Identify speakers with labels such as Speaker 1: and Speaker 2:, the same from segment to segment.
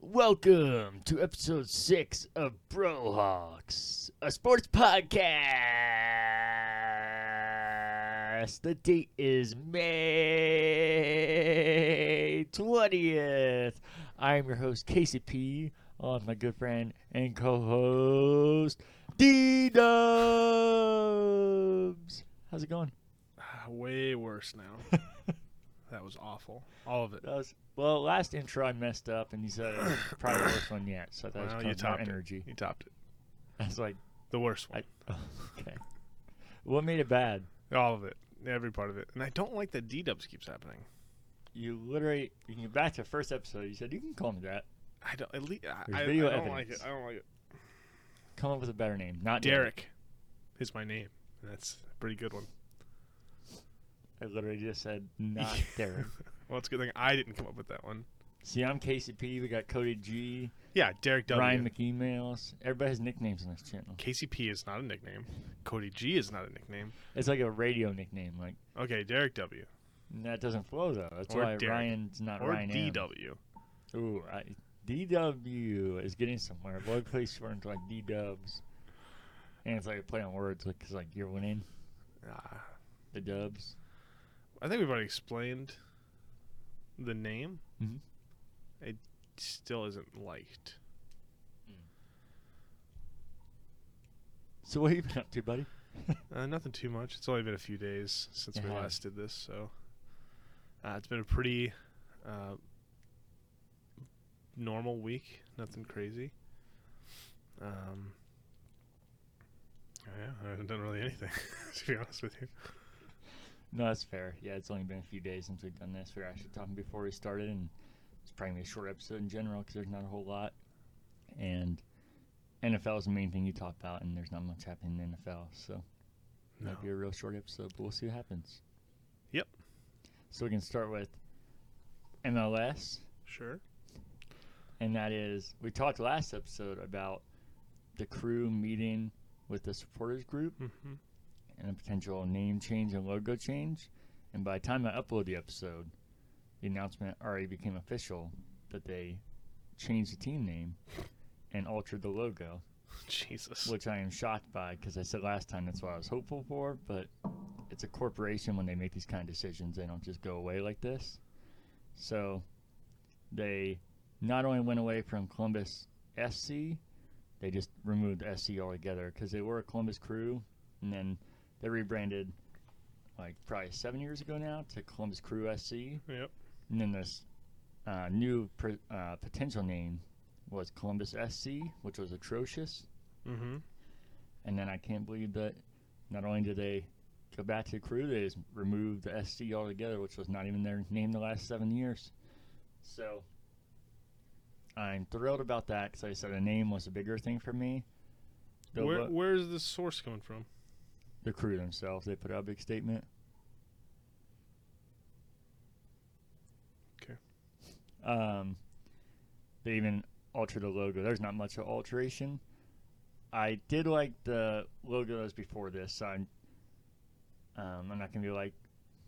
Speaker 1: Welcome to episode six of Brohawks, a sports podcast. The date is May 20th. I am your host, KCP, along with my good friend and co host, D Dubs. How's it going?
Speaker 2: Ah, Way worse now. that was awful. All of it.
Speaker 1: That was, well, last intro I messed up, and you said it was probably the worst one yet, so that was
Speaker 2: Well,
Speaker 1: kind
Speaker 2: you
Speaker 1: of more
Speaker 2: topped it.
Speaker 1: energy.
Speaker 2: You topped it.
Speaker 1: I was like,
Speaker 2: The worst one.
Speaker 1: I, okay. What made it bad?
Speaker 2: All of it. Every part of it. And I don't like that D dubs keeps happening.
Speaker 1: You literally, you can go back to the first episode. You said you can call me that.
Speaker 2: I don't. At least I,
Speaker 1: There's
Speaker 2: I- I
Speaker 1: video
Speaker 2: don't like
Speaker 1: evidence.
Speaker 2: it. I don't like it.
Speaker 1: Come up with a better name, not Derek.
Speaker 2: Derek is my name. and That's a pretty good one.
Speaker 1: I literally just said not Derek.
Speaker 2: Well, it's a good thing I didn't come up with that one.
Speaker 1: See, I'm KCP. We got Cody G,
Speaker 2: Yeah, Derek W.
Speaker 1: Ryan McEmails. Everybody has nicknames on this channel.
Speaker 2: KCP is not a nickname. Cody G is not a nickname.
Speaker 1: It's like a radio nickname. Like
Speaker 2: Okay, Derek W.
Speaker 1: that doesn't flow though. That's
Speaker 2: Or
Speaker 1: why
Speaker 2: Derek.
Speaker 1: Ryan's not
Speaker 2: Or
Speaker 1: Ryan. M.
Speaker 2: DW.
Speaker 1: Ooh, I, DW is getting somewhere. Boy plays for into like D Dubs, and it's like a play on words because like you're winning
Speaker 2: Ah,
Speaker 1: the Dubs.
Speaker 2: I think we've already explained the name.
Speaker 1: Mhm.
Speaker 2: It still isn't liked.
Speaker 1: So what have you been up to, buddy?
Speaker 2: Uh, nothing too much. It's only been a few days since
Speaker 1: It
Speaker 2: we
Speaker 1: has.
Speaker 2: last did this, so uh, it's been a pretty uh, normal week. Nothing crazy. Um, oh, yeah, I haven't done really anything to be honest with you.
Speaker 1: No, that's fair. Yeah, it's only been a few days since we've done this. We were actually talking before we started, and it's probably gonna be a short episode in general because there's not a whole lot. And NFL is the main thing you talk about, and there's not much happening in NFL, so it
Speaker 2: No.
Speaker 1: might be a real short episode. But we'll see what happens.
Speaker 2: Yep.
Speaker 1: So we can start with MLS,
Speaker 2: Sure.
Speaker 1: and that is we talked last episode about the crew meeting with the supporters group
Speaker 2: Mm-hmm.
Speaker 1: and a potential name change and logo change. And by the time I upload the episode, the announcement already became official that they changed the team name and altered the logo,
Speaker 2: Jesus.
Speaker 1: which I am shocked by because I said last time that's what I was hopeful for. But it's a corporation when they make these kind of decisions, they don't just go away like this. So they not only went away from Columbus SC, they just removed SC altogether because they were a Columbus crew and then they rebranded like probably seven years ago now to Columbus Crew SC.
Speaker 2: Yep.
Speaker 1: And then this uh, new pr- uh, potential name was Columbus SC, which was atrocious.
Speaker 2: Mm-hmm.
Speaker 1: And then I can't believe that not only did they go back to the crew, they just removed the SC altogether, which was not even their name the last seven years. So I'm thrilled about that because I said a name was a bigger thing for me. The,
Speaker 2: Where
Speaker 1: lo-
Speaker 2: Where is this source coming from?
Speaker 1: the crew themselves, they put out a big statement.
Speaker 2: 'Kay.
Speaker 1: Um, they even altered the logo. There's not much of alteration. I did like the logo that was before this. So I'm, um, I'm not gonna be like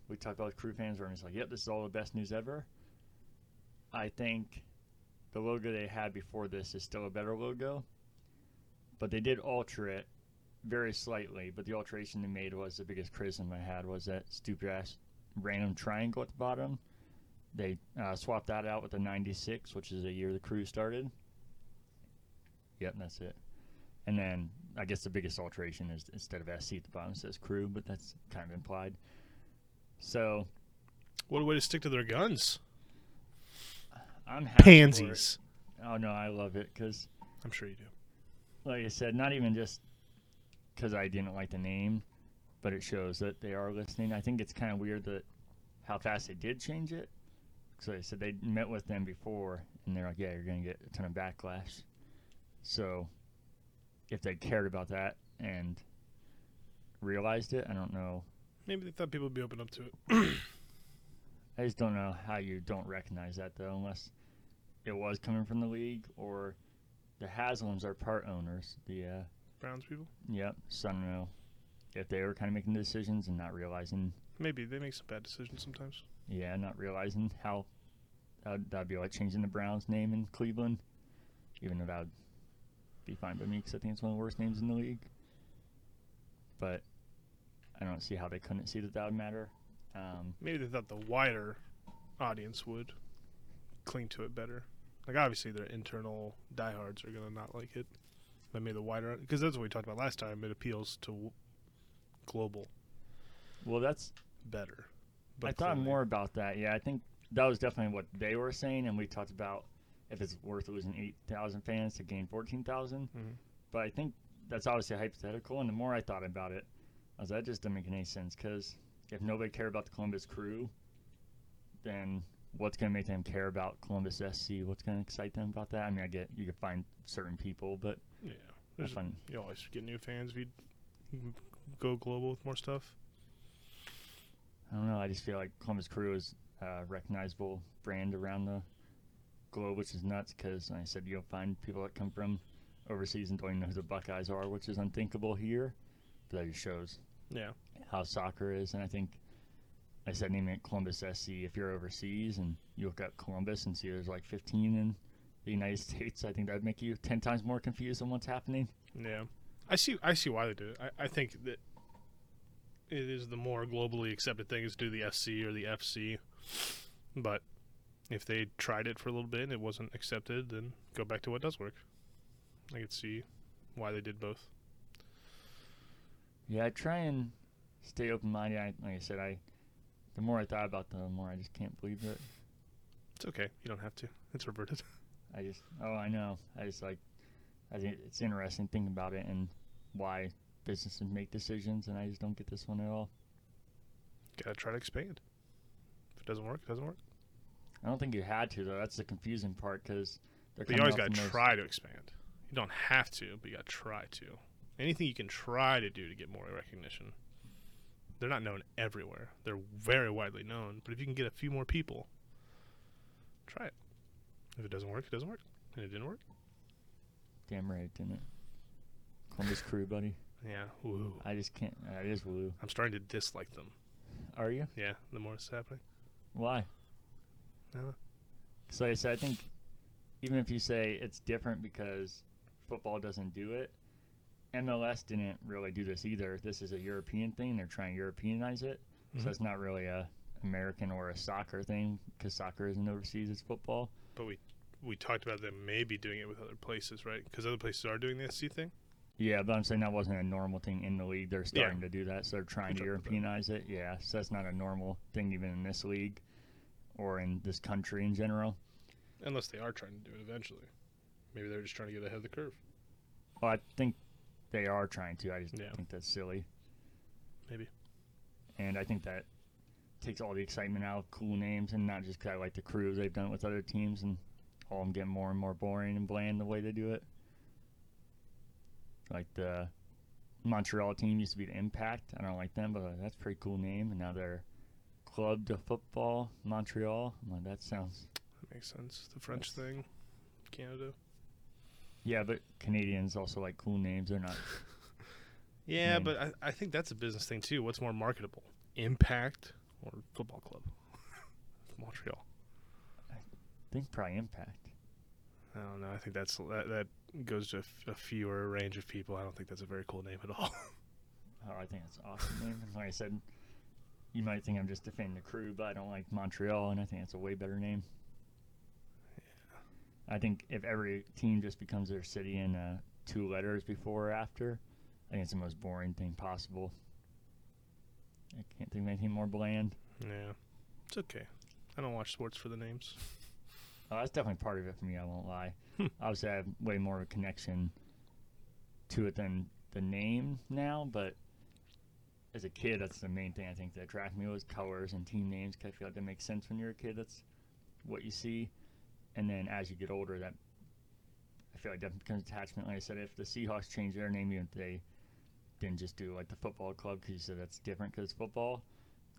Speaker 1: we talked about with crew fans where I'm just like, yep, this is all the best news ever. I think the logo they had before this is still a better logo, but they did alter it very slightly. But the alteration they made was the biggest criticism I had was that stupid ass random triangle at the bottom. They uh, swapped that out with the 96, which is the year the crew started. Yep, that's it. And then I guess the biggest alteration is instead of SC at the bottom it says crew, but that's kind of implied. So
Speaker 2: What a way to stick to their guns.
Speaker 1: I'm happy. for it.
Speaker 2: Pansies.
Speaker 1: Oh no, I love it because,
Speaker 2: I'm sure you do.
Speaker 1: like I said, not even just because I didn't like the name, but it shows that they are listening. I think it's kind of weird that how fast they did change it. So they said they met with them before, and they're like, "Yeah, you're gonna get a ton of backlash." So if they cared about that and realized it, I don't know.
Speaker 2: Maybe they thought people would be open up to it.
Speaker 1: I just don't know how you don't recognize that though, unless it was coming from the league or the Haslams are part owners. The uh,
Speaker 2: Browns people.
Speaker 1: Yep, Sunrail. If they were kind of making decisions and not realizing,
Speaker 2: Maybe they make some bad decisions sometimes.
Speaker 1: yeah, not realizing how uh, that'd be like changing the Browns' name in Cleveland even though that would be fine by me because I think it's one of the worst names in the league. But I don't see how they couldn't see that that would matter. Um,
Speaker 2: Maybe they thought the wider audience would cling to it better. Like obviously their internal diehards are gonna not like it, but maybe the wider because that's what we talked about last time. It appeals to w- global
Speaker 1: well, that's
Speaker 2: better.
Speaker 1: I thought
Speaker 2: clearly-
Speaker 1: more about that. Yeah, I think that was definitely what they were saying, and we talked about if it's worth losing eight thousand fans to gain fourteen
Speaker 2: Mhm.
Speaker 1: But I think that's obviously hypothetical, and the more I thought about it, I was like, that just doesn't make any sense because if nobody cared about the Columbus Crew, then what's going to make them care about Columbus SC? What's going to excite them about that? I mean, I get you could find certain people, but
Speaker 2: Yeah,
Speaker 1: I
Speaker 2: There's a-
Speaker 1: find
Speaker 2: you always get new fans if you you go global with more stuff.
Speaker 1: I don't know. I just feel like Columbus Crew is a recognizable brand around the globe, which is nuts because I said you'll find people that come from overseas and don't even know who the Buckeyes are, which is unthinkable here. But that just shows
Speaker 2: Yeah,
Speaker 1: how soccer is. And I think I said name it Columbus SC if you're overseas and you look up Columbus and see there's like 15 in the United States. I think that'd make you 10 times more confused on what's happening.
Speaker 2: yeah. I see. I see why they do it. I, I think that it is the more globally accepted thing is to do the SC or the FC. But if they tried it for a little bit and it wasn't accepted, then go back to what does work. I could see why they did both.
Speaker 1: Yeah, I try and stay open minded. I, like I said, I the more I thought about them, the more I just can't believe it.
Speaker 2: It's okay. You don't have to. It's reverted.
Speaker 1: I just oh I know. I just like I think it's interesting thinking about it and why businesses make decisions and I just don't get this one at all.
Speaker 2: Gotta try to expand. If it doesn't work, it doesn't work.
Speaker 1: I don't think you had to though. That's the confusing part because they're
Speaker 2: But you always
Speaker 1: coming
Speaker 2: gotta
Speaker 1: off the most-
Speaker 2: try to expand. You don't have to, but you gotta try to. Anything you can try to do to get more recognition. They're not known everywhere. They're very widely known. But if you can get a few more people, try it. If it doesn't work, it doesn't work. And it didn't work.
Speaker 1: Damn right, didn't it? Columbus Crew, buddy.
Speaker 2: Yeah. Woo.
Speaker 1: I just can't. uh, It is woo.
Speaker 2: I'm starting to dislike them.
Speaker 1: Are you?
Speaker 2: Yeah, the more it's happening.
Speaker 1: Why?
Speaker 2: No.
Speaker 1: Because like I said, I think even if you say it's different because football doesn't do it, MLS didn't really do this either. This is a European thing. They're trying to Europeanize it.
Speaker 2: Mhm.
Speaker 1: So it's not really a American or a soccer thing because soccer isn't overseas. It's football.
Speaker 2: But we we talked about them maybe doing it with other places, right? Because other places are doing the SC thing.
Speaker 1: Yeah, but I'm saying that wasn't a normal thing in the league. They're starting to do that, so they're trying to
Speaker 2: talked about that.
Speaker 1: Europeanize it. Yeah, so that's not a normal thing even in this league or in this country in general.
Speaker 2: Unless they are trying to do it eventually. Maybe they're just trying to get ahead of the curve.
Speaker 1: Well, I think they are trying to. I just
Speaker 2: Yeah.
Speaker 1: think that's silly.
Speaker 2: Maybe.
Speaker 1: And I think that takes all the excitement out of cool names and not just 'cause I like the crew. They've done it with other teams and all of them get more and more boring and bland the way they do it. Like the Montreal team used to be the Impact. I don't like them, but uh, that's a pretty cool name. And now they're Club de Football Montreal. I'm like, that sounds.
Speaker 2: That makes sense. The French thing, Canada.
Speaker 1: Yeah, but Canadians also like cool names. They're not.
Speaker 2: Yeah,
Speaker 1: Mm.
Speaker 2: but I, I think that's a business thing too. What's more marketable, Impact or football club? Montreal.
Speaker 1: I think probably Impact.
Speaker 2: I don't know. I think that's that, that goes to a, f- a fewer range of people. I don't think that's a very cool name at all.
Speaker 1: Oh, I think it's an awesome name. And Like I said, you might think I'm just defending the crew, but I don't like Montreal, and I think it's a way better name. I think if every team just becomes their city in uh, two letters before or after, I think it's the most boring thing possible. I can't think of anything more bland.
Speaker 2: yeah, it's okay. I don't watch sports for the names.
Speaker 1: Oh, that's definitely part of it for me. I won't lie.
Speaker 2: Hmm.
Speaker 1: Obviously, I have way more of a connection to it than the name now. But as a kid, that's the main thing I think that attracted me was colors and team names. 'cause I feel like that makes sense when you're a kid. That's what you see. And then as you get older, that I feel like that becomes attachment. Like I said, if the Seahawks changed their name, even if they didn't just do like the football club, because you said that's different because football.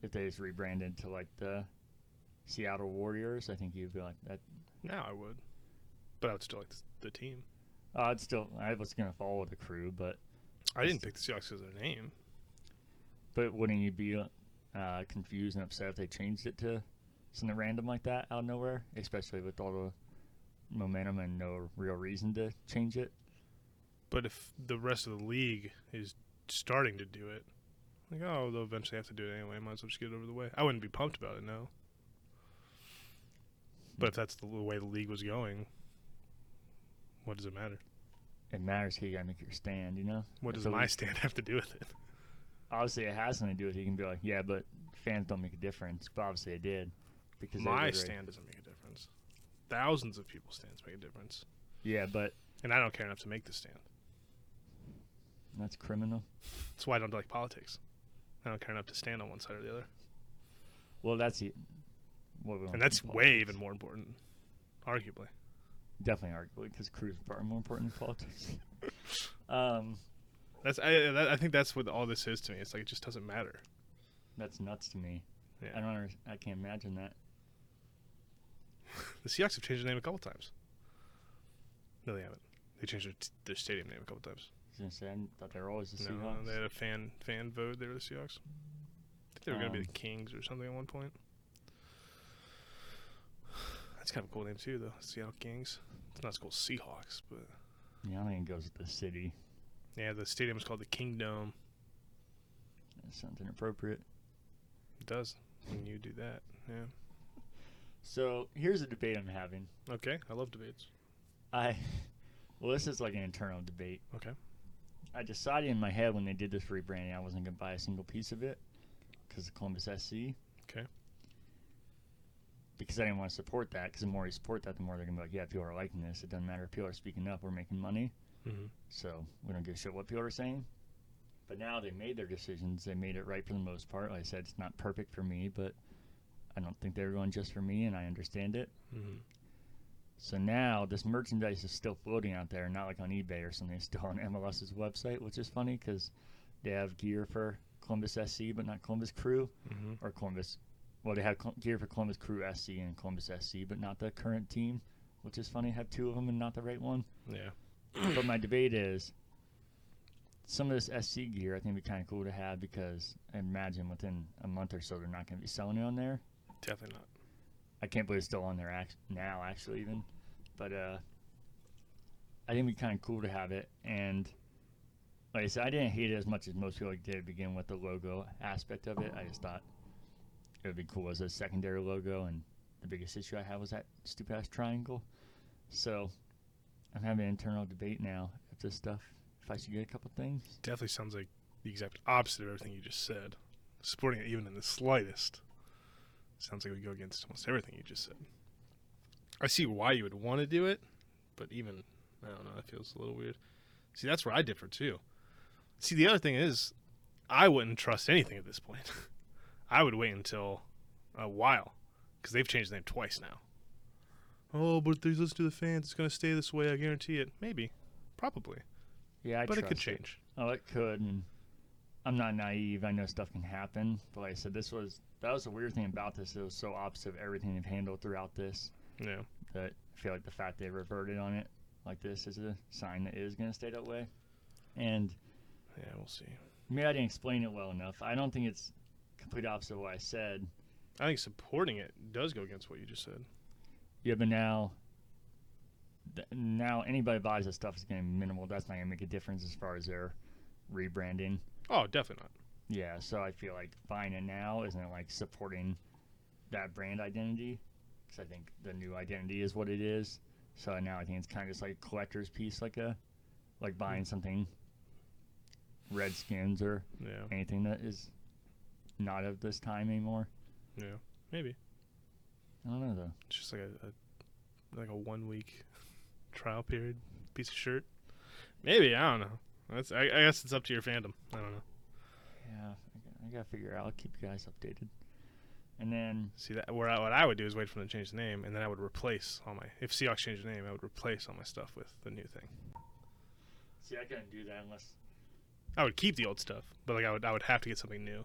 Speaker 1: If they just rebranded to like the Seattle Warriors, I think you'd be like that.
Speaker 2: Now I would, but I would still like th- the team.
Speaker 1: Uh, I'd still, I was gonna follow the crew, but
Speaker 2: I didn't pick the Seahawks as their name.
Speaker 1: but wouldn't you be uh, confused and upset if they changed it to something random like that out of nowhere? Especially with all the momentum and no real reason to change it.
Speaker 2: But if the rest of the league is starting to do it, like oh they'll eventually have to do it anyway, might as well just get it over the way. I wouldn't be pumped about it, no. But if that's the way the league was going, what does it matter?
Speaker 1: It matters who you gotta make your stand, you know?
Speaker 2: What does
Speaker 1: So
Speaker 2: my
Speaker 1: we-
Speaker 2: stand have to do with it?
Speaker 1: Obviously, it has something to do with it. You can be like, yeah, but fans don't make a difference. But obviously, it did. Because they
Speaker 2: My
Speaker 1: did, right?
Speaker 2: stand doesn't make a difference. Thousands of people's stands make a difference,
Speaker 1: Yeah, but
Speaker 2: and I don't care enough to make the stand.
Speaker 1: that's criminal.
Speaker 2: That's why I don't like politics. I don't care enough to stand on one side or the other,
Speaker 1: Well, that's the. What we want
Speaker 2: and that's
Speaker 1: from
Speaker 2: way
Speaker 1: politics.
Speaker 2: even more important, arguably.
Speaker 1: Definitely arguably, because crews are more important than politics. um,
Speaker 2: That's I, I I think that's what all this is to me. It's like it just doesn't matter.
Speaker 1: that's nuts to me. I
Speaker 2: Yeah.
Speaker 1: don't. Under, I can't imagine that.
Speaker 2: The Seahawks have changed their name a couple times. No, they haven't. They changed their, their stadium name a couple times.
Speaker 1: I was gonna say I thought they were always the
Speaker 2: no,
Speaker 1: Seahawks.
Speaker 2: they had a fan fan vote. They were the Seahawks. I think they were going to be
Speaker 1: Um,
Speaker 2: the Kings or something at one point. That's kind of a cool name too, though. Seattle Kings. It's not as cool as Seahawks, but
Speaker 1: yeah, I don't think it goes with the city.
Speaker 2: yeah, the stadium is called the Kingdom.
Speaker 1: That sounds inappropriate.
Speaker 2: It does when you do that. Yeah.
Speaker 1: So here's a debate I'm having.
Speaker 2: Okay. I love debates.
Speaker 1: I well, this is like an internal debate.
Speaker 2: Okay.
Speaker 1: I decided in my head when they did this rebranding, I wasn't gonna buy a single piece of it because of Columbus SC.
Speaker 2: Okay.
Speaker 1: Because I didn't want to support that. Because the more you support that, the more they're gonna be like, yeah, people are liking this. It doesn't matter if people are speaking up. We're making money,
Speaker 2: Mm-hmm.
Speaker 1: so we don't give a shit what people are saying. But now they made their decisions. They made it right for the most part. Like I said, it's not perfect for me, but I don't think they were going just for me, and I understand it.
Speaker 2: Mm-hmm.
Speaker 1: So now this merchandise is still floating out there, not like on eBay or something. It's still on MLS's website, which is funny because they have gear for Columbus SC, but not Columbus Crew
Speaker 2: Mm-hmm.
Speaker 1: or Columbus. Well, they have Col- gear for Columbus Crew SC and Columbus SC, but not the current team, which is funny. Have two of them and not the right one.
Speaker 2: Yeah.
Speaker 1: but my debate is some of this SC gear I think would be kind of cool to have because I imagine within a month or so they're not going to be selling it on there.
Speaker 2: Definitely not.
Speaker 1: I can't believe it's still on there act- now, actually, even. But uh, I think it'd be kind of cool to have it. And like I said, I didn't hate it as much as most people did to begin with the logo aspect of it. I just thought it would be cool as a secondary logo. And the biggest issue I had was that stupid ass triangle. So I'm having an internal debate now if this stuff, if I should get a couple things.
Speaker 2: Definitely sounds like the exact opposite of everything you just said. Supporting it even in the slightest sounds like we go against almost everything you just said. I see why you would want to do it, but even I don't know, that feels a little weird. See, that's where I differ too. See, the other thing is, I wouldn't trust anything at this point. I would wait until a while because they've changed the name twice now. Oh, but if they listen to the fans, it's going to stay this way. I guarantee it. Maybe, probably,
Speaker 1: Yeah, I
Speaker 2: but it could
Speaker 1: trust
Speaker 2: change.
Speaker 1: Oh, it could. And I'm not naive. I know stuff can happen. But like I said, this was that was the weird thing about this. It was so opposite of everything they've handled throughout this
Speaker 2: Yeah.
Speaker 1: that I feel like the fact they reverted on it like this is a sign that it is going to stay that way. And
Speaker 2: Yeah, we'll see.
Speaker 1: maybe I didn't explain it well enough. I don't think it's complete opposite of what I said.
Speaker 2: I think supporting it does go against what you just said.
Speaker 1: Yeah, but now. th- Now anybody buys this stuff is going to be minimal. That's not going to make a difference as far as their rebranding.
Speaker 2: Oh, definitely
Speaker 1: Yeah, so I feel like buying it now isn't like supporting that brand identity because I think the new identity is what it is. So now I think it's kind of just like a collector's piece, like a like buying
Speaker 2: Hmm.
Speaker 1: something Redskins or
Speaker 2: not. Yeah,
Speaker 1: anything that is not of this time anymore.
Speaker 2: yeah, maybe
Speaker 1: I don't know though.
Speaker 2: it's just like a, a like a one week trial period piece of shirt. Maybe I don't know. That's I, I guess it's up to your fandom. I don't know.
Speaker 1: Yeah, I gotta, I gotta figure it out. I'll keep you guys updated. And then
Speaker 2: See that where I, what I would do is wait for them to change the name, and then I would replace all my if Seahawks changed the name, I would replace all my stuff with the new thing.
Speaker 1: see, I couldn't do that unless
Speaker 2: I would keep the old stuff, but like I would I would have to get something new.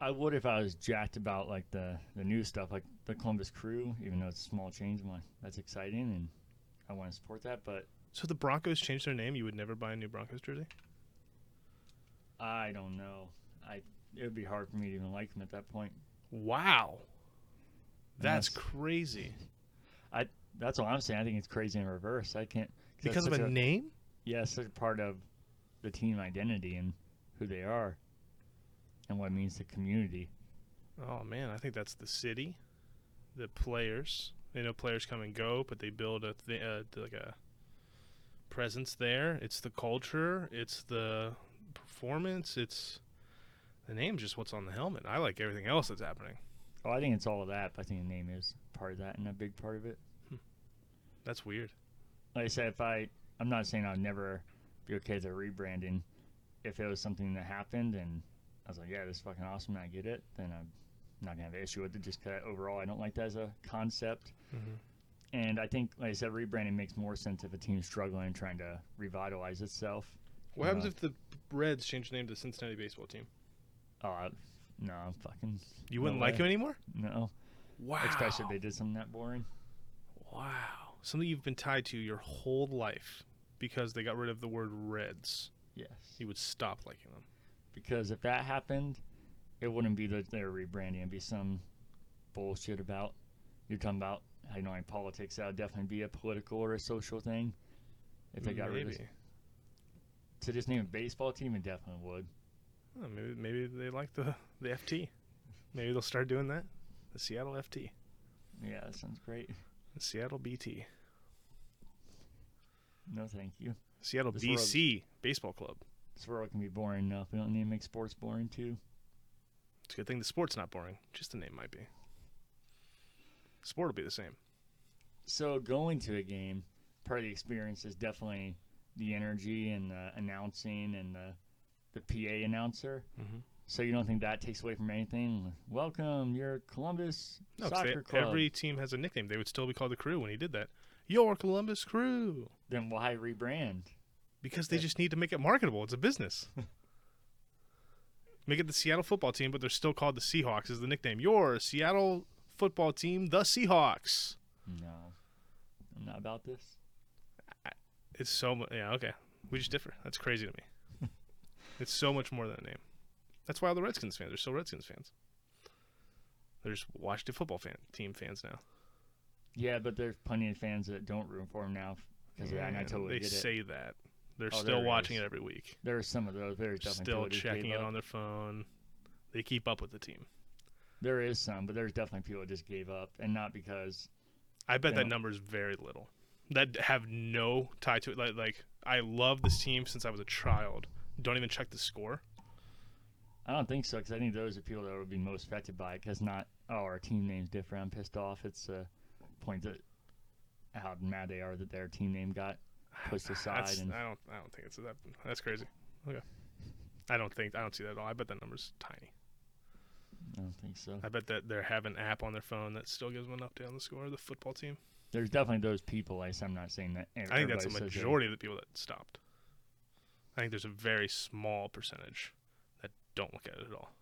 Speaker 1: I would if I was jacked about like the the new stuff, like the Columbus Crew, even though it's a small change. I'm like, that's exciting, and I want to support that. But
Speaker 2: So the Broncos changed their name. You would never buy a new Broncos jersey.
Speaker 1: I don't know. I it would be hard for me to even like them at that point.
Speaker 2: Wow, that's
Speaker 1: Yes.
Speaker 2: crazy.
Speaker 1: That's all I'm saying. I think it's crazy in reverse. I can't 'cause that's
Speaker 2: because of
Speaker 1: such
Speaker 2: a, name.
Speaker 1: yeah, it's such a part of the team identity and who they are, and what it means to community.
Speaker 2: Oh man, I think that's the city, the players. They know players come and go, but they build a th- uh, like a presence there. It's the culture. It's the performance. It's the name. Just what's on the helmet. I like everything else that's happening.
Speaker 1: Oh, I think it's all of that. But I think the name is part of that and a big part of it.
Speaker 2: That's weird.
Speaker 1: Like I said, if I, I'm not saying I'd never be okay with a rebranding. If it was something that happened and I was like, yeah, this is fucking awesome, and I get it, then I'm not gonna have an issue with it. Just 'cause overall, I don't like that as a concept.
Speaker 2: Mhm.
Speaker 1: And I think, like I said, rebranding makes more sense if a team's struggling and trying to revitalize itself.
Speaker 2: What happens
Speaker 1: Uh,
Speaker 2: if the Reds change the name to the Cincinnati baseball team?
Speaker 1: Oh, I, no, I'm fucking
Speaker 2: You
Speaker 1: No
Speaker 2: wouldn't like
Speaker 1: way.
Speaker 2: him anymore?
Speaker 1: no.
Speaker 2: Wow.
Speaker 1: Especially if they did something that boring.
Speaker 2: Wow. Something you've been tied to your whole life because they got rid of the word Reds.
Speaker 1: Yes.
Speaker 2: You would stop liking them.
Speaker 1: Because if that happened, it wouldn't be that they're rebranding. It'd be some bullshit about you're talking about. I know in politics that would definitely be a political or a social thing. If they got rid of
Speaker 2: Mm, Maybe.
Speaker 1: to just name a baseball team, it definitely would.
Speaker 2: Oh, maybe maybe they like the the FT. Maybe they'll start doing that. The Seattle FT.
Speaker 1: Yeah, that sounds great.
Speaker 2: The Seattle BT.
Speaker 1: No, thank you.
Speaker 2: Seattle
Speaker 1: This world-
Speaker 2: BC Baseball Club.
Speaker 1: This world can be boring enough. We don't need to make sports boring too.
Speaker 2: It's a good thing the sport's not boring. Just the name might be. Sport will be the same.
Speaker 1: So going to a game, part of the experience is definitely the energy and the announcing and the the PA announcer.
Speaker 2: Mhm.
Speaker 1: So you don't think that takes away from anything? Welcome, your Columbus
Speaker 2: No, 'cause they-
Speaker 1: soccer club.
Speaker 2: every team has a nickname. They would still be called the Crew when he did that. Your Columbus Crew.
Speaker 1: Then why rebrand?
Speaker 2: Because they
Speaker 1: Yeah.
Speaker 2: just need to make it marketable. It's a business. make it the Seattle football team, but they're still called the Seahawks is the nickname. Your Seattle football team, the Seahawks.
Speaker 1: No, I'm not about this.
Speaker 2: It's so much. Yeah, okay. We just differ. That's crazy to me. it's so much more than a name. That's why all the Redskins fans are still Redskins fans. They're just Washington football fan team fans now.
Speaker 1: Yeah, but there's plenty of fans that don't root for him now because of that, and I
Speaker 2: And
Speaker 1: totally
Speaker 2: they
Speaker 1: get it.
Speaker 2: say that. They're
Speaker 1: Oh,
Speaker 2: still
Speaker 1: there it
Speaker 2: watching
Speaker 1: is.
Speaker 2: it every week.
Speaker 1: There are some of those. There's
Speaker 2: They're
Speaker 1: definitely
Speaker 2: still
Speaker 1: people that
Speaker 2: checking
Speaker 1: gave
Speaker 2: it
Speaker 1: up.
Speaker 2: on their phone. They keep up with the team.
Speaker 1: There is some, but there's definitely people that just gave up, and not because
Speaker 2: I bet
Speaker 1: Yeah.
Speaker 2: that number is very little. That have no tie to it. Like, like I love this team since I was a child. Don't even check the score.
Speaker 1: I don't think so, because I think those are people that would be most affected by it. Because not, oh, our team name's different. I'm pissed off. It's a point that how mad they are that their team name got pushed aside.
Speaker 2: That's,
Speaker 1: and
Speaker 2: I don't. I don't think it's that. That's crazy. Okay. I don't think. I don't see that at all. I bet that number's tiny.
Speaker 1: I don't think so.
Speaker 2: I bet that they have an app on their phone that still gives them an update on the score of the football team.
Speaker 1: There's definitely those people. Like, so I'm not saying that.
Speaker 2: I think
Speaker 1: everybody
Speaker 2: that's the
Speaker 1: says they-
Speaker 2: majority of the people that stopped. I think there's a very small percentage that don't look at it at all.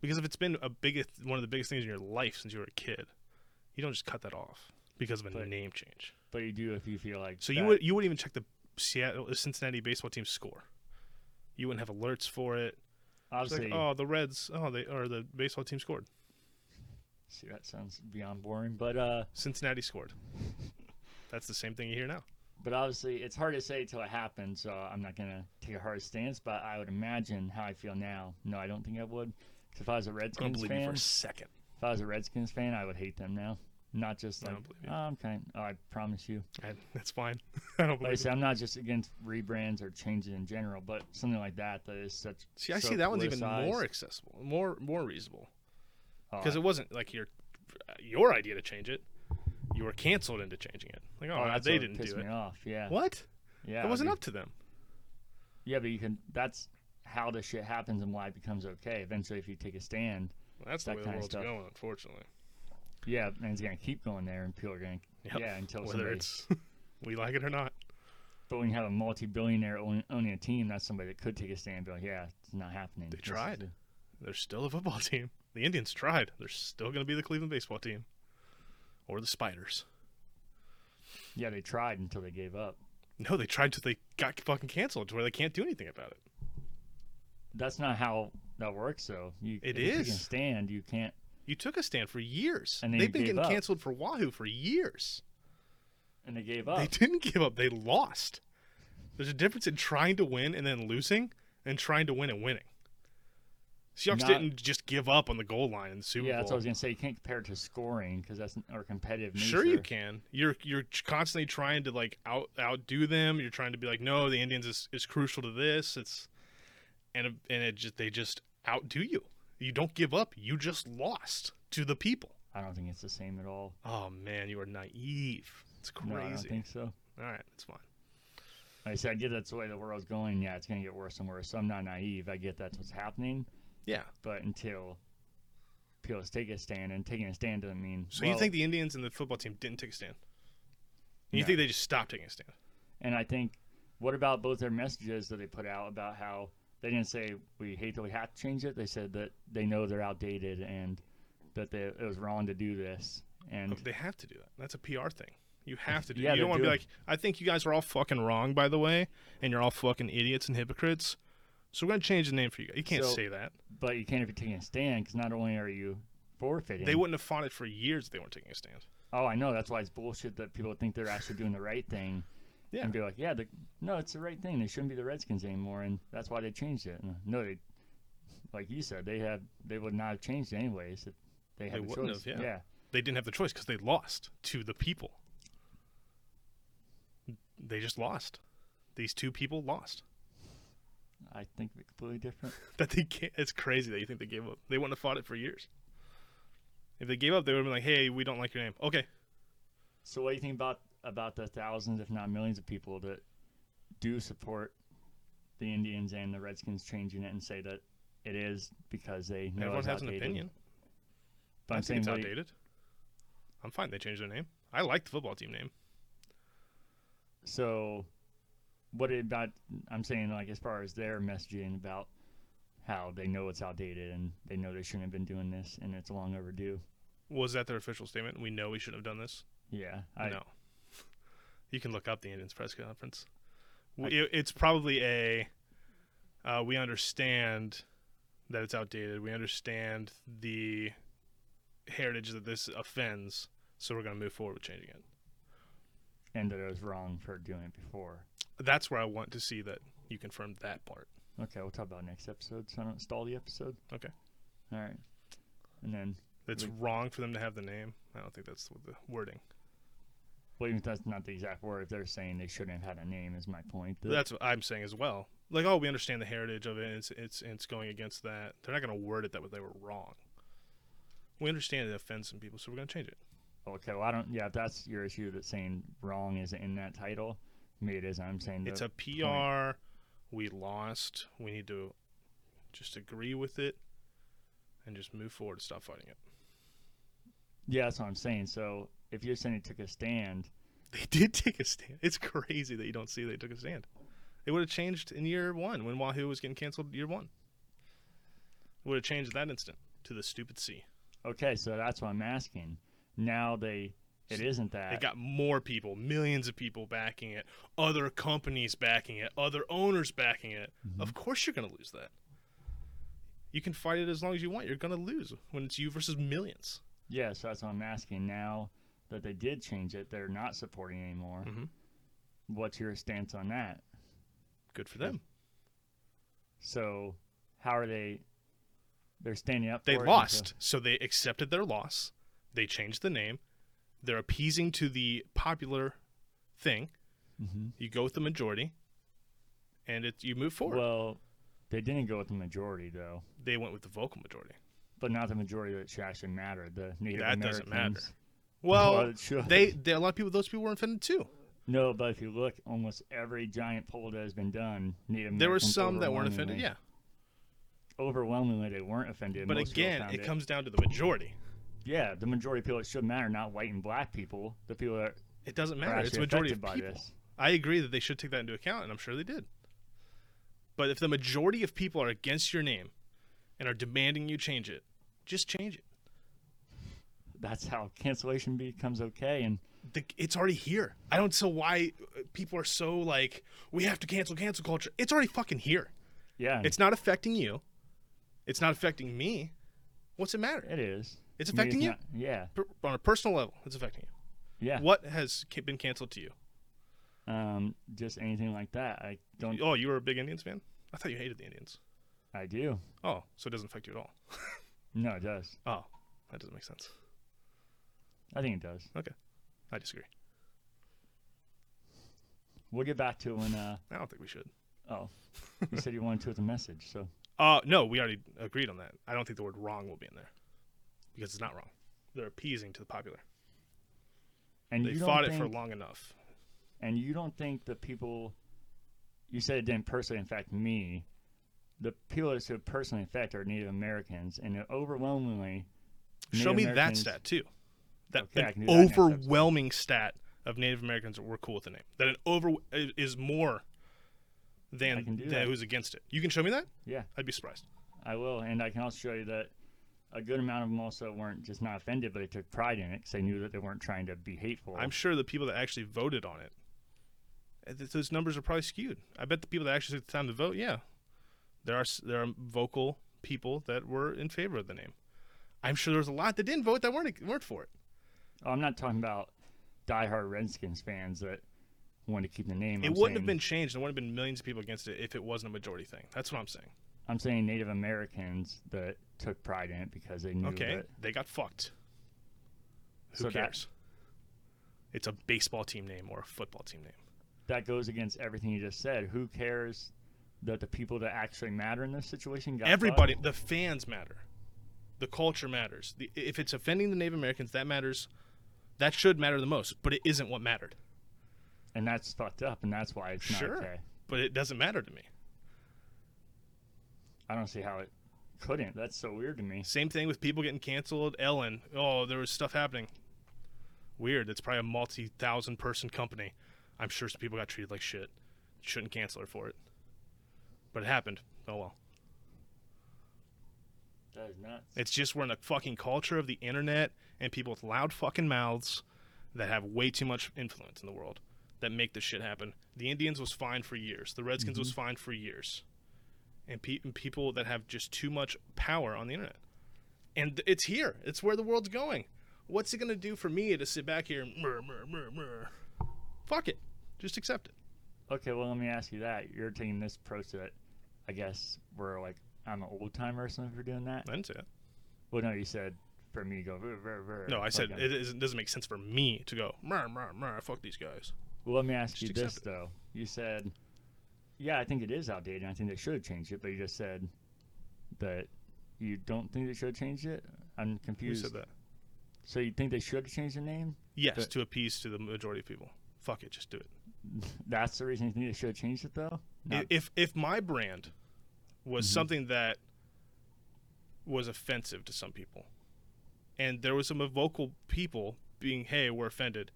Speaker 2: Because if it's been a biggest one of the biggest things in your life since you were a kid, you don't just cut that off because of a
Speaker 1: But-
Speaker 2: name change.
Speaker 1: But you do if you feel like.
Speaker 2: So you
Speaker 1: that-
Speaker 2: would you wouldn't even check the Seattle Cincinnati baseball team score. You wouldn't have alerts for it. It's
Speaker 1: obviously.
Speaker 2: like, oh, the Reds, oh, they or the baseball team scored.
Speaker 1: See, that sounds beyond boring, but uh,
Speaker 2: Cincinnati scored. That's the same thing you hear now.
Speaker 1: but obviously it's hard to say till it happens. So I'm not gonna take a hard stance. But I would imagine how I feel now. No, I don't think I would. 'Cause If I was a
Speaker 2: I don't
Speaker 1: Redskins
Speaker 2: believe
Speaker 1: fan,
Speaker 2: you for a second.
Speaker 1: If I was a Redskins fan, I would hate them now. Not just
Speaker 2: I
Speaker 1: like
Speaker 2: don't believe you.
Speaker 1: "Oh, I'm kind. Oh, I promise you.
Speaker 2: I, that's fine. I don't
Speaker 1: Like I
Speaker 2: believe it.
Speaker 1: said, I'm not just against rebrands or changes in general, but something like that that is such.
Speaker 2: See, I
Speaker 1: so
Speaker 2: see that one's even
Speaker 1: politicized.
Speaker 2: more accessible, more more reasonable
Speaker 1: Oh,
Speaker 2: because it wasn't like your your idea to change it. You were canceled into changing it. Like,
Speaker 1: oh,
Speaker 2: oh,
Speaker 1: that's
Speaker 2: they
Speaker 1: what
Speaker 2: didn't
Speaker 1: pissed
Speaker 2: do it.
Speaker 1: me off. Yeah.
Speaker 2: What?
Speaker 1: Yeah.
Speaker 2: that wasn't
Speaker 1: be-
Speaker 2: up to them.
Speaker 1: Yeah, but you can. That's how the shit happens and why it becomes okay. Eventually, if you take a stand,
Speaker 2: that's the
Speaker 1: that
Speaker 2: way the
Speaker 1: kinda
Speaker 2: world's
Speaker 1: stuff.
Speaker 2: going, unfortunately.
Speaker 1: yeah, and it's gonna keep going there, and people are gonna.
Speaker 2: Yep.
Speaker 1: Yeah, until
Speaker 2: Whether
Speaker 1: somebody.
Speaker 2: it's we like it or not.
Speaker 1: But when you have a multi-billionaire own, owning a team, that's somebody that could take a stand and be like, "Yeah, it's not happening."
Speaker 2: They
Speaker 1: This is
Speaker 2: tried.
Speaker 1: the-
Speaker 2: They're still a football team. The Indians tried. They're still going to be the Cleveland baseball team or the Spiders.
Speaker 1: yeah, they tried until they gave up.
Speaker 2: No, they tried to. They got fucking canceled to where they can't do anything about it.
Speaker 1: that's not how that works though you
Speaker 2: It
Speaker 1: if you
Speaker 2: is.
Speaker 1: can stand you can't
Speaker 2: You took a stand for years.
Speaker 1: And then
Speaker 2: They've
Speaker 1: you
Speaker 2: been
Speaker 1: gave
Speaker 2: getting
Speaker 1: up.
Speaker 2: canceled for Wahoo for years.
Speaker 1: and they gave up.
Speaker 2: They didn't give up. They lost. There's a difference in trying to win and then losing, and trying to win and winning. Seahawks
Speaker 1: Not-
Speaker 2: didn't just give up on the goal line in the Super
Speaker 1: yeah, that's what I
Speaker 2: Bowl.
Speaker 1: was gonna say. You can't compare it to scoring because that's our competitive nature.
Speaker 2: Sure, you can. You're you're ch- constantly trying to like out outdo them. You're trying to be like, no, the Indians is, is crucial to this. It's and it- and it just they just outdo you. You don't give up. You just lost to the people.
Speaker 1: I don't think it's the same at all.
Speaker 2: Oh man, you are naive. It's crazy.
Speaker 1: No, I don't think so.
Speaker 2: All right, it's fine.
Speaker 1: Like I said, I get that's the way the world's going. Yeah, it's gonna get worse and worse. So I'm not naive. I get that's what's happening.
Speaker 2: Yeah.
Speaker 1: But until people take a stand, and taking a stand doesn't mean
Speaker 2: So you
Speaker 1: well,
Speaker 2: think the Indians and the football team didn't take a stand? You
Speaker 1: No.
Speaker 2: think they just stopped taking a stand?
Speaker 1: And I think, what about both their messages that they put out about how they didn't say we hate that we have to change it? They said that they know they're outdated and that they, it was wrong to do this. And
Speaker 2: They have to do that. That's a PR thing. You have to do.
Speaker 1: Yeah,
Speaker 2: you
Speaker 1: they're
Speaker 2: don't want to be
Speaker 1: doing-
Speaker 2: like, I think you guys are all fucking wrong, by the way, and you're all fucking idiots and hypocrites. So we're gonna change the name for you guys. You can't
Speaker 1: So-
Speaker 2: say that.
Speaker 1: but you can't if you're taking a stand because not only are you forfeiting,
Speaker 2: They wouldn't have fought it for years if they weren't taking a stand.
Speaker 1: oh, I know that's why it's bullshit that people think they're actually doing the right thing.
Speaker 2: Yeah.
Speaker 1: And be like, yeah, the, no, it's the right thing. They shouldn't be the Redskins anymore, and that's why they changed it. And no, they, like you said, they have they would not have changed it anyways. If they had
Speaker 2: They
Speaker 1: the
Speaker 2: wouldn't
Speaker 1: choice.
Speaker 2: have, yeah.
Speaker 1: yeah.
Speaker 2: They didn't have the choice because they lost to the people. They just lost. These two people lost.
Speaker 1: I think they're completely different.
Speaker 2: That they can't, it's crazy that you think they gave up. They wouldn't have fought it for years. If they gave up, they would have been like, "Hey, we don't like your name." Okay,
Speaker 1: So what do you think about about the thousands, if not millions, of people that do support the Indians and the Redskins changing it and say that it is because they know
Speaker 2: everyone
Speaker 1: it's
Speaker 2: has an
Speaker 1: outdated?
Speaker 2: opinion.
Speaker 1: But
Speaker 2: I
Speaker 1: I'm
Speaker 2: think
Speaker 1: saying
Speaker 2: it's
Speaker 1: what do you-
Speaker 2: outdated. I'm fine. They changed their name. I like the football team name.
Speaker 1: so what about I'm saying like as far as their messaging about how they know it's outdated and they know they shouldn't have been doing this and it's long overdue.
Speaker 2: Was that their official statement? We know we shouldn't have done this.
Speaker 1: Yeah, I,
Speaker 2: no. You can look up the Indians press conference. We- it- it's probably a. Uh, we understand that it's outdated. We understand the heritage that this offends, so we're going to move forward with changing it.
Speaker 1: and that it was wrong for doing it before.
Speaker 2: That's where I want to see that you confirm that part.
Speaker 1: Okay, we'll talk about it next episode so I don't stall the episode.
Speaker 2: Okay.
Speaker 1: All right. And then
Speaker 2: It's
Speaker 1: Mm.
Speaker 2: wrong for them to have the name. I don't think that's what the wording.
Speaker 1: Well, even if that's not the exact word, if they're saying they shouldn't have had a name, is my point. That-
Speaker 2: That's what I'm saying as well. Like, oh, we understand the heritage of it. And it's it's it's going against that. They're not going to word it that way. They were wrong. We understand it offends some people, so we're going to change it.
Speaker 1: okay. Well, I don't. Yeah, if that's your issue. That saying wrong isn't in that title. Me, it is. I'm saying
Speaker 2: It's
Speaker 1: the-
Speaker 2: a PR. We lost. We need to just agree with it and just move forward. and Stop fighting it.
Speaker 1: yeah. That's what I'm saying. So if you're saying it took a stand,
Speaker 2: They did take a stand. It's crazy that you don't see they took a stand. It would have changed in year one when Wahoo was getting canceled. Year one would have changed that instant to the stupid C.
Speaker 1: okay. So that's what I'm asking. Now they, it isn't that.
Speaker 2: It got more people, millions of people backing it, other companies backing it, other owners backing it. Of course, you're going to lose that. You can fight it as long as you want. You're going to lose when it's you versus millions.
Speaker 1: yeah. So that's what I'm asking. Now that they did change it, they're not supporting anymore.
Speaker 2: Mhm.
Speaker 1: What's your stance on that?
Speaker 2: Good for them.
Speaker 1: So how are they? They're standing up.
Speaker 2: They
Speaker 1: for it until-
Speaker 2: lost, so they accepted their loss. They changed the name. They're appeasing to the popular thing.
Speaker 1: Mhm.
Speaker 2: You go with the majority, and it you move forward.
Speaker 1: Well, they didn't go with the majority though.
Speaker 2: they went with the vocal majority.
Speaker 1: but not the majority that should actually matter. The Native
Speaker 2: That
Speaker 1: Americans.
Speaker 2: doesn't matter.
Speaker 1: Well,
Speaker 2: Well,
Speaker 1: it should.
Speaker 2: they, they a lot of people. Those people were offended too.
Speaker 1: No, but if you look, almost every giant poll that has been done, Native Americans
Speaker 2: There were some that weren't
Speaker 1: overwhelmingly-
Speaker 2: offended. Yeah.
Speaker 1: overwhelmingly they weren't offended.
Speaker 2: But
Speaker 1: Most people
Speaker 2: again,
Speaker 1: found
Speaker 2: it comes down to the majority.
Speaker 1: Yeah, the majority of people it should matter, not white and black people. The people that
Speaker 2: It doesn't
Speaker 1: are
Speaker 2: matter. It's
Speaker 1: actually
Speaker 2: the majority
Speaker 1: affected
Speaker 2: of
Speaker 1: by
Speaker 2: people.
Speaker 1: this.
Speaker 2: I agree that they should take that into account, and I'm sure they did. But if the majority of people are against your name and are demanding you change it, just change it.
Speaker 1: That's how cancellation becomes okay. And
Speaker 2: The, it's already here. I don't see why uh, people are so like, we have to cancel cancel culture. It's already fucking here.
Speaker 1: yeah,
Speaker 2: It's not affecting you. It's not affecting me. What's it matter?
Speaker 1: it is.
Speaker 2: It's
Speaker 1: I mean,
Speaker 2: affecting you
Speaker 1: not- yeah,
Speaker 2: Per- on a personal level. It's affecting you.
Speaker 1: Yeah.
Speaker 2: What has ca- been canceled to you?
Speaker 1: Um, just anything like that. I don't.
Speaker 2: Oh, you were a big Indians fan. I thought you hated the Indians.
Speaker 1: I do.
Speaker 2: Oh, so it doesn't affect you at all.
Speaker 1: No, it does.
Speaker 2: Oh, that doesn't make sense.
Speaker 1: I think it does.
Speaker 2: I disagree.
Speaker 1: We'll get back to it when. Uh,
Speaker 2: I don't think we should.
Speaker 1: oh, you said you wanted to with a message, so
Speaker 2: Uh, no, we already agreed on that. I don't think the word wrong will be in there because it's not wrong. They're appeasing to the popular.
Speaker 1: and
Speaker 2: they
Speaker 1: you
Speaker 2: fought
Speaker 1: don't
Speaker 2: it
Speaker 1: think,
Speaker 2: for long enough.
Speaker 1: and you don't think the people you said it didn't personally affect me the people that should personally affect are native americans and overwhelmingly Native
Speaker 2: Show me
Speaker 1: Americans-
Speaker 2: that stat too. That
Speaker 1: Okay, I
Speaker 2: an
Speaker 1: can do that next episode.
Speaker 2: overwhelming stat of Native Americans were cool with the name. That an over is more
Speaker 1: I can
Speaker 2: than,
Speaker 1: do
Speaker 2: than
Speaker 1: that.
Speaker 2: who's against it. You can show me that?
Speaker 1: Yeah.
Speaker 2: I'd be surprised.
Speaker 1: i will and i can also show you that a good amount of them also weren't just not offended but they took pride in it because they knew that they weren't trying to be hateful
Speaker 2: I'm sure the people that actually voted on it, uh, th- those numbers are probably skewed. I bet the people that actually took the time to vote, yeah, there are s- there are vocal people that were in favor of the name. I'm sure there was a lot that didn't vote that weren't weren't for it.
Speaker 1: oh, i'm not talking about diehard redskins fans that wanted to keep the name
Speaker 2: it
Speaker 1: I'm
Speaker 2: wouldn't have
Speaker 1: saying-
Speaker 2: been changed. There wouldn't have been millions of people against it if it wasn't a majority thing. That's what I'm saying.
Speaker 1: i'm saying native americans that took pride in it because they knew
Speaker 2: Okay,
Speaker 1: that
Speaker 2: they got fucked. Who
Speaker 1: So that-
Speaker 2: cares? It's a baseball team name or a football team name.
Speaker 1: that goes against everything you just said. Who cares that the people that actually matter in this situation got
Speaker 2: Everybody, the fans matter. The culture matters. The, if it's offending the Native Americans, that matters. That should matter the most, but it isn't what mattered.
Speaker 1: fucked? and that's fucked up, and that's why it's
Speaker 2: Sure.
Speaker 1: not okay.
Speaker 2: But it doesn't matter to me.
Speaker 1: I don't see how it couldn't. That's so weird to me.
Speaker 2: Same thing with people getting canceled. Ellen, oh, there was stuff happening. Weird. It's probably a multi-thousand person company. I'm sure some people got treated like shit. Shouldn't cancel her for it. But it happened. Oh well.
Speaker 1: That is nuts.
Speaker 2: It's just we're in a fucking culture of the internet and people with loud fucking mouths that have way too much influence in the world that make this shit happen. The Indians was fine for years. The Redskins was fine for years. And, pe- and people that have just too much power on the internet. And th- it's here. It's where the world's going. What's it going to do for me to sit back here and murr, murr, murr, murr? Fuck it. Just accept it.
Speaker 1: okay, well, let me ask you that. You're taking this approach that I guess we're like, I'm an old timer or something for doing that.
Speaker 2: I didn't say that.
Speaker 1: Well, no, you said for me to go. "Ver, ver, ver,"
Speaker 2: No, I said
Speaker 1: fucking-
Speaker 2: it is- it doesn't make sense for me to go, murr, murr, murr, fuck these guys.
Speaker 1: Well, let me ask you
Speaker 2: Just
Speaker 1: this
Speaker 2: accept
Speaker 1: though. You said, "Yeah, I think it is outdated. and I think they should have changed it." But you just said that you don't think they should have changed it. I'm
Speaker 2: Who
Speaker 1: confused.
Speaker 2: said that?
Speaker 1: So you think they should have changed the name?
Speaker 2: Yes,
Speaker 1: But-
Speaker 2: to appease to the majority of people. Fuck it, just do it.
Speaker 1: That's the reason you think they should have changed it, though.
Speaker 2: I-
Speaker 1: No.
Speaker 2: If if my brand was something that was offensive to some people, and there was some vocal people being, "Hey, we're offended,"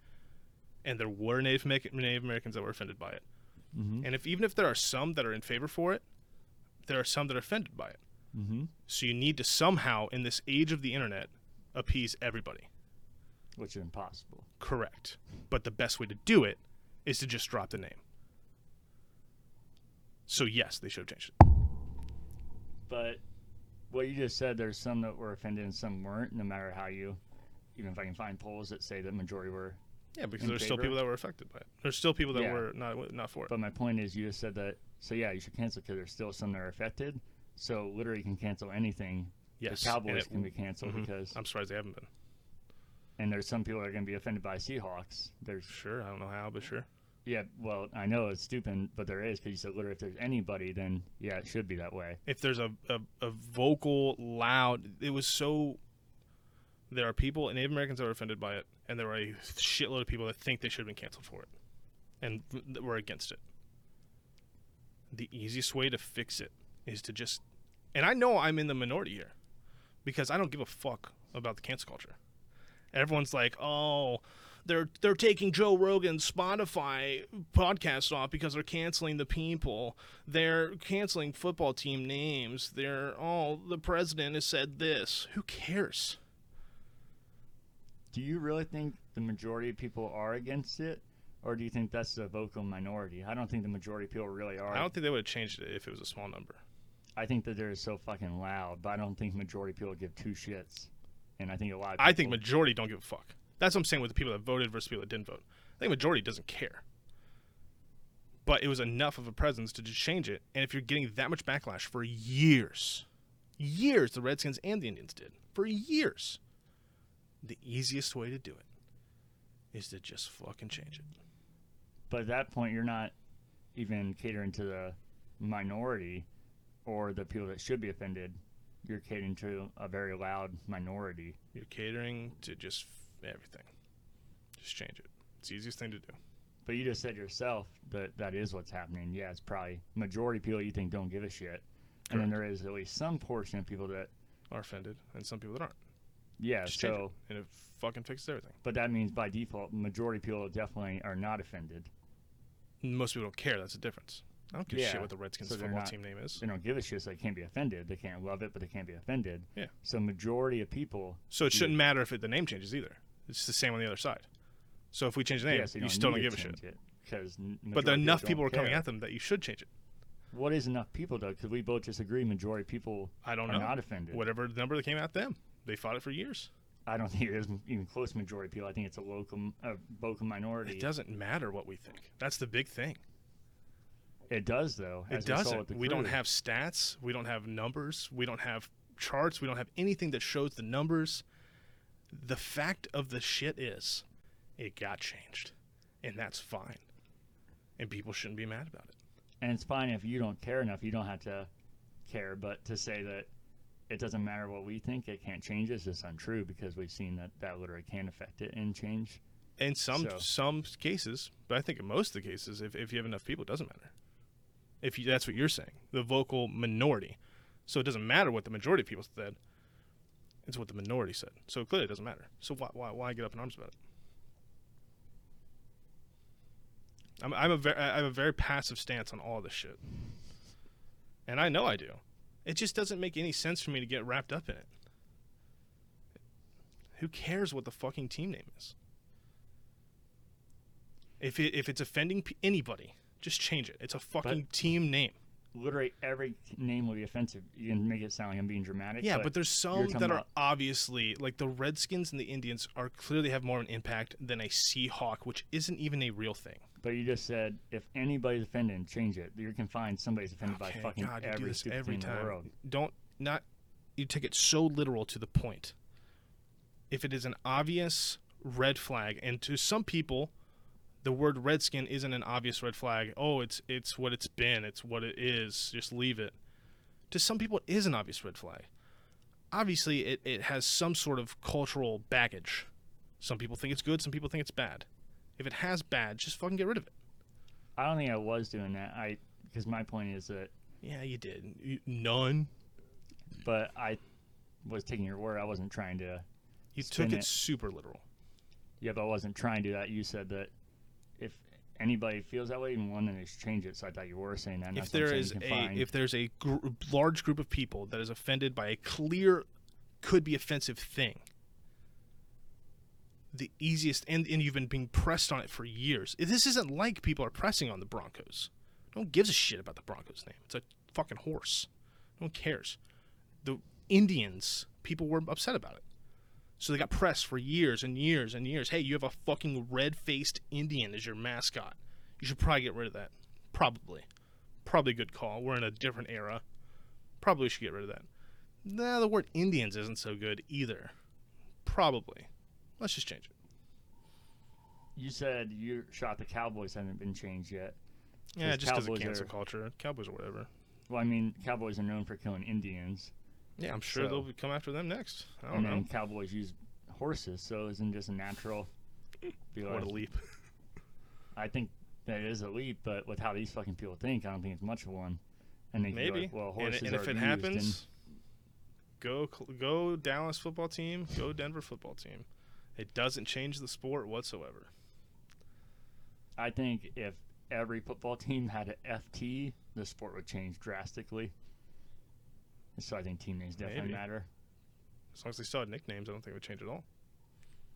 Speaker 2: and there were Native American, Native Americans that were offended by it,
Speaker 1: Mhm.
Speaker 2: and if even if there are some that are in favor for it, there are some that are offended by it.
Speaker 1: hmm
Speaker 2: So you need to somehow, in this age of the internet, appease everybody.
Speaker 1: Which is impossible.
Speaker 2: Correct. But the best way to do it is to just drop the name. So yes, they should have changed it.
Speaker 1: But what you just said, there's some that were offended and some weren't. No matter how you, even if I can find polls that say the majority were.
Speaker 2: Yeah, because
Speaker 1: In
Speaker 2: there's still
Speaker 1: favor?
Speaker 2: people that were affected by it. There's still people that
Speaker 1: Yeah.
Speaker 2: were not not for it.
Speaker 1: But my point is, you just said that. So yeah, you should cancel because there's still some that are affected. So literally, you can cancel anything.
Speaker 2: yes,
Speaker 1: the Cowboys
Speaker 2: and it-
Speaker 1: can be canceled
Speaker 2: mhm.
Speaker 1: because,
Speaker 2: I'm surprised they haven't been.
Speaker 1: and there's some people that are going to be offended by Seahawks. There's
Speaker 2: Sure, I don't know how, but sure.
Speaker 1: yeah, well, I know it's stupid, but there is because you said literally if there's anybody, then yeah, it should be that way.
Speaker 2: If there's a, a a vocal loud, it was so. There are people and Native Americans that were offended by it, and there were a shitload of people that think they should have been canceled for it, and that were against it. the easiest way to fix it is to just and I know I'm in the minority here because I don't give a fuck about the cancel culture. Everyone's like, "Oh, they're they're taking Joe Rogan's Spotify podcast off because they're canceling the people. They're canceling football team names. They're oh, the president has said this. Who cares?"
Speaker 1: Do you really think the majority of people are against it, or do you think that's the vocal minority? I don't think the majority of people really are.
Speaker 2: I don't think they would have changed it if it was a small number.
Speaker 1: I think that they're so fucking loud, but I don't think majority of people give two shits. And I think a lot. Of people,
Speaker 2: I think majority don't give a fuck. That's what I'm saying with the people that voted versus people that didn't vote. I think majority doesn't care. But it was enough of a presence to just change it. And if you're getting that much backlash for years, years the Redskins and the Indians did, for years, the easiest way to do it is to just fucking change it.
Speaker 1: But at that point, you're not even catering to the minority or the people that should be offended. You're catering to a very loud minority.
Speaker 2: You're catering to just f- everything. Just change it. It's the easiest thing to do.
Speaker 1: But you just said yourself that that is what's happening. Yeah, it's probably majority of people you think don't give a shit, and then there is at least some portion of people that
Speaker 2: Are offended, and some people that aren't.
Speaker 1: yeah.
Speaker 2: Just change
Speaker 1: so,
Speaker 2: it. And it fucking fixes everything.
Speaker 1: but that means by default, majority of people definitely are not offended.
Speaker 2: Most people don't care. That's the difference. I don't give a
Speaker 1: Yeah.
Speaker 2: shit what the Redskins
Speaker 1: So they're
Speaker 2: football
Speaker 1: not-
Speaker 2: team name is.
Speaker 1: They don't give a shit, so they can't be offended. They can't love it, but they can't be offended.
Speaker 2: Yeah.
Speaker 1: So majority of people,
Speaker 2: So it shouldn't matter if it, the name changes either. It's the same on the other side. So if we change the name,
Speaker 1: yes,
Speaker 2: you still don't give a shit.
Speaker 1: because
Speaker 2: But there are enough people are coming at them that you should change it.
Speaker 1: What is enough people though? Because we both disagree. Majority of people
Speaker 2: I don't
Speaker 1: are
Speaker 2: know.
Speaker 1: not offended.
Speaker 2: Whatever number that came at them, they fought it for years.
Speaker 1: I don't think there's even close majority of people. I think it's a local, a local minority.
Speaker 2: It doesn't matter what we think. That's the big thing.
Speaker 1: It does, though.
Speaker 2: It
Speaker 1: as we saw
Speaker 2: doesn't.
Speaker 1: with the
Speaker 2: We don't
Speaker 1: crew.
Speaker 2: have stats. We don't have numbers. We don't have charts. We don't have anything that shows the numbers. The fact of the shit is, it got changed, and that's fine. And people shouldn't be mad about it.
Speaker 1: and it's fine if you don't care enough. You don't have to care, but to say that it doesn't matter what we think, it can't change us is untrue because we've seen that that literally can affect it and change.
Speaker 2: In some
Speaker 1: So-
Speaker 2: some cases, but I think in most of the cases, if, if you have enough people, it doesn't matter. If you, that's what you're saying, the vocal minority. So it doesn't matter what the majority of people said. It's what the minority said. So clearly, it doesn't matter. So why why, why get up in arms about it? I'm, I'm a very I I have a very passive stance on all this shit, and I know I do. It just doesn't make any sense for me to get wrapped up in it. Who cares what the fucking team name is? If it, if it's offending p- anybody, just change it. It's a fucking team name.
Speaker 1: Literally every name will be offensive. You can make it sound like I'm being dramatic.
Speaker 2: Yeah, but, there's some
Speaker 1: talking
Speaker 2: that are
Speaker 1: about-
Speaker 2: obviously like the Redskins and the Indians are clearly have more of an impact than a Seahawk, which isn't even a real thing.
Speaker 1: But you just said if anybody's offended, change it. You can find somebody's offended by
Speaker 2: Okay,
Speaker 1: fucking
Speaker 2: God, you do
Speaker 1: every
Speaker 2: this
Speaker 1: stupid
Speaker 2: every
Speaker 1: thing in
Speaker 2: time.
Speaker 1: the world.
Speaker 2: Don't not you take it so literal to the point. If it is an obvious red flag, and to some people, the word redskin isn't an obvious red flag. Oh, it's it's what it's been. It's what it is. Just leave it. To some people, it is an obvious red flag. Obviously, it, it has some sort of cultural baggage. Some people think it's good. Some people think it's bad. If it has bad, just fucking get rid of it.
Speaker 1: I don't think I was doing that. I because my point is that,
Speaker 2: Yeah, you did. You, none.
Speaker 1: but I was taking your word. I wasn't trying to.
Speaker 2: You
Speaker 1: Spin
Speaker 2: took it
Speaker 1: it.
Speaker 2: super literal.
Speaker 1: Yeah, but I wasn't trying to do that. You said that if anybody feels that way, even one, then just change it. So I thought you were saying that. and
Speaker 2: if
Speaker 1: that's what I'm saying
Speaker 2: there is
Speaker 1: you can
Speaker 2: a
Speaker 1: find.
Speaker 2: if there's a gr- large group of people that is offended by a clear could be offensive thing the easiest and, and you've been being pressed on it for years this isn't like people are pressing on the broncos no one gives a shit about the broncos name it's a fucking horse no one cares the indians people were upset about it so they got pressed for years and years and years hey you have a fucking red-faced indian as your mascot you should probably get rid of that probably probably a good call. We're in a different era. Probably should get rid of that. Nah, the word Indians isn't so good either. Probably. Let's just change it.
Speaker 1: you said you shot the Cowboys haven't been changed yet.
Speaker 2: Yeah,
Speaker 1: 'Cause
Speaker 2: just because of
Speaker 1: Cowboys
Speaker 2: cancel
Speaker 1: are-
Speaker 2: culture, Cowboys or whatever.
Speaker 1: Well, I mean, Cowboys are known for killing Indians,
Speaker 2: Yeah, I'm sure
Speaker 1: So-
Speaker 2: they'll come after them next. I don't
Speaker 1: and
Speaker 2: know.
Speaker 1: then Cowboys use horses, so isn't just a natural? be
Speaker 2: What
Speaker 1: like,
Speaker 2: a leap.
Speaker 1: I think that is a leap, but with how these fucking people think, I don't think it's much of one. And they could be
Speaker 2: Maybe.
Speaker 1: like, well,
Speaker 2: and
Speaker 1: horses
Speaker 2: and
Speaker 1: are
Speaker 2: if it
Speaker 1: abused, and-
Speaker 2: happens, go Cl- go Dallas football team, go Denver football team. It doesn't change the sport whatsoever.
Speaker 1: I think if every football team had an FT, the sport would change drastically. And so I think team names definitely
Speaker 2: Maybe.
Speaker 1: matter.
Speaker 2: As long as they still had nicknames, I don't think it would change at all.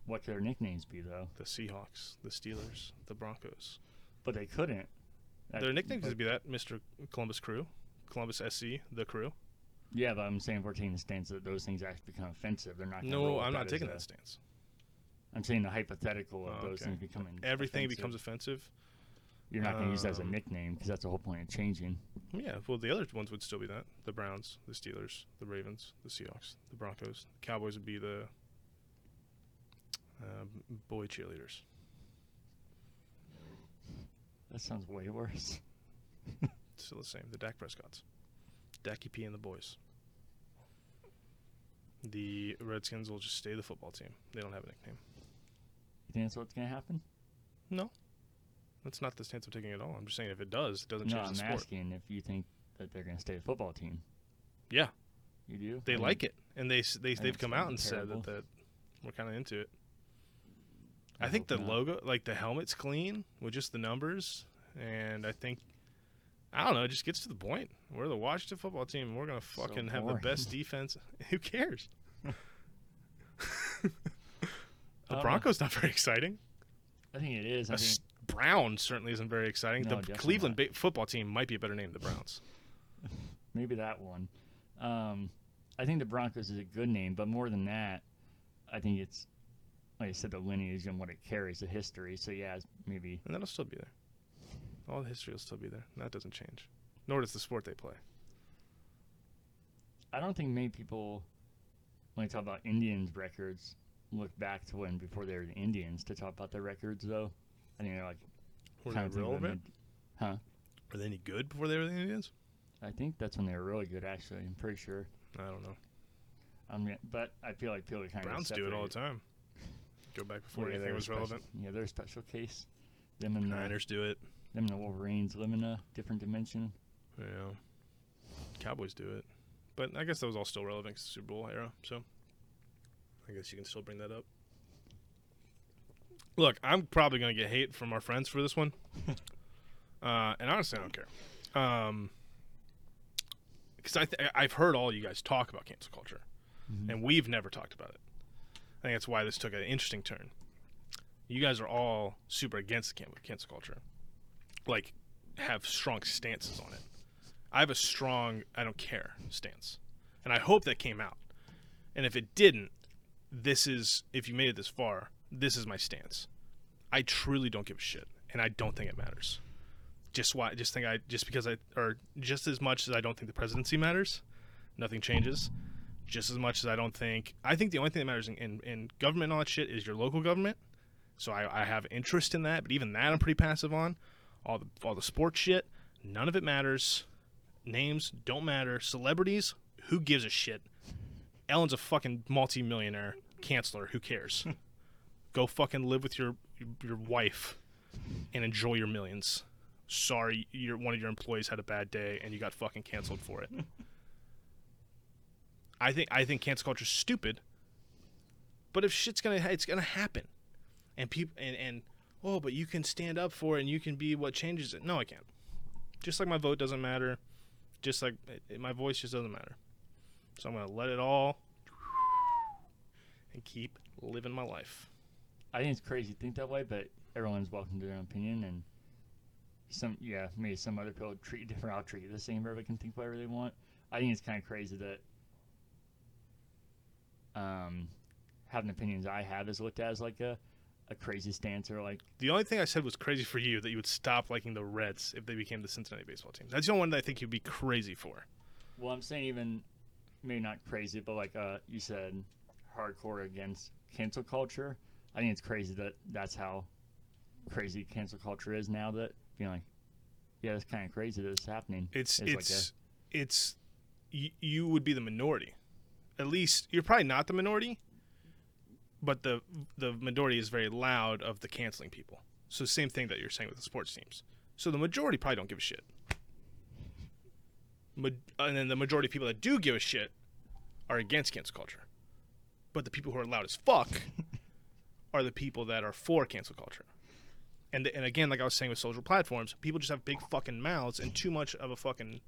Speaker 1: What could their nicknames be though?
Speaker 2: The Seahawks, the Steelers, the Broncos.
Speaker 1: But they couldn't. That-
Speaker 2: Their nicknames
Speaker 1: but-
Speaker 2: would be that, Mr. Columbus Crew, Columbus SC, the crew.
Speaker 1: Yeah, but I'm saying if we're taking the stance that those things actually become offensive. They're not. gonna roll
Speaker 2: No,
Speaker 1: with
Speaker 2: I'm
Speaker 1: that
Speaker 2: not
Speaker 1: as
Speaker 2: taking
Speaker 1: a-
Speaker 2: that stance.
Speaker 1: I'm saying the hypothetical of
Speaker 2: Oh,
Speaker 1: those
Speaker 2: okay.
Speaker 1: things becoming.
Speaker 2: Everything
Speaker 1: offensive.
Speaker 2: becomes offensive.
Speaker 1: You're not going to use that as a
Speaker 2: um,
Speaker 1: nickname because that's the whole point of changing.
Speaker 2: Yeah, well, the other ones would still be that: the Browns, the Steelers, the Ravens, the Seahawks, the Broncos. The Cowboys would be the um, boy cheerleaders.
Speaker 1: That sounds way worse.
Speaker 2: Still the same. The Dak Prescotts, Dacky P, and the boys. The Redskins will just stay the football team. They don't have a nickname.
Speaker 1: You think that's what's going to happen?
Speaker 2: That's not the stance I'm taking at all. I'm just saying if it does, it doesn't
Speaker 1: No,
Speaker 2: change
Speaker 1: I'm
Speaker 2: the sport.
Speaker 1: asking if you think that they're going to stay a football team.
Speaker 2: Yeah.
Speaker 1: You do?
Speaker 2: They like it, and they s- they
Speaker 1: think
Speaker 2: they've
Speaker 1: Mm. it's
Speaker 2: come
Speaker 1: gonna
Speaker 2: out
Speaker 1: be
Speaker 2: and
Speaker 1: terrible.
Speaker 2: said that, that we're kind of into it.
Speaker 1: I
Speaker 2: I, think the
Speaker 1: hope not.
Speaker 2: logo, like the helmet's clean with just the numbers, and I think I don't know. It just gets to the point. We're the Washington football team. and We're gonna
Speaker 1: So
Speaker 2: fucking have the
Speaker 1: boring.
Speaker 2: best defense. Who cares?
Speaker 1: I
Speaker 2: the
Speaker 1: don't know.
Speaker 2: Broncos not very exciting.
Speaker 1: I think it is. I
Speaker 2: A
Speaker 1: think
Speaker 2: s- Brown certainly isn't very exciting.
Speaker 1: No,
Speaker 2: the
Speaker 1: definitely
Speaker 2: Cleveland ba- football team might be a better name. than The Browns.
Speaker 1: maybe that one. Um, I think the Broncos is a good name, but more than that, I think it's like I said, the lineage and what it carries, the history. So yeah, it's maybe
Speaker 2: And that'll still be there. All the history will still be there. That doesn't change. Nor does the sport they play.
Speaker 1: I don't think many people when they talk about Indians records look back to when before they were the Indians to talk about their records though. I think they're like
Speaker 2: Were they
Speaker 1: kind of
Speaker 2: relevant?
Speaker 1: Huh?
Speaker 2: Were they any good before they were the Indians?
Speaker 1: I think that's when they were really good. Actually, I'm pretty sure.
Speaker 2: I don't know.
Speaker 1: I mean, but I feel like people kind of
Speaker 2: Browns do it all the time. Go back before anything was relevant.
Speaker 1: Yeah, they're a special case. Them and the, them
Speaker 2: Niners do it.
Speaker 1: and the Wolverines live in a different dimension.
Speaker 2: Yeah. Cowboys do it. But I guess that was all still relevant 'cause the Super Bowl era. So I guess you can still bring that up. Look, I'm probably going to get hate from our friends for this one. uh, and honestly, I don't care. Um 'cause because I th- I've heard all you guys talk about cancel culture,
Speaker 1: Mhm.
Speaker 2: and we've never talked about it. I think that's why this took an interesting turn. You guys are all super against can- cancel culture, like have strong stances on it. I have a strong I don't care stance. And I hope that came out. And if it didn't, this is if you made it this far, this is my stance. I truly don't give a shit and I don't think it matters. Just why just think I just because I or just as much as I don't think the presidency matters, nothing changes. Just as much as I don't think I think the only thing that matters in, in, in government and all that shit is your local government. So I, I have interest in that, but even that I'm pretty passive on. All the all the sports shit, none of it matters names don't matter. Celebrities, who gives a shit? Ellen's a fucking multi-millionaire canceler. Who cares? Go fucking live with your your wife and enjoy your millions. Sorry, your one of your employees had a bad day and you got fucking canceled for it. I think I think cancel culture's stupid. But if shit's gonna it's gonna happen, and people and and oh, but you can stand up for it and you can be what changes it. No, I can't. Just like my vote doesn't matter just like it, it- my voice just doesn't matter. So I'm gonna let it all and keep living my life.
Speaker 1: I think it's crazy to think that way, but everyone's welcome to their own opinion. And some, yeah, maybe some other people treat it different. I'll treat it the same. Everybody can think whatever they want. I think it's kind of crazy that um, having opinions I have is looked at as like a, a crazy stance or like,
Speaker 2: The only thing I said was crazy for you that you would stop liking the Reds if they became the Cincinnati baseball team. That's the only one that I think you'd be crazy for.
Speaker 1: well, I'm saying even maybe not crazy, but like uh, you said, hardcore against cancel culture. I think it's crazy that that's how crazy cancel culture is now. That being like, yeah, it's kind of crazy that it's happening.
Speaker 2: It's
Speaker 1: It's like
Speaker 2: it's it's you, you would be the minority. At least you're probably not the minority, but the the majority is very loud of the canceling people. So same thing that you're saying with the sports teams. So the majority probably don't give a shit. Ma- and then the majority of people that do give a shit are against cancel culture. But the people who are loud as fuck are the people that are for cancel culture. And and again, like I was saying with social platforms, people just have big fucking mouths and too much of a fucking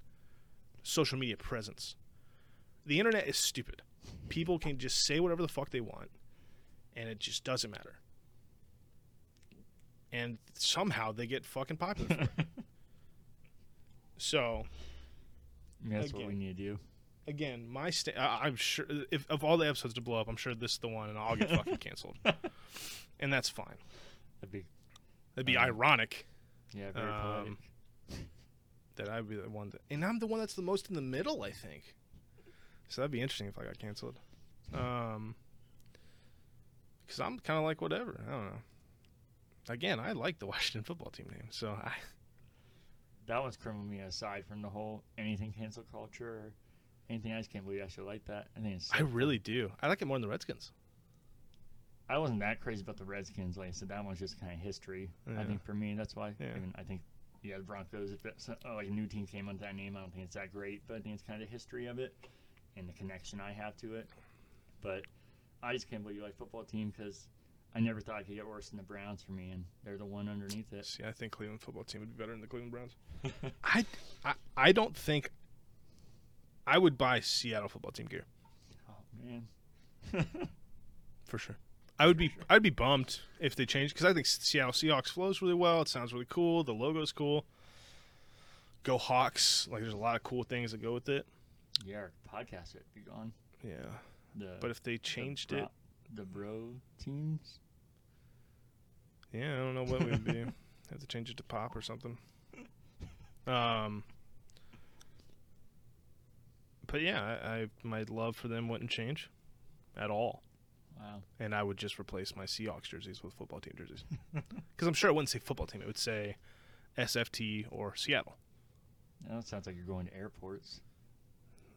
Speaker 2: social media presence. The internet is stupid. People can just say whatever the fuck they want, and it just doesn't matter. And somehow they get fucking popular. For it. so
Speaker 1: Yeah, that's what we
Speaker 2: Again.
Speaker 1: need to do.
Speaker 2: again, my sta- I- I'm sure if of all the episodes to blow up, I'm sure this is the one, and I'll get fucking canceled, and that's fine.
Speaker 1: That'd be
Speaker 2: It'd be
Speaker 1: Um,
Speaker 2: ironic
Speaker 1: yeah, very
Speaker 2: Um,
Speaker 1: poetic.
Speaker 2: that I'd be the one that, and I'm the one that's the most in the middle, I think. So that'd be interesting if I got canceled, um, because I'm kind of like whatever. I don't know. Again, I like the Washington football team name, so I,
Speaker 1: That one's criminal me aside from the whole anything cancel culture or anything. I just can't believe I should like that. I think it's.
Speaker 2: I really do. I like it more than the Redskins.
Speaker 1: I wasn't that crazy about the Redskins. Like I said, that one's just kind of history.
Speaker 2: Yeah.
Speaker 1: I think for me, that's why.
Speaker 2: Yeah.
Speaker 1: Even I think, yeah, the Broncos. If that's, oh, like a new team came under that name, I don't think it's that great, but I think it's kind of the history of it and the connection I have to it. But I just can't believe you like football team because I never thought it could get worse than the Browns for me, and they're the one underneath it.
Speaker 2: See, I think Cleveland football team would be better than the Cleveland Browns. I, I, I don't think I would buy Seattle football team gear
Speaker 1: Oh man.
Speaker 2: for sure. I would be
Speaker 1: sure.
Speaker 2: I'd be bummed if they changed because I think Seattle Seahawks flows really well. It sounds really cool. The logo's cool. Go Hawks! Like there's a lot of cool things that go with it.
Speaker 1: yeah, our podcast would be gone.
Speaker 2: Yeah,
Speaker 1: The
Speaker 2: but if they changed
Speaker 1: the
Speaker 2: it,
Speaker 1: bro- The bro teams.
Speaker 2: yeah, I don't know what we'd be. Have to change it to pop or something. Um. But yeah, I, I my love for them wouldn't change at all.
Speaker 1: Wow.
Speaker 2: and I would just replace my Seahawks jerseys with football team jerseys. Because I'm sure it wouldn't say football team; it would say SFT or Seattle.
Speaker 1: That sounds like you're going to airports.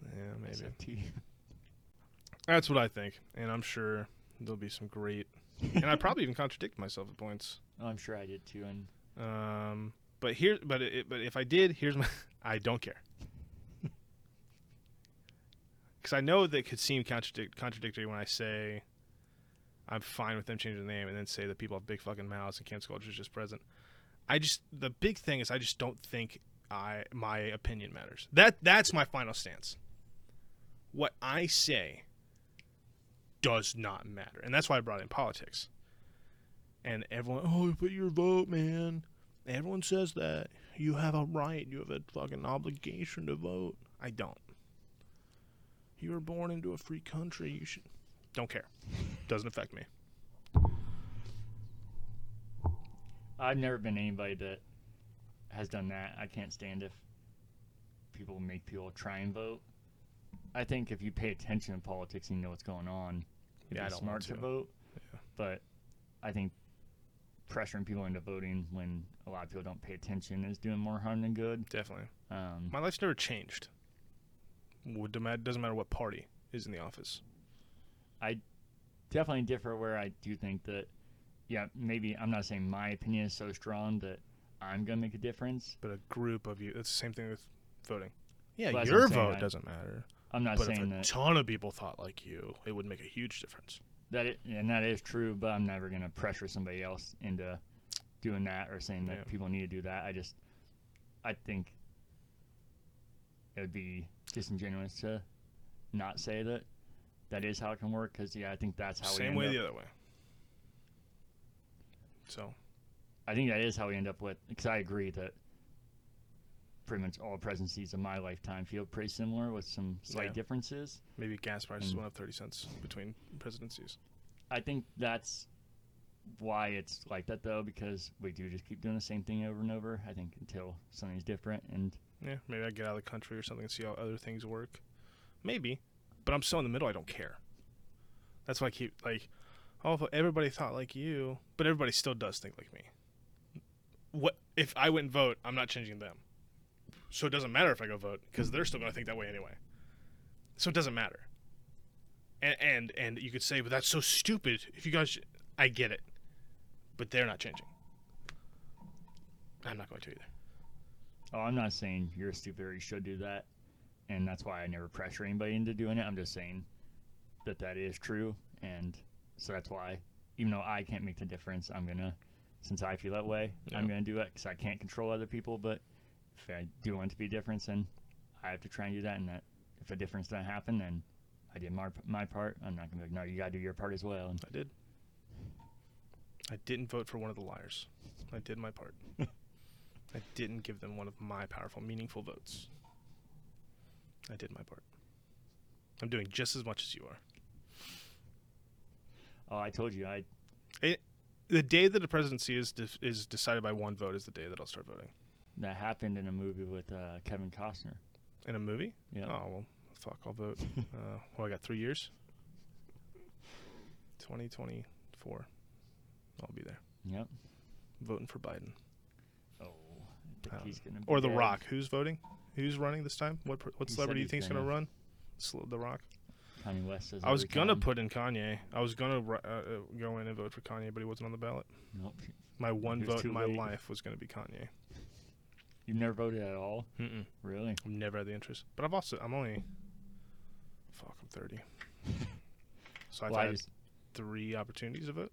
Speaker 2: Yeah, maybe
Speaker 1: SFT.
Speaker 2: that's what I think, and I'm sure there'll be some great. And I probably even contradict myself at points.
Speaker 1: Oh, I'm sure I did too, and
Speaker 2: Um, but here, but it, but if I did, here's my. I don't care. Because I know that could seem contradic- contradictory when I say I'm fine with them changing the name and then say that people have big fucking mouths and cancel culture is just present. I just the big thing is I just don't think I my opinion matters. That that's my final stance. What I say does not matter, and that's why I brought in politics and everyone, oh, put your vote, man. Everyone says that you have a right, you have a fucking obligation to vote. I don't. You were born into a free country. You should. Don't care. Doesn't affect me.
Speaker 1: I've never been anybody that has done that. I can't stand if people make people try and vote. I think if you pay attention to politics and you know what's going on, it'd
Speaker 2: Yeah,
Speaker 1: be
Speaker 2: I don't
Speaker 1: smart
Speaker 2: want
Speaker 1: to.
Speaker 2: to.
Speaker 1: vote. But I think pressuring people into voting when a lot of people don't pay attention is doing more harm than good.
Speaker 2: Definitely.
Speaker 1: Um,
Speaker 2: My life's never changed. Would no matter- doesn't matter what party is in the office.
Speaker 1: definitely differ where I do think that, yeah, maybe I'm not saying my opinion is so strong that I'm going to make a difference.
Speaker 2: But a group of you. That's the same thing with voting. Yeah,
Speaker 1: Well, that's what
Speaker 2: your
Speaker 1: I'm saying,
Speaker 2: vote
Speaker 1: I-
Speaker 2: doesn't matter.
Speaker 1: I'm not
Speaker 2: But if a
Speaker 1: saying that.
Speaker 2: ton of people thought like you, it would make a huge difference.
Speaker 1: That i and that is true, but I'm never gonna pressure somebody else into doing that or saying that
Speaker 2: Yeah.
Speaker 1: people need to do that. I just, I think it would be disingenuous to not say that that is how it can work. Because yeah, I think that's how we
Speaker 2: Same
Speaker 1: end
Speaker 2: way
Speaker 1: up.
Speaker 2: the other way. So
Speaker 1: I think that is how we end up with. Because I agree that pretty much all presidencies of my lifetime feel pretty similar with some slight
Speaker 2: Yeah.
Speaker 1: differences.
Speaker 2: Maybe gas prices
Speaker 1: Mm.
Speaker 2: went up thirty cents between presidencies.
Speaker 1: I think that's why it's like that though, because we do just keep doing the same thing over and over. I think until something's different, and
Speaker 2: Yeah, maybe I get out of the country or something and see how other things work. Maybe, but I'm so in the middle. I don't care. That's why I keep like, oh, if everybody thought like you, but everybody still does think like me. What if I wouldn't vote? I'm not changing them, so it doesn't matter if I go vote because they're still gonna think that way anyway. So it doesn't matter. And and and you could say, but that's so stupid. If you guys, I get it, but they're not changing. I'm not going to either.
Speaker 1: oh, I'm not saying you're stupid or you should do that, and that's why I never pressure anybody into doing it. I'm just saying that that is true, and so that's why, even though I can't make the difference, I'm gonna, since I feel that way, I'm gonna do it because I can't control other people. But if I do want to be a difference, then I have to try and do that, and that if a difference doesn't happen, then I did my, my part. I'm not gonna be like, no, you gotta do your part as well. And
Speaker 2: I did. I didn't vote for one of the liars. I did my part. I didn't give them one of my powerful, meaningful votes. I did my part. I'm doing just as much as you are.
Speaker 1: Oh, I told you. I
Speaker 2: The day that the presidency is def is decided by one vote is the day that I'll start voting
Speaker 1: that happened in a movie with uh, Kevin Costner.
Speaker 2: in a movie.
Speaker 1: Yeah.
Speaker 2: Oh well, fuck! I'll vote. Uh, well, I got three years. Twenty twenty four. I'll be there
Speaker 1: Yep.
Speaker 2: voting for Biden
Speaker 1: Oh, I think
Speaker 2: Um,
Speaker 1: he's gonna. Be
Speaker 2: or The
Speaker 1: dead.
Speaker 2: Rock. Who's voting? Who's running this time? What per- what
Speaker 1: He said
Speaker 2: celebrity do you
Speaker 1: he's
Speaker 2: think's gonna
Speaker 1: gonna.
Speaker 2: run? Sl- The Rock.
Speaker 1: Kanye West says.
Speaker 2: I was
Speaker 1: every
Speaker 2: gonna
Speaker 1: time.
Speaker 2: put in Kanye. I was gonna ru- uh, uh, go in and vote for Kanye, but he wasn't on the ballot.
Speaker 1: Nope.
Speaker 2: My one
Speaker 1: It was
Speaker 2: vote
Speaker 1: too
Speaker 2: in my
Speaker 1: late.
Speaker 2: life was gonna be Kanye.
Speaker 1: You've never voted at all,
Speaker 2: Mm-mm.
Speaker 1: really?
Speaker 2: I've never had the interest, but I've also I'm only fuck I'm thirty, so I've
Speaker 1: Well, I
Speaker 2: had
Speaker 1: just.
Speaker 2: three opportunities to vote.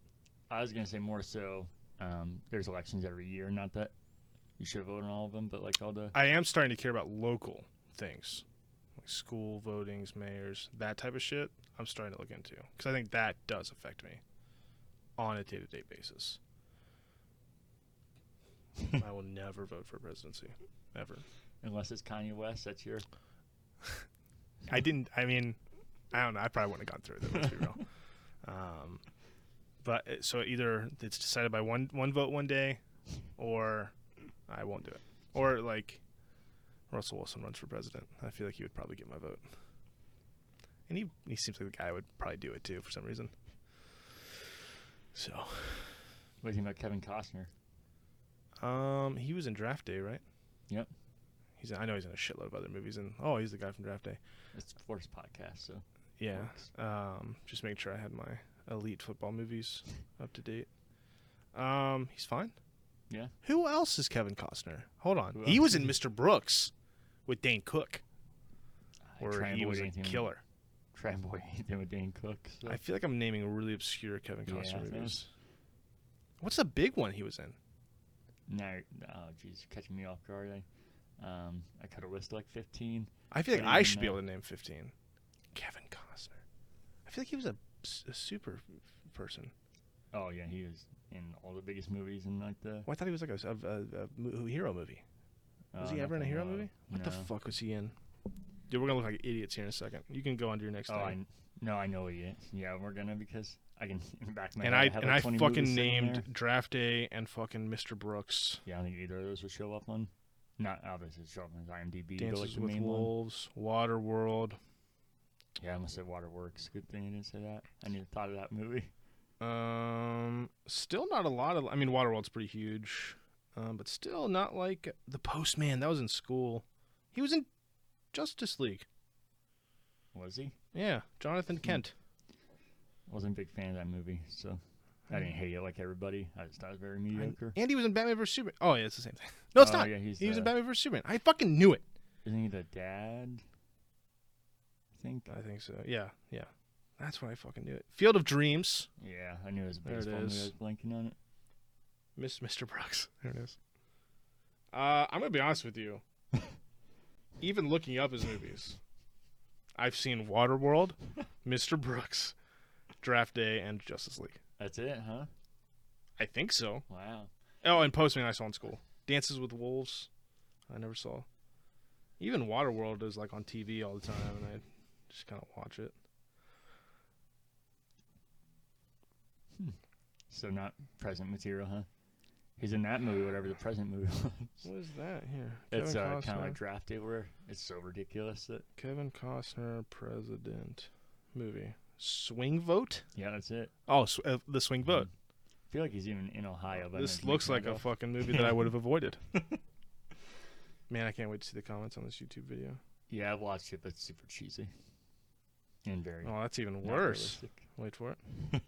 Speaker 1: I was gonna say more so. Um, there's elections every year. Not that you should vote on all of them, but like all the
Speaker 2: I am starting to care about local things, like school votings, mayors, that type of shit. I'm starting to look into because I think that does affect me on a day to day basis. I will never vote for presidency, ever.
Speaker 1: unless it's Kanye West, that's your.
Speaker 2: I didn't. I mean, I don't know. I probably wouldn't have gone through with it. Let's be real. Um, but it- so either it's decided by one one vote one day, or I won't do it. Or like Russell Wilson runs for president. I feel like he would probably get my vote. And he he seems like the guy would probably do it too for some reason. So
Speaker 1: What do you think about Kevin Costner?
Speaker 2: um, he was in Draft Day, right?
Speaker 1: Yep.
Speaker 2: He's I know he's in a shitload of other movies, and oh, he's the guy from Draft Day.
Speaker 1: It's the first podcast, so
Speaker 2: Yeah.
Speaker 1: works.
Speaker 2: Um, just make sure I had my elite football movies up to date. Um, he's fine.
Speaker 1: Yeah.
Speaker 2: Who else is Kevin Costner? Hold on.
Speaker 1: Who
Speaker 2: He
Speaker 1: else
Speaker 2: was in Mr. Brooks with Dane Cook,
Speaker 1: I
Speaker 2: where
Speaker 1: try and
Speaker 2: he
Speaker 1: avoid
Speaker 2: was a
Speaker 1: anything-
Speaker 2: killer.
Speaker 1: Try and avoid anything with Dane Cook. So.
Speaker 2: I feel like I'm naming really obscure Kevin
Speaker 1: Yeah,
Speaker 2: Costner
Speaker 1: I know.
Speaker 2: movies. What's the big one he was in?
Speaker 1: now, you're- oh jeez, you're catching me off guard. I, um, I cut a list of, like 15.
Speaker 2: I
Speaker 1: I
Speaker 2: feel like
Speaker 1: don't
Speaker 2: I
Speaker 1: even
Speaker 2: should be
Speaker 1: know.
Speaker 2: able to name 15. Kevin Costner. I feel like he was a, s- a super person.
Speaker 1: Oh yeah, he was in all the biggest movies and like the.
Speaker 2: Well, I thought he was like a, s- a- a- a mo- hero movie. Was
Speaker 1: uh,
Speaker 2: he ever in a
Speaker 1: nothing
Speaker 2: hero
Speaker 1: about it.
Speaker 2: movie? What the
Speaker 1: No.
Speaker 2: fuck was he in? Dude, we're gonna look like idiots here in a second. You can go on to your next
Speaker 1: Oh,
Speaker 2: thing.
Speaker 1: I, no, I know he is. Yeah, we're gonna because I can back my head,
Speaker 2: and I,
Speaker 1: have,
Speaker 2: and
Speaker 1: like,
Speaker 2: I
Speaker 1: 20
Speaker 2: fucking
Speaker 1: movies sitting
Speaker 2: named
Speaker 1: there.
Speaker 2: Draft Day and fucking Mr. Brooks.
Speaker 1: Yeah, I don't think either of those would show up on. Not obviously show up on his IMDb, but like
Speaker 2: Dances
Speaker 1: the
Speaker 2: with
Speaker 1: main one.
Speaker 2: Wolves, Waterworld.
Speaker 1: Yeah, I almost said Waterworks. Good thing I didn't say that. I never thought of that movie.
Speaker 2: Um, still not a lot of. I mean, Waterworld's pretty huge, um, but still not like the Postman. That was in school. He was in Justice League.
Speaker 1: Was he?
Speaker 2: Yeah, Jonathan Kent.
Speaker 1: Wasn't a big fan of that movie, so I didn't hate it like everybody. I just thought it was very mediocre.
Speaker 2: And he was in Batman vs Superman. Oh yeah, it's the same thing. No, it's
Speaker 1: Oh,
Speaker 2: not.
Speaker 1: Yeah, he's.
Speaker 2: he was in
Speaker 1: uh,
Speaker 2: Batman vs Superman. I fucking knew it.
Speaker 1: Isn't he the dad? I think.
Speaker 2: I think so. Yeah, yeah. That's what I fucking knew it. Field of Dreams.
Speaker 1: Yeah, I knew it was a
Speaker 2: There it
Speaker 1: baseball movie. I
Speaker 2: is.
Speaker 1: was blanking on it.
Speaker 2: Miss Mr. Brooks. There it is. Uh, I'm gonna be honest with you. Even looking up his movies, I've seen Waterworld, Mr. Brooks, Draft Day, and Justice League.
Speaker 1: That's it, huh?
Speaker 2: I think so.
Speaker 1: Wow.
Speaker 2: Oh, and Postman I saw in school. Dances with Wolves, I never saw. Even Waterworld is like on TV all the time, and I just kind of watch it.
Speaker 1: So not present material, huh? He's in that movie, whatever the present movie was.
Speaker 2: What is that here?
Speaker 1: It's
Speaker 2: Kevin
Speaker 1: uh, kind
Speaker 2: Costner.
Speaker 1: of like Draft Day, where it's so ridiculous that
Speaker 2: Kevin Costner president movie. Swing vote?
Speaker 1: yeah, that's it.
Speaker 2: Oh, sw- uh, the swing vote.
Speaker 1: I feel like he's even in Ohio. But I'm
Speaker 2: this
Speaker 1: making
Speaker 2: looks
Speaker 1: that
Speaker 2: like a
Speaker 1: up.
Speaker 2: fucking movie that I would have avoided. Man, I can't wait to see the comments on this YouTube video.
Speaker 1: yeah, I've watched it, but it's super cheesy and very
Speaker 2: Oh, that's even
Speaker 1: not
Speaker 2: worse.
Speaker 1: realistic.
Speaker 2: Wait for it.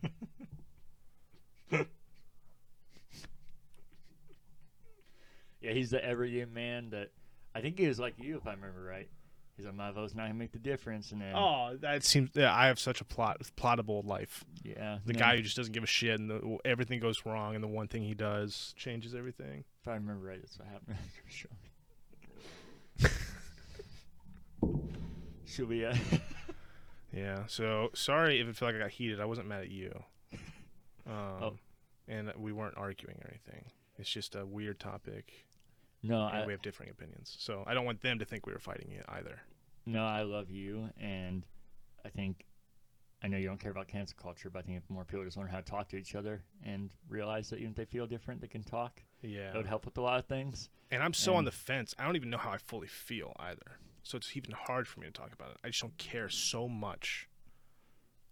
Speaker 1: Yeah, he's the everyday man that I think he was like you, if I remember right. He's like, my vote's not gonna make the difference, and then
Speaker 2: Oh, that seems. Yeah, I have such a plot, plottable life.
Speaker 1: yeah, and
Speaker 2: The
Speaker 1: then,
Speaker 2: guy who just doesn't give a shit, and the, everything goes wrong, and the one thing he does changes everything.
Speaker 1: if I remember right, that's what happened. after Sean. Should we? Uh,
Speaker 2: Yeah. So sorry if it felt like I got heated. I wasn't mad at you. Um,
Speaker 1: Oh.
Speaker 2: And we weren't arguing or anything. It's just a weird topic.
Speaker 1: no,
Speaker 2: and
Speaker 1: I,
Speaker 2: we have differing opinions. So I don't want them to think we were fighting it either.
Speaker 1: No, I love you, and I think I know you don't care about cancel culture, but I think if more people just learn how to talk to each other and realize that even if they feel different, they can talk.
Speaker 2: Yeah.
Speaker 1: That would help with a lot of things.
Speaker 2: And I'm so on
Speaker 1: And-
Speaker 2: the fence. I don't even know how I fully feel either. So it's even hard for me to talk about it. I just don't care so much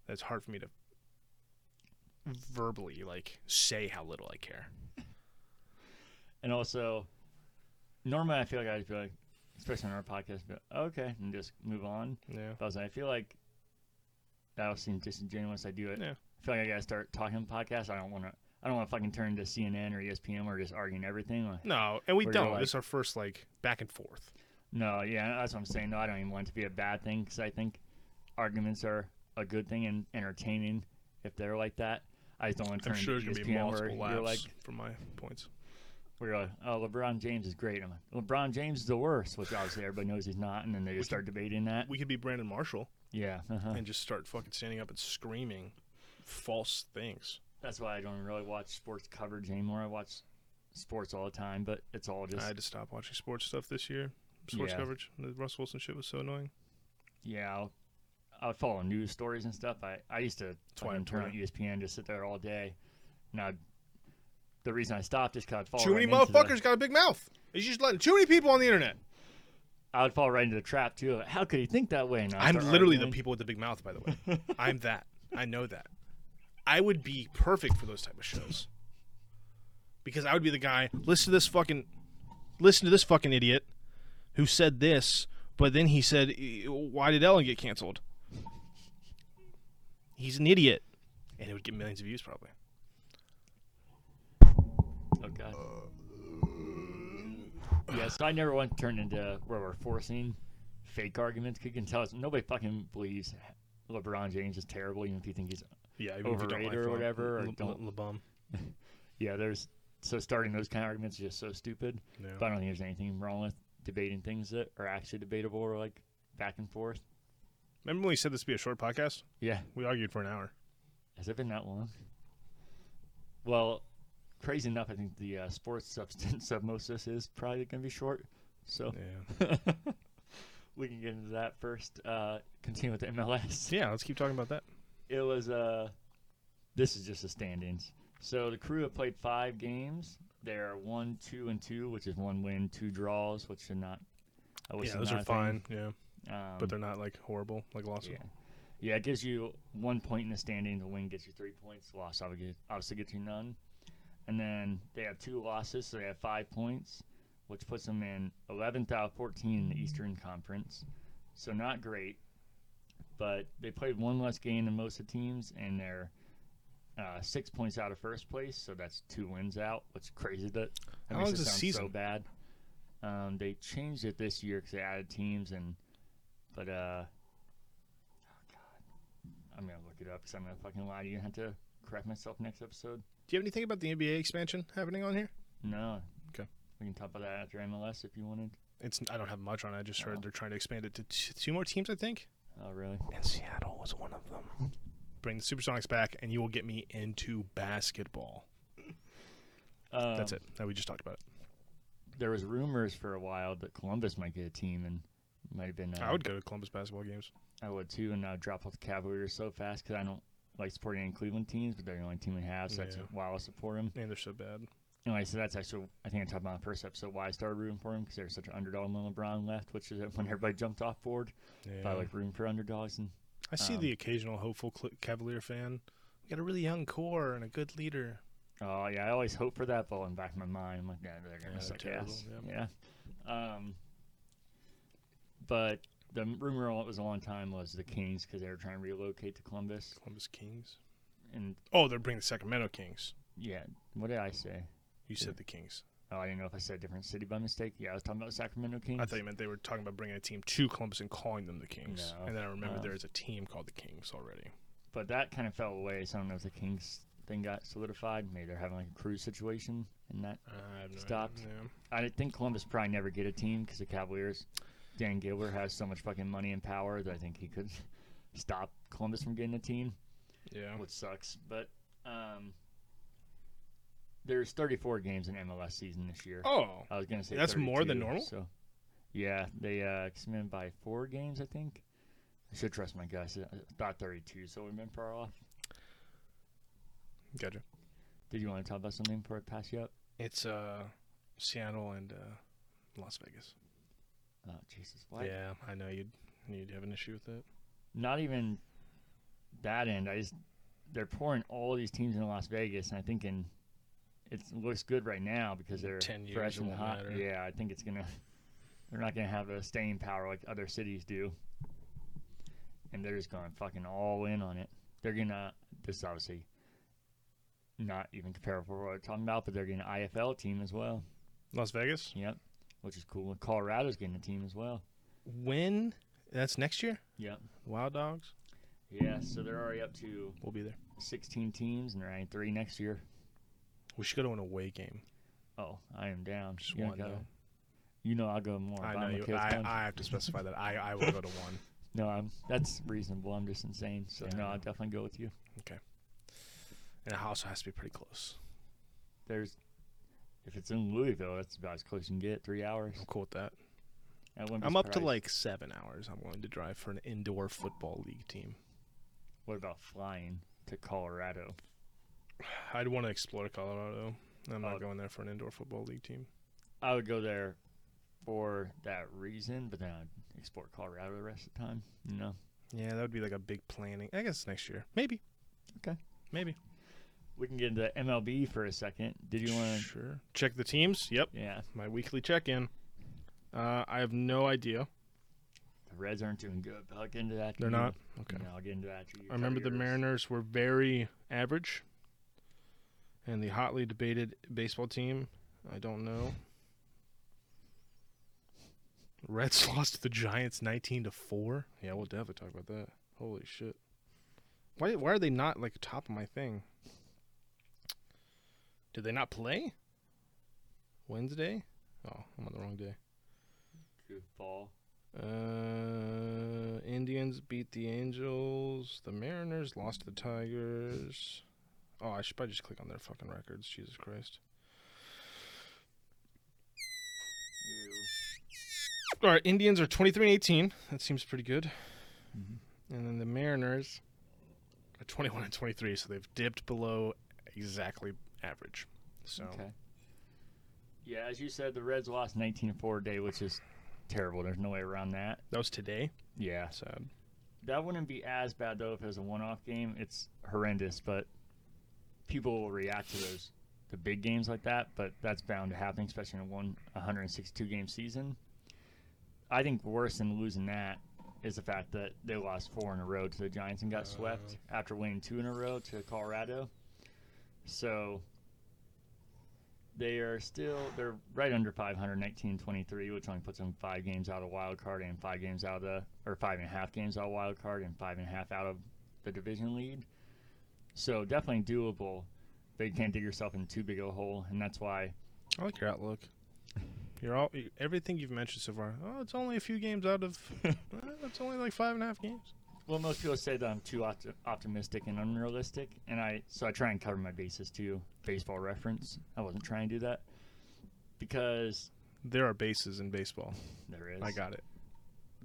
Speaker 2: that it's hard for me to verbally like say how little I care.
Speaker 1: And also, normally I feel like I'd be like, especially on our podcast, be like, okay, and just move on.
Speaker 2: Yeah.
Speaker 1: But I was like, I feel like that'll seem disingenuous. I do it.
Speaker 2: Yeah.
Speaker 1: I feel like I gotta start talking on podcasts. I don't want to. I don't want to fucking turn to CNN or E ESPN or just arguing everything. Like,
Speaker 2: No, and we
Speaker 1: Where you're
Speaker 2: don't.
Speaker 1: like-
Speaker 2: This is our first like back and forth.
Speaker 1: no, yeah, that's what I'm saying. No, I don't even want it to be a bad thing because I think arguments are a good thing and entertaining if they're like that. I just don't want to
Speaker 2: I'm
Speaker 1: turn
Speaker 2: sure there's
Speaker 1: to
Speaker 2: gonna
Speaker 1: ESPN
Speaker 2: be
Speaker 1: where
Speaker 2: multiple
Speaker 1: you're
Speaker 2: laughs
Speaker 1: like,
Speaker 2: from my points.
Speaker 1: where you're like, oh, LeBron James is great. I'm like, LeBron James is the worst, which obviously everybody knows he's not, and then they just start debating that.
Speaker 2: We could be Brandon Marshall
Speaker 1: Yeah, uh-huh.
Speaker 2: and just start fucking standing up and screaming false things.
Speaker 1: that's why I don't really watch sports coverage anymore. I watch sports all the time, but it's all
Speaker 2: I
Speaker 1: just
Speaker 2: had to stop watching sports stuff this year. Sports
Speaker 1: Yeah.
Speaker 2: coverage. The Russ Wilson shit was so annoying.
Speaker 1: yeah. I'll, I would follow news stories and stuff. I, I used to
Speaker 2: why
Speaker 1: fucking
Speaker 2: I'm
Speaker 1: turn on E
Speaker 2: torn.
Speaker 1: ESPN, just sit there all day. Now, the reason I stopped is because I'd fall
Speaker 2: Too
Speaker 1: right
Speaker 2: many
Speaker 1: into the-
Speaker 2: motherfuckers got a big mouth. He's just letting too many people on the internet.
Speaker 1: I would fall right into the trap too. of, How could he think that way? And I'd
Speaker 2: I'm
Speaker 1: start
Speaker 2: literally the
Speaker 1: arguing.
Speaker 2: people with the big mouth, by the way. I'm that. I know that. I would be perfect for those type of shows. Because I would be the guy, listen to this fucking listen to this fucking idiot who said this, but then he said "E- why did Ellen get canceled? He's an idiot. And it would get millions of views probably.
Speaker 1: Oh god. Yeah, so I never want to turn into where we're forcing fake arguments. 'cause You can tell us nobody fucking believes LeBron James is terrible, even if you think he's
Speaker 2: Yeah,
Speaker 1: even if you don't Overrated like or Ellen, whatever, or
Speaker 2: L-
Speaker 1: don't-
Speaker 2: LeBum.
Speaker 1: Yeah, there's so starting those kind of arguments is just so stupid. But I don't think there's anything wrong with debating things that are actually debatable or like back and forth.
Speaker 2: Remember when we said this would be a short podcast?
Speaker 1: Yeah,
Speaker 2: We argued for an hour.
Speaker 1: has it been that long? Well, crazy enough, I think the uh, sports substance of most of this is probably going to be short. So
Speaker 2: Yeah.
Speaker 1: we can get into that first. Uh, continue with the MLS.
Speaker 2: Yeah, let's keep talking about that.
Speaker 1: It was uh, this is just the standings. So the crew have played five games. They're one, two, and two, which is one win, two draws, which should not. I wish
Speaker 2: Yeah,
Speaker 1: should
Speaker 2: those
Speaker 1: not
Speaker 2: are
Speaker 1: have been.
Speaker 2: fine. Yeah.
Speaker 1: Um,
Speaker 2: but they're not like horrible, like Lawson.
Speaker 1: yeah. yeah, it gives you one point in the standings. The win gets you three points. The loss obviously obviously gets you none. And then they have two losses, so they have five points, which puts them in 11th out of 14 in the Eastern Conference. So not great, but they played one less game than most of the teams, and they're uh, six points out of first place. So that's two wins out. Which is crazy that that
Speaker 2: How
Speaker 1: makes
Speaker 2: long's
Speaker 1: it
Speaker 2: the
Speaker 1: sound So
Speaker 2: season?
Speaker 1: bad. Um, they changed it this year because they added teams and, but uh, oh, I'm gonna look it up because I'm gonna fucking lie to you. I have to correct myself next episode.
Speaker 2: Do you have anything about the NBA expansion happening on here?
Speaker 1: No.
Speaker 2: Okay.
Speaker 1: We can talk about that after MLS if you wanted.
Speaker 2: It's I don't have much on. it. I just
Speaker 1: No.
Speaker 2: heard they're trying to expand it to t- two more teams, I think.
Speaker 1: Oh really?
Speaker 2: And Seattle was one of them. Bring the Supersonics back, and you will get me into basketball.
Speaker 1: Um,
Speaker 2: That's it. That we just talked about it.
Speaker 1: There was rumors for a while that Columbus might get a team and might have been. Uh,
Speaker 2: I would go to Columbus basketball games.
Speaker 1: I would too, and I would drop off the Cavaliers so fast because I don't like supporting any Cleveland teams, but they're the only team we have, so that's
Speaker 2: Yeah.
Speaker 1: why I'll support them.
Speaker 2: And they're so bad.
Speaker 1: Anyway, so that's actually I think I talked about in the first episode why I started rooting for him because they were such an underdog when LeBron left, which is when everybody jumped off board.
Speaker 2: Yeah.
Speaker 1: But I like rooting for underdogs and
Speaker 2: I see
Speaker 1: um,
Speaker 2: the occasional hopeful Cl- Cavalier fan. We got a really young core and a good leader.
Speaker 1: Oh yeah, I always hope for that ball in the back of my mind. I'm like, yeah, they're gonna
Speaker 2: Yeah,
Speaker 1: suck
Speaker 2: they're
Speaker 1: ass.
Speaker 2: terrible,
Speaker 1: Yeah. Um, but the m- rumor all- it was a long time was the Kings because they were trying to relocate to Columbus,
Speaker 2: Columbus Kings.
Speaker 1: and
Speaker 2: Oh, they're bringing the Sacramento Kings.
Speaker 1: yeah, what did I say?
Speaker 2: You
Speaker 1: Yeah.
Speaker 2: said the Kings.
Speaker 1: Oh, I didn't know if I said a different city by mistake. Yeah, I was talking about the Sacramento Kings.
Speaker 2: I thought you meant they were talking about bringing a team to Columbus and calling them the Kings.
Speaker 1: No.
Speaker 2: and then I remembered
Speaker 1: No.
Speaker 2: there is a team called the Kings already.
Speaker 1: but that kind of fell away. So I don't know if the Kings thing got solidified. Maybe they're having like a cruise situation, and that
Speaker 2: I have no
Speaker 1: Stopped.
Speaker 2: Idea. Yeah.
Speaker 1: I think Columbus probably never get a team because the Cavaliers, Dan Gilbert has so much fucking money and power that I think he could stop Columbus from getting a team,
Speaker 2: Yeah.
Speaker 1: which sucks. But um, there's 34 games in MLS season this year.
Speaker 2: Oh,
Speaker 1: I was gonna say
Speaker 2: That's more than
Speaker 1: 32,
Speaker 2: normal?
Speaker 1: So yeah, they uh, expanded by four games, I think. I should trust my guys. I thought 32, so we've been far off.
Speaker 2: Gotcha.
Speaker 1: Did you want to talk about something before I pass you up?
Speaker 2: It's uh, Seattle and uh, Las Vegas.
Speaker 1: Oh, Jesus. Why?
Speaker 2: Yeah, I know you'd you'd have an issue with that.
Speaker 1: Not even that end. I just, they're pouring all these teams into Las Vegas, and I'm thinking it looks good right now because they're
Speaker 2: 10 years,
Speaker 1: fresh
Speaker 2: it
Speaker 1: and
Speaker 2: won't
Speaker 1: hot.
Speaker 2: matter.
Speaker 1: Yeah, I think it's going to, they're not going to have a staying power like other cities do. And they're just going fucking all in on it. They're going to, this is obviously not even comparable to what we're talking about, but they're getting an IFL team as well.
Speaker 2: Las Vegas.
Speaker 1: Yep, which is cool. And Colorado's getting a team as well.
Speaker 2: When? That's next year.
Speaker 1: Yep.
Speaker 2: Wild Dogs.
Speaker 1: Yeah, so they're already up to
Speaker 2: We'll be there.
Speaker 1: 16 teams and they're adding three next year.
Speaker 2: We should go to an away game.
Speaker 1: Oh, I am down.
Speaker 2: Just
Speaker 1: You know,
Speaker 2: one
Speaker 1: gotta-
Speaker 2: though.
Speaker 1: You know I'll go more.
Speaker 2: I
Speaker 1: if I'm
Speaker 2: know
Speaker 1: a
Speaker 2: you.
Speaker 1: kid's
Speaker 2: I,
Speaker 1: country.
Speaker 2: I have to specify that. I I will go to one.
Speaker 1: no, I'm. That's reasonable. I'm just insane. So
Speaker 2: Yeah, I
Speaker 1: no, I'll
Speaker 2: know.
Speaker 1: definitely go with you.
Speaker 2: And it also has to be pretty close.
Speaker 1: There's, if it's in Louisville, that's about as close you can get. Three hours.
Speaker 2: I'm cool with that.
Speaker 1: I wouldn't be
Speaker 2: I'm up to
Speaker 1: surprised.
Speaker 2: like seven hours. I'm willing to drive for an indoor football league team.
Speaker 1: What about flying to Colorado?
Speaker 2: I'd want to explore Colorado. I'm
Speaker 1: Oh.
Speaker 2: not going there for an indoor football league team.
Speaker 1: I would go there for that reason, but then I'd explore Colorado the rest of the time. You know.
Speaker 2: Yeah, that would be like a big planning. I guess next year, maybe.
Speaker 1: Okay.
Speaker 2: maybe.
Speaker 1: we can get into MLB for a second. Did you want? to...
Speaker 2: Sure. Check the teams. Yep.
Speaker 1: Yeah,
Speaker 2: My weekly check-in. Uh, I have no idea.
Speaker 1: the Reds aren't doing good, but I'll get into that.
Speaker 2: They're
Speaker 1: to you.
Speaker 2: not. Okay.
Speaker 1: No, I'll get into that. to you.
Speaker 2: I remember the
Speaker 1: Yours.
Speaker 2: Mariners were very average, and the hotly debated baseball team. I don't know. Reds lost to the Giants nineteen to four. Yeah, we'll definitely talk about that. Holy shit! Why why are they not like top of my thing? Did they not play? Wednesday? Oh, I'm on the wrong day.
Speaker 1: Goofball.
Speaker 2: Uh, Indians beat the Angels. The Mariners lost to the Tigers. Oh, I should probably just click on their fucking records. Jesus Christ. All right, Indians are 23 and 18. That seems pretty good.
Speaker 1: Mhm.
Speaker 2: And then the Mariners are 21 and 23, so they've dipped below exactly average. So
Speaker 1: Okay. Yeah, as you said, the Reds lost 19 4 today, which is terrible. There's no way around that.
Speaker 2: that was today.
Speaker 1: Yeah,
Speaker 2: Sad.
Speaker 1: that wouldn't be as bad though if it was a one-off game. It's horrendous, but people will react to those the big games like that. But that's bound to happen, especially in a one 162 game season. I think worse than losing that is the fact that they lost four in a row to the Giants and got swept after winning two in a row to Colorado. So they are still they're right under 519 23 which only puts them five games out of wild card and five games out of the or five and a half games out of wild card and five and a half out of the division lead so definitely doable but you can't dig yourself in too big of a hole and that's why
Speaker 2: I like your outlook. You're all you- everything you've mentioned so far. Oh, it's only a few games out of. uh, it's only like five and a half games.
Speaker 1: well most people say that i'm too opt- optimistic and unrealistic and i so i try and cover my bases too baseball reference i wasn't trying to do that because
Speaker 2: There are bases in baseball.
Speaker 1: there is
Speaker 2: I got it.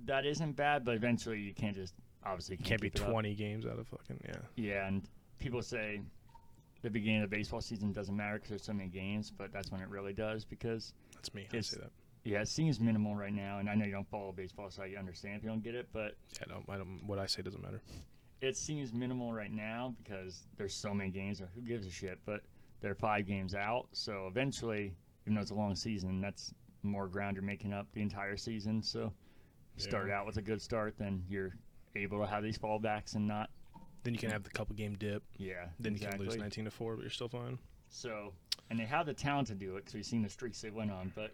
Speaker 1: that isn't bad but eventually you can't just obviously
Speaker 2: Can't be
Speaker 1: keep it up.
Speaker 2: 20 games out of fucking yeah.
Speaker 1: Yeah, and people say the beginning of the baseball season doesn't matter because there's so many games, but that's when it really does because
Speaker 2: That's me. I
Speaker 1: It's-
Speaker 2: say that.
Speaker 1: yeah, it seems minimal right now, and I know you don't follow baseball, so I understand if you don't get it, but
Speaker 2: I don't. I don't. What I say doesn't matter.
Speaker 1: it seems minimal right now because there's so many games. Who gives a shit? But they're five games out, so eventually, even though it's a long season, that's more ground you're making up the entire season. So you start
Speaker 2: Yeah.
Speaker 1: out with a good start, then you're able to have these fallbacks and not
Speaker 2: Then you can have the couple game dip.
Speaker 1: yeah.
Speaker 2: Then you can lose
Speaker 1: exactly.
Speaker 2: 19 to four, but you're still fine.
Speaker 1: So, and they have the talent to do it because we've seen the streaks they went on, but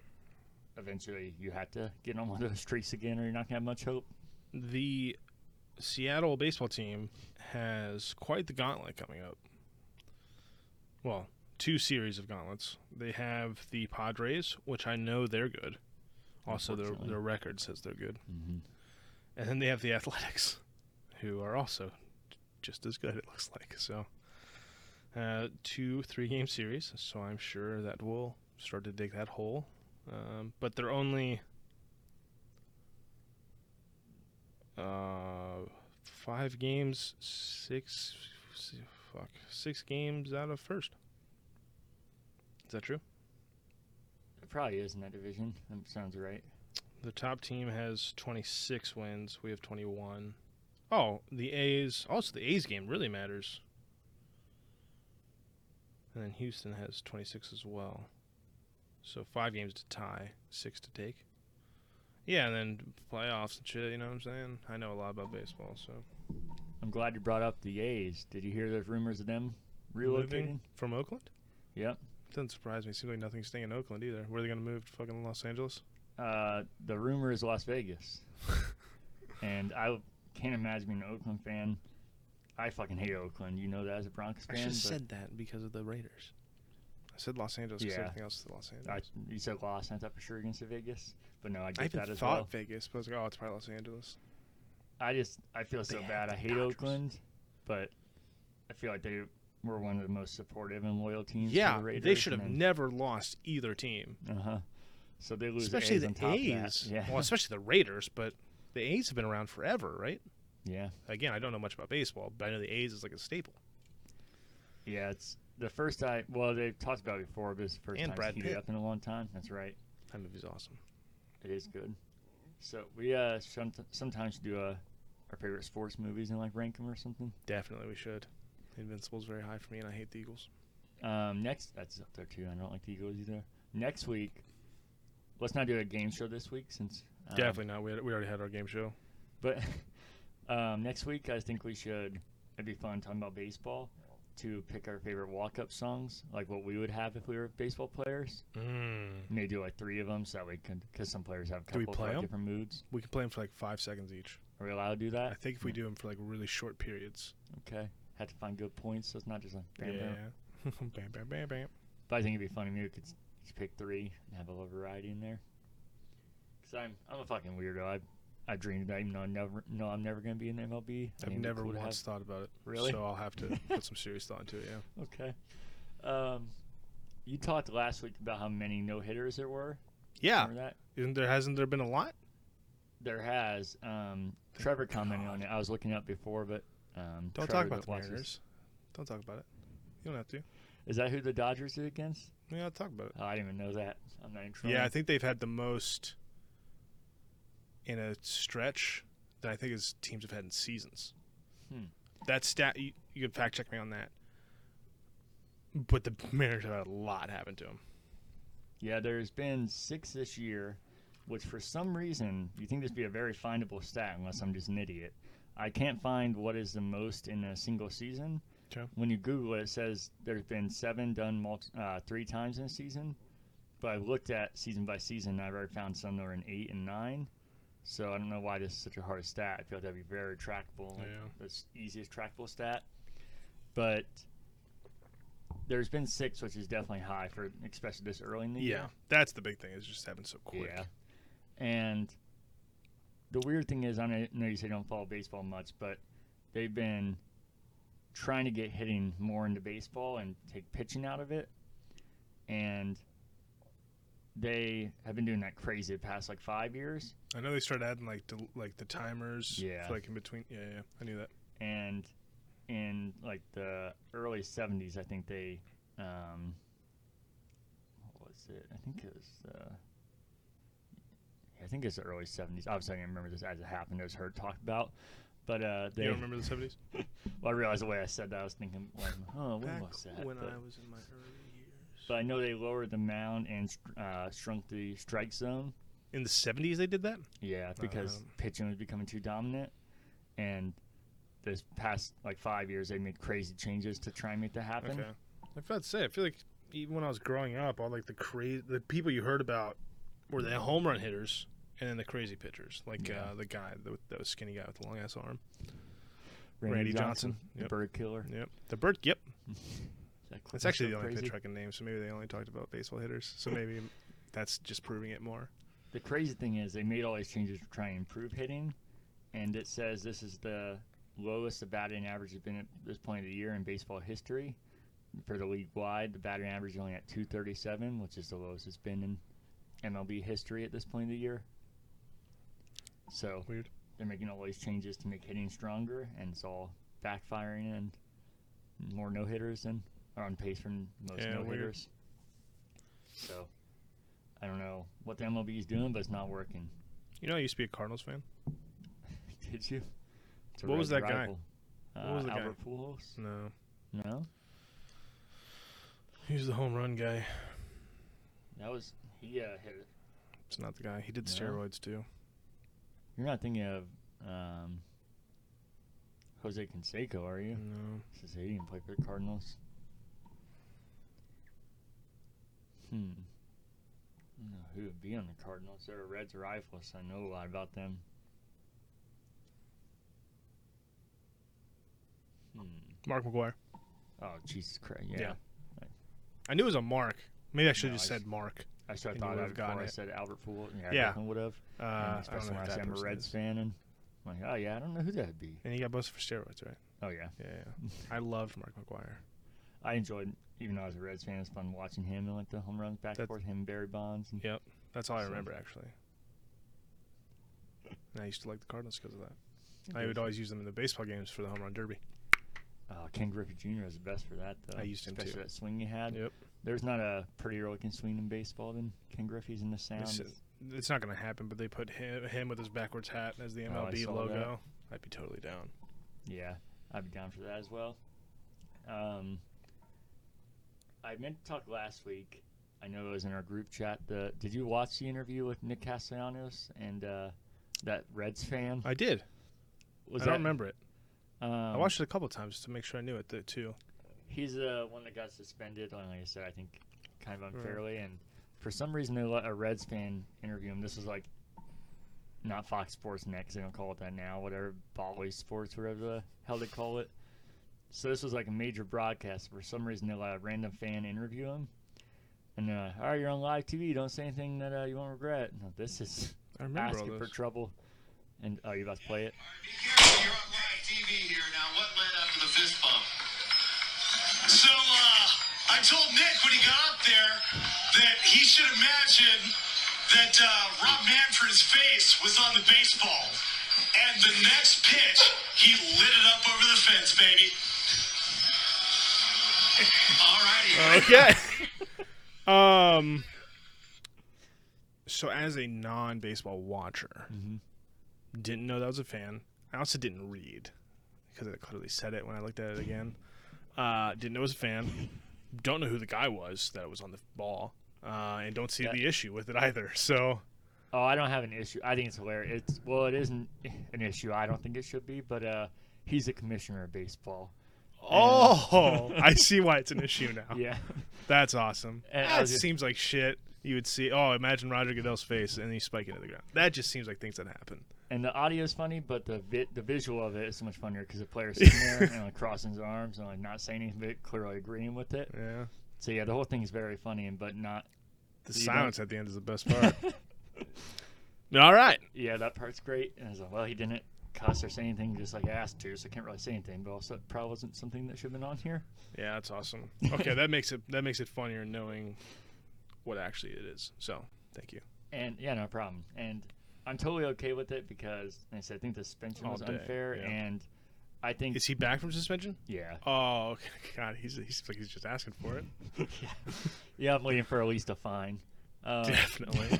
Speaker 1: eventually you had to get on one of those streaks again or you're not going to have much hope.
Speaker 2: The Seattle baseball team has quite the gauntlet coming up. Well, two series of gauntlets. They have the Padres, which I know they're good. Also, their
Speaker 1: Unfortunately.
Speaker 2: their record says they're good.
Speaker 1: Mm-hmm.
Speaker 2: And then they have the Athletics, who are also j- just as good, it looks like. So, uh, two three game series. So I'm sure that will start to dig that hole. Um, but they're only. Uh, five games, six, fuck, six games out of first. Is that true?
Speaker 1: It probably is in that division. That sounds right.
Speaker 2: The top team has 26 wins. We have 21. Oh, the A's. Also, the A's game really matters. And then Houston has 26 as well. So five games to tie, six to take. Yeah, and then playoffs and shit. You know what I'm saying? I know a lot about baseball, so
Speaker 1: I'm glad you brought up the A's. Did you hear those rumors of them relocating?
Speaker 2: Moving from Oakland
Speaker 1: Yep.
Speaker 2: doesn't surprise me. Seems like nothing's staying in Oakland either. Where are they gonna move to fucking Los Angeles?
Speaker 1: Uh, the rumor is Las Vegas, and I can't imagine being an Oakland fan. I fucking hate Oakland. You know that as a Broncos
Speaker 2: I
Speaker 1: fan.
Speaker 2: should have
Speaker 1: but
Speaker 2: said that because of the Raiders. I said Los Angeles because
Speaker 1: Yeah.
Speaker 2: everything else is Los
Speaker 1: I,
Speaker 2: Angeles.
Speaker 1: you said Los. I thought for sure against the Vegas, but no, I
Speaker 2: I,
Speaker 1: get
Speaker 2: even
Speaker 1: that as
Speaker 2: thought
Speaker 1: well.
Speaker 2: Vegas, but I was like, oh, it's probably Los Angeles.
Speaker 1: I just I feel so
Speaker 2: They have
Speaker 1: bad.
Speaker 2: the
Speaker 1: I hate
Speaker 2: Dodgers.
Speaker 1: Oakland, but I feel like they were one of the most supportive and loyal teams. to
Speaker 2: Yeah,
Speaker 1: the Raiders,
Speaker 2: they should have
Speaker 1: and
Speaker 2: never lost either team,
Speaker 1: then- Uh huh. So they lose
Speaker 2: especially
Speaker 1: the A's. on
Speaker 2: the
Speaker 1: top of that.
Speaker 2: A's.
Speaker 1: Yeah.
Speaker 2: Well, especially the Raiders, but the A's have been around forever, right?
Speaker 1: yeah.
Speaker 2: Again, I don't know much about baseball, but I know the A's is like a staple.
Speaker 1: Yeah, it's the first I well they've talked about it before, but it's the first
Speaker 2: And
Speaker 1: time
Speaker 2: Brad
Speaker 1: it's heated
Speaker 2: Pitt.
Speaker 1: up in a long time. That's right.
Speaker 2: That movie's awesome.
Speaker 1: It is good. So we uh some, sometimes do uh, our favorite sports movies and like rank them or something.
Speaker 2: Definitely, we should. Invincible's very high for me, and I hate the Eagles.
Speaker 1: Um, next that's up there too. I don't like the Eagles either. Next week, let's not do a game show this week since um,
Speaker 2: Definitely not. We, had, we already had our game show.
Speaker 1: But um, next week, I think we should. It'd be fun talking about baseball to pick our favorite walk-up songs, like what we would have if we were baseball players.
Speaker 2: Mm.
Speaker 1: Maybe do like three of them so that we can, because some players have a
Speaker 2: we
Speaker 1: couple of
Speaker 2: play
Speaker 1: like,
Speaker 2: 'em?
Speaker 1: different moods.
Speaker 2: We can play them for like five seconds each.
Speaker 1: Are we allowed to do
Speaker 2: I
Speaker 1: that?
Speaker 2: think if we do them for like really short periods.
Speaker 1: Okay. Had to find good points, so it's not just like bam, bam.
Speaker 2: yeah. bam, bam, bam, bam.
Speaker 1: But I think it'd be funny. Maybe we could s- just pick three and have a little variety in there. Because I'm, I'm a fucking weirdo. I I dreamed about even though I never know I'm never going to be in the MLB. I
Speaker 2: I've
Speaker 1: mean, it'd be
Speaker 2: never
Speaker 1: cool to have-
Speaker 2: once thought about it.
Speaker 1: Really?
Speaker 2: So I'll have to put some serious thought into it. Yeah.
Speaker 1: Okay. Um, you talked last week about how many no hitters there were.
Speaker 2: Yeah.
Speaker 1: Remember that?
Speaker 2: Isn't there hasn't there been a lot?
Speaker 1: There has. Um, Trevor commented on it. I was looking up before, but um,
Speaker 2: Don't
Speaker 1: Trevor
Speaker 2: talk about
Speaker 1: that
Speaker 2: the
Speaker 1: watches-
Speaker 2: Mariners. Don't talk about it. You don't have to.
Speaker 1: Is that who the Dodgers did against?
Speaker 2: Yeah, I'll talk about it.
Speaker 1: Oh, I didn't even know that. I'm not even trying.
Speaker 2: Yeah, I think they've had the most in a stretch that I think is teams have had in seasons.
Speaker 1: Hmm.
Speaker 2: That stat you, you could fact check me on that. But the Mariners have had a lot happen to them.
Speaker 1: Yeah, there's been six this year, which for some reason you think this would be a very findable stat, unless I'm just an idiot. I can't find what is the most in a single season.
Speaker 2: Okay.
Speaker 1: When you Google it, it says there's been seven done multi- uh, three times in a season, but I've looked at season by season. and I've already found some that are in eight and nine. So I don't know why this is such a hard stat. I feel like that'd be very trackable. like,
Speaker 2: Yeah.
Speaker 1: That's easiest trackable stat. But there's been six, which is definitely high for especially this early in the year.
Speaker 2: Yeah, that's the big thing. Is just happened so quick.
Speaker 1: Yeah. And the weird thing is, I know know you say don't follow baseball much, but they've been trying to get hitting more into baseball and take pitching out of it. And they have been doing that crazy the past like five years.
Speaker 2: I know they started adding like del- like the timers.
Speaker 1: Yeah.
Speaker 2: for, like in between. Yeah, yeah, I knew that.
Speaker 1: And in like the early 70s, I think they, um, what was it? I think it was, uh, I think it's the early 70s. Obviously, I didn't remember this as it happened. It was heard talked about. But uh, they,
Speaker 2: You don't remember the seventies?
Speaker 1: well, I realized the way I said that, I was thinking, like, oh, when was that? but,
Speaker 2: was in my early years.
Speaker 1: but I know they lowered the mound and uh, shrunk the strike zone.
Speaker 2: In the seventies, they did that.
Speaker 1: Yeah, because
Speaker 2: Um,
Speaker 1: pitching was becoming too dominant, and this past like five years they made crazy changes to try and make that happen.
Speaker 2: Okay. I felt say I feel like even when I was growing up, all like the crazy the people you heard about were the home run hitters and then the crazy pitchers, like
Speaker 1: Yeah.
Speaker 2: uh, the guy the, that was skinny guy with the long ass arm.
Speaker 1: Randy,
Speaker 2: Randy
Speaker 1: Johnson,
Speaker 2: Johnson,
Speaker 1: the
Speaker 2: yep.
Speaker 1: bird killer.
Speaker 2: Yep. The bird. Yep.
Speaker 1: That clip
Speaker 2: That's
Speaker 1: is
Speaker 2: actually
Speaker 1: so
Speaker 2: the only
Speaker 1: crazy.
Speaker 2: pitcher I can name. So maybe they only talked about baseball hitters. So maybe that's just proving it more.
Speaker 1: The crazy thing is they made all these changes to try and improve hitting, and it says this is the lowest the batting average has been at this point of the year in baseball history. For the league wide, the batting average is only at 237, which is the lowest it's been in MLB history at this point of the year. So
Speaker 2: Weird.
Speaker 1: they're making all these changes to make hitting stronger, and it's all backfiring and more no hitters than are on pace for most
Speaker 2: Yeah,
Speaker 1: no
Speaker 2: weird.
Speaker 1: hitters. So I don't know what the MLB is doing, but it's not working.
Speaker 2: You know, I used to be a Cardinals fan.
Speaker 1: Did you? It's a
Speaker 2: What was
Speaker 1: red
Speaker 2: that guy?
Speaker 1: rival.
Speaker 2: What was
Speaker 1: Uh,
Speaker 2: the guy?
Speaker 1: Albert Pujols?
Speaker 2: No,
Speaker 1: No,
Speaker 2: he was the home run guy.
Speaker 1: that was he. Uh, hit.
Speaker 2: It's not the guy. He did
Speaker 1: No.
Speaker 2: steroids too.
Speaker 1: You're not thinking of um, Jose Canseco, are you?
Speaker 2: No,
Speaker 1: Since he didn't play for the Cardinals. Hmm. I don't know who would be on the Cardinals. They're a Reds rival, so I know a lot about them. Hmm.
Speaker 2: Mark McGuire.
Speaker 1: Oh, Jesus Christ. Yeah.
Speaker 2: Yeah. I knew it was a Mark. Maybe I should have
Speaker 1: No,
Speaker 2: just
Speaker 1: I
Speaker 2: said Mark.
Speaker 1: I should have
Speaker 2: And you
Speaker 1: thought
Speaker 2: would've
Speaker 1: of it before
Speaker 2: gotten
Speaker 1: I
Speaker 2: it.
Speaker 1: said Albert Poole. Yeah,
Speaker 2: Yeah.
Speaker 1: would have.
Speaker 2: Uh, I don't
Speaker 1: especially when
Speaker 2: know who
Speaker 1: I
Speaker 2: that
Speaker 1: say I'm a
Speaker 2: person
Speaker 1: Reds
Speaker 2: is.
Speaker 1: fan. And I'm like, oh, yeah, I don't know who that would be.
Speaker 2: And he got busted for steroids, right?
Speaker 1: Oh, yeah.
Speaker 2: Yeah, yeah. I loved Mark McGuire.
Speaker 1: I enjoyed, even though I was a Reds fan, it was fun watching him and like the home runs back
Speaker 2: That's-
Speaker 1: and forth, him and Barry Bonds. And,
Speaker 2: That's all I
Speaker 1: So-
Speaker 2: remember, actually. And I used to like the Cardinals because of that. I
Speaker 1: Okay.
Speaker 2: would always use them in the baseball games for the home run derby.
Speaker 1: Uh, Ken Griffey Jr. was the best for that, though.
Speaker 2: I used him,
Speaker 1: Especially
Speaker 2: too.
Speaker 1: that swing he had.
Speaker 2: Yep.
Speaker 1: There's not a prettier looking swing in baseball than Ken Griffey's in the sound.
Speaker 2: is It's not going to happen, but they put him, him with his backwards hat as the
Speaker 1: Oh, I
Speaker 2: MLB
Speaker 1: saw
Speaker 2: logo. I'd be totally down.
Speaker 1: Yeah, I'd be down for that as well. Um, I meant to talk last week. I know it was in our group chat. The did you watch the interview with Nick Castellanos and uh, that Reds fan?
Speaker 2: I did.
Speaker 1: Was
Speaker 2: I don't
Speaker 1: that-
Speaker 2: remember it.
Speaker 1: Um,
Speaker 2: I watched it a couple times just to make sure I knew it th- too.
Speaker 1: He's the one that got suspended. and Like I said, I think kind of
Speaker 2: Right.
Speaker 1: unfairly, and for some reason they let a Reds fan interview him. This was like not Fox Sports Net 'cause they don't call it that now. Whatever Bally Sports, whatever the hell they call it. So this was like a major broadcast. For some reason they let a random fan interview him, and they're like, "All right, you're on live TV. Don't say anything that uh, you won't regret." No, this is
Speaker 2: I remember all
Speaker 1: asking for
Speaker 2: those.
Speaker 1: trouble. And oh, you about to play it?
Speaker 3: Be careful, you're on live TV here now. What led up to the fist bump? So, uh, I told Nick when he got up there that he should imagine that uh, Rob Manfred's face was on the baseball. And the next pitch, he lit it up over the fence, baby. Alrighty.
Speaker 2: okay. um. So, as a non-baseball watcher,
Speaker 1: Mm-hmm.
Speaker 2: didn't know that was a fan. I also didn't read because it clearly said it when I looked at it again. Uh, didn't know it was a fan. Don't know who the guy was that was on the ball, uh, and don't see
Speaker 1: That-
Speaker 2: the issue with it either. So,
Speaker 1: Oh, I don't have an issue. I think it's hilarious. It's well, it isn't an issue. I don't think it should be, but uh, he's a commissioner of baseball.
Speaker 2: oh, I see why it's an issue now.
Speaker 1: Yeah,
Speaker 2: That's awesome.
Speaker 1: And I
Speaker 2: that
Speaker 1: was just-
Speaker 2: seems like shit. You would see. Oh, imagine Roger Goodell's face, and he's spiking to the ground. That just seems like things that happen.
Speaker 1: and the audio is funny, but the vi- the visual of it is so much funnier because the player's sitting there and like crossing his arms and like not saying anything, but clearly agreeing with it.
Speaker 2: Yeah.
Speaker 1: So yeah, the whole thing is very funny, and but not.
Speaker 2: The
Speaker 1: You don't-
Speaker 2: silence at the end is the best part. All right.
Speaker 1: Yeah, that part's great. And I was like, well, he didn't cuss or say anything, just like I asked to, so I can't really say anything. But also, it probably wasn't something that should have been on here.
Speaker 2: Yeah, that's awesome. Okay, that makes it that makes it funnier knowing what actually it is. So, thank you.
Speaker 1: And yeah, no problem. And I'm totally okay with it because like I said I think the suspension
Speaker 2: All
Speaker 1: was
Speaker 2: day,
Speaker 1: unfair,
Speaker 2: yeah.
Speaker 1: and I think
Speaker 2: Is he back from suspension?
Speaker 1: yeah,
Speaker 2: Oh, okay. God, he's he seems like he's just asking for it.
Speaker 1: yeah, yeah. I'm waiting for at least a fine. Um,
Speaker 2: Definitely.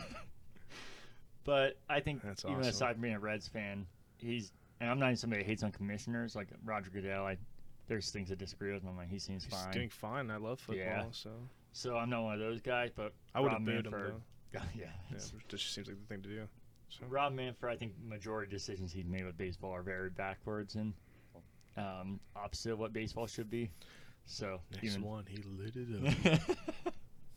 Speaker 1: but I think
Speaker 2: That's
Speaker 1: even
Speaker 2: awesome.
Speaker 1: aside from being a Reds fan, he's and I'm not even somebody that hates on commissioners like Roger Goodell. I there's things I disagree with. and I'm like he seems
Speaker 2: He's
Speaker 1: fine.
Speaker 2: doing fine. I love football,
Speaker 1: Yeah.
Speaker 2: so
Speaker 1: So I'm not one of those guys, but
Speaker 2: I would have
Speaker 1: Rob
Speaker 2: booed him
Speaker 1: Manfred-
Speaker 2: though.
Speaker 1: yeah,
Speaker 2: Yeah, it just seems like the thing to do. So,
Speaker 1: Rob Manfred, I think majority decisions he's made with baseball are very backwards and um, opposite of what baseball should be. So
Speaker 2: next
Speaker 1: even,
Speaker 2: one, he lit it up.
Speaker 1: yeah,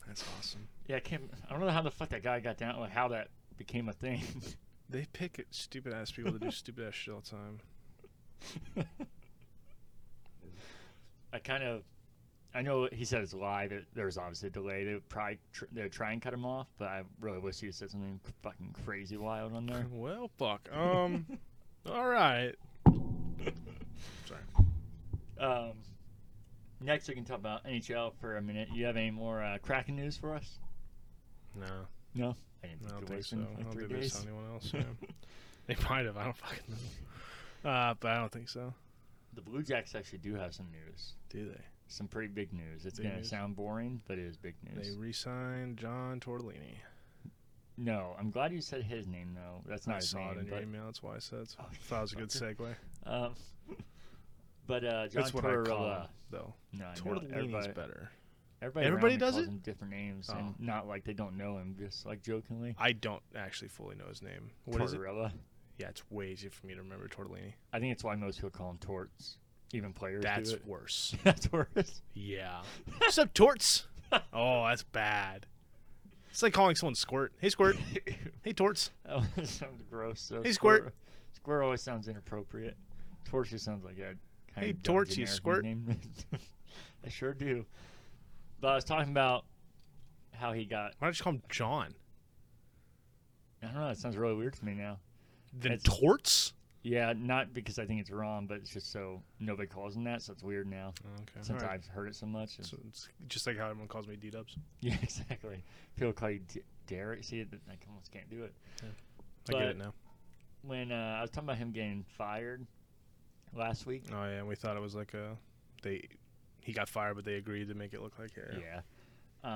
Speaker 2: That's awesome.
Speaker 1: I can't. I don't know how the fuck that guy got down. Like how that became a thing.
Speaker 2: They pick stupid ass people to do stupid ass shit all the time.
Speaker 1: I kind of. I know he said it's live. It, there was obviously a delay. They would probably tr- they would try and cut him off, but I really wish he said something fucking crazy wild on there.
Speaker 2: Well, fuck. Um, all right. Sorry.
Speaker 1: Um, next, we can talk about NHL for a minute. You have any more uh, cracking news for us?
Speaker 2: No,
Speaker 1: No, I didn't
Speaker 2: I don't
Speaker 1: it
Speaker 2: think
Speaker 1: was
Speaker 2: so.
Speaker 1: in,
Speaker 2: I
Speaker 1: like,
Speaker 2: don't
Speaker 1: three
Speaker 2: think they
Speaker 1: days.
Speaker 2: saw anyone else. yeah. They might have. I don't fucking know. Uh, but I don't think so.
Speaker 1: The Blue Jackets actually do have some news.
Speaker 2: Do they?
Speaker 1: Some pretty big news. It's
Speaker 2: Big
Speaker 1: going to
Speaker 2: news?
Speaker 1: sound boring, but it is big news.
Speaker 2: They re-signed John Tortellini.
Speaker 1: No, I'm glad you said his name though. That's not
Speaker 2: I
Speaker 1: his
Speaker 2: saw
Speaker 1: name.
Speaker 2: it in your
Speaker 1: but,
Speaker 2: email. That's why I said. it's-
Speaker 1: Oh,
Speaker 2: I thought it was a good
Speaker 1: fucker.
Speaker 2: segue.
Speaker 1: um, but uh, John
Speaker 2: That's what I call
Speaker 1: Tortorella.
Speaker 2: him, though.
Speaker 1: No, I know,
Speaker 2: Tortellini's
Speaker 1: everybody,
Speaker 2: better.
Speaker 1: everybody,
Speaker 2: Everybody
Speaker 1: around me
Speaker 2: does
Speaker 1: calls
Speaker 2: it?
Speaker 1: him different names,
Speaker 2: Oh.
Speaker 1: and not like they don't know him, just like jokingly.
Speaker 2: I don't actually fully know his name. What is it?
Speaker 1: Tortorella.
Speaker 2: Yeah, it's way easier for me to remember Tortellini.
Speaker 1: I think it's why most people call him Torts. Even players
Speaker 2: That's
Speaker 1: do it.
Speaker 2: worse.
Speaker 1: That's worse.
Speaker 2: Yeah. What's up, Torts? oh, that's bad. It's like calling someone Squirt. Hey, Squirt. hey, Torts.
Speaker 1: Oh, that sounds gross. So
Speaker 2: Hey, Squirt.
Speaker 1: Squirt. Squirt always sounds inappropriate. Torch just sounds like a kind
Speaker 2: Hey,
Speaker 1: of dumb
Speaker 2: Torch, you
Speaker 1: generic
Speaker 2: squirt.
Speaker 1: name. I sure do. But I was talking about how he got.
Speaker 2: Why don't you call him John?
Speaker 1: I don't know. It sounds really weird to me now.
Speaker 2: Then
Speaker 1: That's-
Speaker 2: Torts?
Speaker 1: Yeah, not because I think it's wrong, but it's just so nobody calls him that, so it's weird now
Speaker 2: Okay.
Speaker 1: since
Speaker 2: alright.
Speaker 1: I've heard it so much.
Speaker 2: So it's just like how everyone calls me D Dubs.
Speaker 1: yeah, exactly. People call you D- Derek. See, I almost can't do it.
Speaker 2: I get
Speaker 1: But-
Speaker 2: it now.
Speaker 1: When uh, I was talking about him getting fired last week,
Speaker 2: Oh, yeah. We thought it was like a. They. He got fired, but they agreed to make it look like hair.
Speaker 1: Yeah.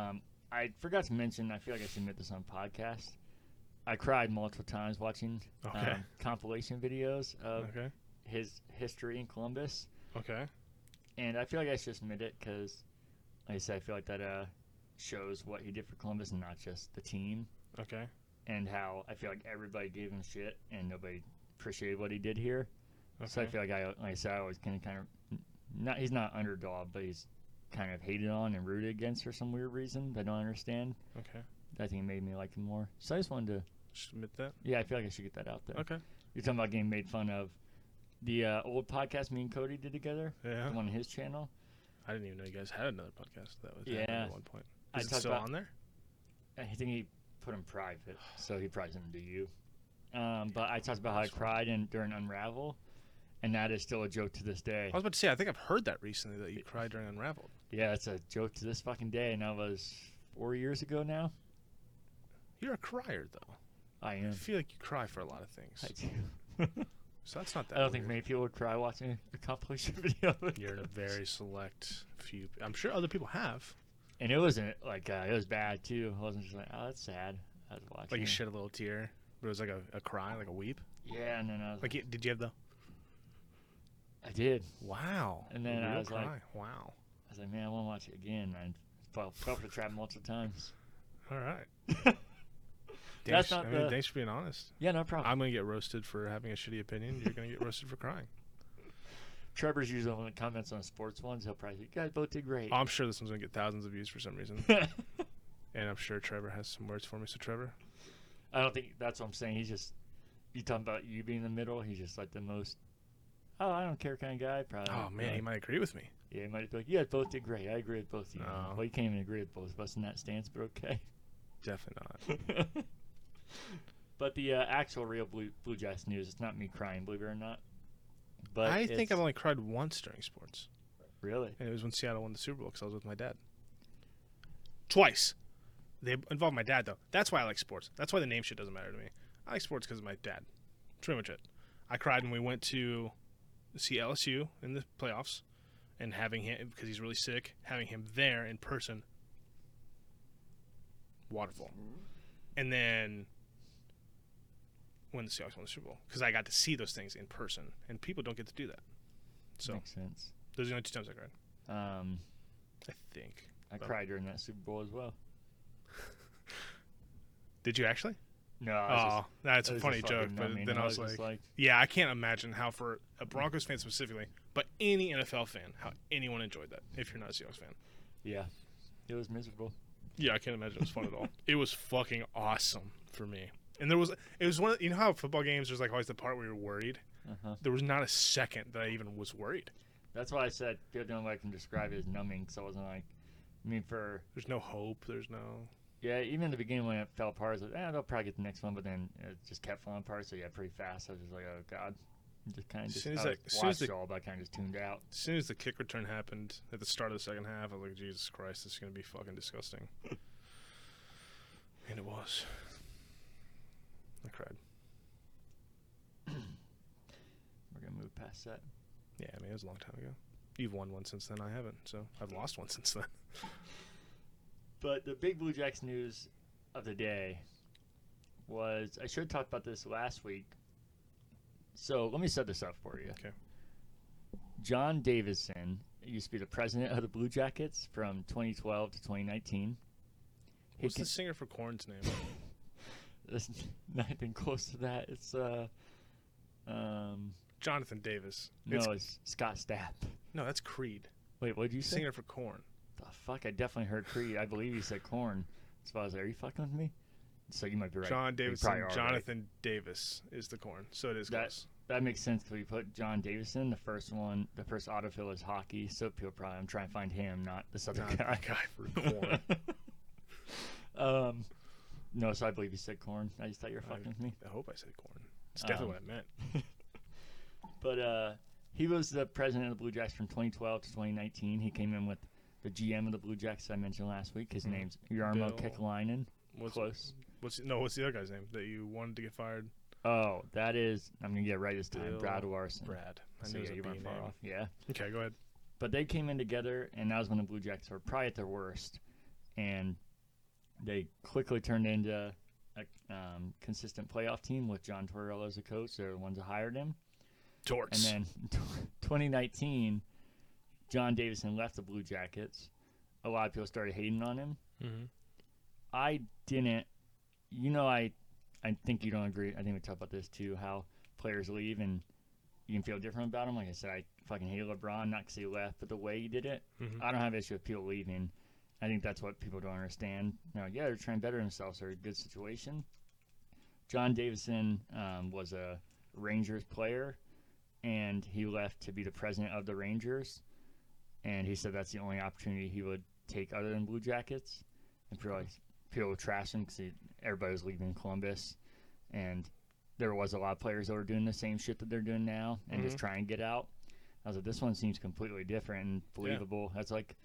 Speaker 1: Um, I forgot to mention. I feel like I should admit this on podcast. I cried multiple times watching
Speaker 2: Okay.
Speaker 1: um, compilation videos of
Speaker 2: Okay.
Speaker 1: his history in Columbus,
Speaker 2: Okay.
Speaker 1: and I feel like I should just admit it because, like I said, I feel like that uh, shows what he did for Columbus and not just the team,
Speaker 2: Okay.
Speaker 1: and how I feel like everybody gave him shit and nobody appreciated what he did here. So I
Speaker 2: Okay.
Speaker 1: feel like I, like I said, I always kind of, kind of, not he's not underdog, but he's kind of hated on and rooted against for some weird reason that I don't understand.
Speaker 2: Okay.
Speaker 1: I think it made me like him more. So I just wanted to.
Speaker 2: Just admit that.
Speaker 1: Yeah, I feel like I should get that out there.
Speaker 2: Okay.
Speaker 1: You're talking about getting made fun of. The uh, old podcast me and Cody did together,
Speaker 2: Yeah.
Speaker 1: the one on his channel.
Speaker 2: I didn't even know you guys had another podcast that was
Speaker 1: Yeah.
Speaker 2: happening at one point.
Speaker 1: I
Speaker 2: Is it
Speaker 1: talked
Speaker 2: still
Speaker 1: about-
Speaker 2: on there?
Speaker 1: I think he put him private, so he probably didn't do you. Um, but I talked about how I cried in, during Unravel, and that is still a joke to this day.
Speaker 2: I was about to say, I think I've heard that recently that you cried during Unraveled.
Speaker 1: Yeah, it's a joke to this fucking day, and that was four years ago now.
Speaker 2: You're a crier, though.
Speaker 1: I
Speaker 2: I
Speaker 1: am.
Speaker 2: feel like you cry for a lot of things.
Speaker 1: I, do.
Speaker 2: So that's not that
Speaker 1: I don't think
Speaker 2: weird.
Speaker 1: many people would cry watching a compilation video. of
Speaker 2: You're in a
Speaker 1: those.
Speaker 2: very select few. I'm sure other people have.
Speaker 1: And it wasn't like uh, it was bad too. I wasn't just like, oh, that's sad. I was watching.
Speaker 2: Like you
Speaker 1: it.
Speaker 2: shed a little tear, but it was like a, a cry, like a weep.
Speaker 1: Yeah, and then I was like,
Speaker 2: Like, you- did you have the
Speaker 1: I did.
Speaker 2: wow?
Speaker 1: And then
Speaker 2: a
Speaker 1: I
Speaker 2: real
Speaker 1: was like-
Speaker 2: wow.
Speaker 1: I was like, man, I want to watch it again. I fell, fell for the trap multiple times.
Speaker 2: All right.
Speaker 1: That's
Speaker 2: Thanks,
Speaker 1: not
Speaker 2: I mean,
Speaker 1: the- Oh.
Speaker 2: thanks for being honest.
Speaker 1: Yeah, no problem.
Speaker 2: I'm gonna get roasted for having a shitty opinion. You're gonna get roasted for crying.
Speaker 1: Trevor's usually the one that comments on sports ones. He'll probably say, you guys both did great.
Speaker 2: I'm sure this one's gonna get thousands of views for some reason. And I'm sure Trevor has some words for me. So, Trevor,
Speaker 1: I don't think that's what I'm saying. He's just, you talking about you being in the middle. He's just like the most, oh, I don't care kind of guy. Probably.
Speaker 2: oh man, he
Speaker 1: Like,
Speaker 2: might agree with me.
Speaker 1: yeah, he might be like, you guys both did great. I agree with both of you.
Speaker 2: No.
Speaker 1: Well, you can't even agree with both of us in that stance, but okay.
Speaker 2: Definitely not.
Speaker 1: but the uh, actual real Blue, Blue Jackets news, it's not me crying, believe it or not. But
Speaker 2: I think
Speaker 1: it's-
Speaker 2: I've only cried once during sports,
Speaker 1: really
Speaker 2: and it was when Seattle won the Super Bowl because I was with my dad. Twice, they involved my dad though. That's why I like sports. That's why the name shit doesn't matter to me. I like sports because of my dad. Pretty much it. I cried when we went to see LSU in the playoffs, and having him because he's really sick, having him there in person. Waterfall, and then when the Seahawks won the Super Bowl because I got to see those things in person, and people don't get to do that. So
Speaker 1: makes sense.
Speaker 2: those are the only two times I cried.
Speaker 1: Um,
Speaker 2: I think.
Speaker 1: I
Speaker 2: Well-
Speaker 1: cried during that Super Bowl as well.
Speaker 2: Did you actually?
Speaker 1: No,
Speaker 2: Oh,
Speaker 1: I was just-
Speaker 2: that's
Speaker 1: I
Speaker 2: a
Speaker 1: was
Speaker 2: funny
Speaker 1: just
Speaker 2: joke.
Speaker 1: fucking
Speaker 2: But
Speaker 1: numbing.
Speaker 2: then I was, like,
Speaker 1: just
Speaker 2: yeah, I can't imagine how for a Broncos fan specifically, but any NFL fan, how anyone enjoyed that if you're not a Seahawks fan.
Speaker 1: yeah, it was miserable.
Speaker 2: Yeah, I can't imagine it was fun at all. It was fucking awesome for me. And there was it was one of, you know how football games there's like always the part where you're worried.
Speaker 1: Uh-huh.
Speaker 2: There was not a second that I even was worried.
Speaker 1: That's why I said the only way I can describe it is numbing. Because I wasn't like, I mean, for
Speaker 2: There's no hope. There's no
Speaker 1: yeah, even in the beginning when it fell apart, I was like, eh, they'll probably get the next one. But then it just kept falling apart. So yeah, pretty fast. I was just like, oh god, just kind of
Speaker 2: As
Speaker 1: just
Speaker 2: soon as
Speaker 1: I
Speaker 2: that-
Speaker 1: like,
Speaker 2: as soon as
Speaker 1: watched
Speaker 2: the-
Speaker 1: it all, but I kind of just tuned out.
Speaker 2: As soon as the kick return happened at the start of the second half, I was like, Jesus Christ, this is going to be fucking disgusting. and it was. I cried.
Speaker 1: asset.
Speaker 2: Yeah, I mean, it was a long time ago. You've won one since then. I haven't, so I've lost one since then.
Speaker 1: But the big Blue Jackets news of the day was I should have talked about this last week. So let me set this up for you.
Speaker 2: Okay.
Speaker 1: John Davison used to be the president of the Blue Jackets from 2012 to 2019. He
Speaker 2: What's
Speaker 1: con-
Speaker 2: the singer for Corn's name?
Speaker 1: That's not even close to that. It's uh, um,
Speaker 2: Jonathan Davis.
Speaker 1: no,
Speaker 2: It's-
Speaker 1: it's, Scott Stapp.
Speaker 2: no, that's Creed.
Speaker 1: Wait, what did you say?
Speaker 2: Singer for Corn.
Speaker 1: The fuck! I definitely heard Creed. I believe you said corn. So I was like, "Are you fucking with me?" So you might be right.
Speaker 2: John
Speaker 1: You
Speaker 2: Davison.
Speaker 1: probably are right.
Speaker 2: Jonathan Davis is the Corn, so it is
Speaker 1: That-
Speaker 2: close.
Speaker 1: That makes sense because we put John Davison. The first one, the first autofill is hockey, so people probably I'm trying to find him, not this other
Speaker 2: Not
Speaker 1: guy.
Speaker 2: the guy for Corn.
Speaker 1: um, no, so I believe you said corn. I just thought you were
Speaker 2: I-
Speaker 1: fucking with me.
Speaker 2: I hope I said Corn. It's
Speaker 1: Um,
Speaker 2: definitely what I meant.
Speaker 1: But uh, he was the president of the Blue Jackets from 2012 to 2019. He came in with the GM of the Blue Jackets I mentioned last week. His name's Jarmo
Speaker 2: Mm-hmm. Bill-
Speaker 1: Kekalainen.
Speaker 2: What's
Speaker 1: Close.
Speaker 2: What's no? What's the other guy's name that you wanted to get fired?
Speaker 1: Oh, that is. I'm gonna get it right this time.
Speaker 2: Bill
Speaker 1: Brad Larson.
Speaker 2: Brad. I
Speaker 1: So
Speaker 2: knew
Speaker 1: yeah,
Speaker 2: it
Speaker 1: you
Speaker 2: was a
Speaker 1: weren't
Speaker 2: B
Speaker 1: far
Speaker 2: name.
Speaker 1: off. Yeah.
Speaker 2: Okay, go ahead.
Speaker 1: But they came in together, and that was when the Blue Jackets were probably at their worst, and they quickly turned into a um, consistent playoff team with John Tortorella as a coach. They're the ones that hired him. And
Speaker 2: Torts.
Speaker 1: then 2019, John Davison left the Blue Jackets. A lot of people started hating on him.
Speaker 2: mm-hmm.
Speaker 1: I didn't. You know, I I think you don't agree. I think we talked about this too. How players leave and you can feel different about them. Like I said, I fucking hate LeBron not because he left, but the way he did it,
Speaker 2: Mhm.
Speaker 1: I don't have an issue with people leaving. I think that's what people don't understand. You know, yeah, they're trying to better themselves. They're in a good situation. John Davison um, was a Rangers player, and he left to be the president of the Rangers. And he said that's the only opportunity he would take other than Blue Jackets. And people, like, people were trashing because everybody was leaving Columbus. And there was a lot of players that were doing the same shit that they're doing now and just trying to get out. I was like, this one seems completely different and believable. That's like,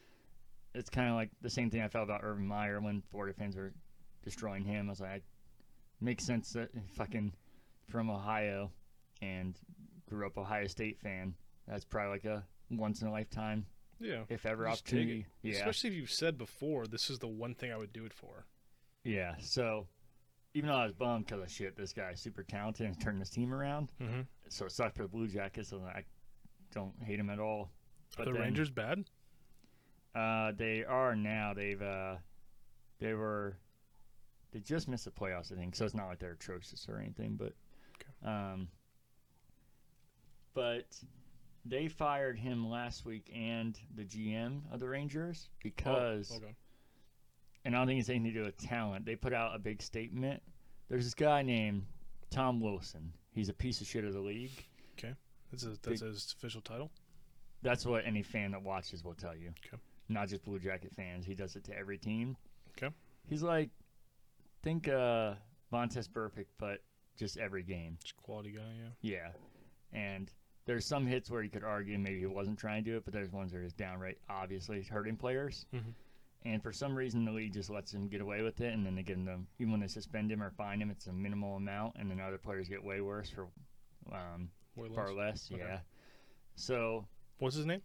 Speaker 1: it's kind of like the same thing I felt about Urban Meyer when Florida fans were destroying him. I was like, makes sense that he fucking from Ohio and grew up Ohio State fan. That's probably like a once in a lifetime,
Speaker 2: Yeah.
Speaker 1: if ever,
Speaker 2: Just take it.
Speaker 1: opportunity. Yeah.
Speaker 2: Especially if you've said before, this is the one thing I would do it for.
Speaker 1: Yeah, so even though I was bummed because of shit, this guy's super talented and turned his team around.
Speaker 2: Mhm.
Speaker 1: So it sucked for the Blue Jackets, and I don't hate him at all.
Speaker 2: Are the
Speaker 1: then,
Speaker 2: Rangers bad?
Speaker 1: uh, they are now. They've uh, they were they just missed the playoffs, I think. So it's not like they're atrocious or anything, but um, but they fired him last week and the GM of the Rangers because
Speaker 2: Oh, okay.
Speaker 1: and I don't think it's anything to do with talent. They put out a big statement. There's this guy named Tom Wilson. He's a piece of shit of the league.
Speaker 2: That's, his, that's his official title.
Speaker 1: That's what any fan that watches will tell you.
Speaker 2: Okay.
Speaker 1: Not just Blue Jacket fans. He does it to every team.
Speaker 2: Okay.
Speaker 1: He's like, think uh, Montez Burfict, but just every game.
Speaker 2: Just quality guy, yeah.
Speaker 1: Yeah. And there's some hits where you could argue maybe he wasn't trying to do it, but there's ones that are just downright obviously hurting players.
Speaker 2: Mhm.
Speaker 1: And for some reason, the league just lets him get away with it, and then they give him, the, even when they suspend him or fine him, it's a minimal amount, and then other players get way worse for um,
Speaker 2: Way
Speaker 1: far
Speaker 2: less.
Speaker 1: less.
Speaker 2: Okay.
Speaker 1: Yeah. So
Speaker 2: What's his name?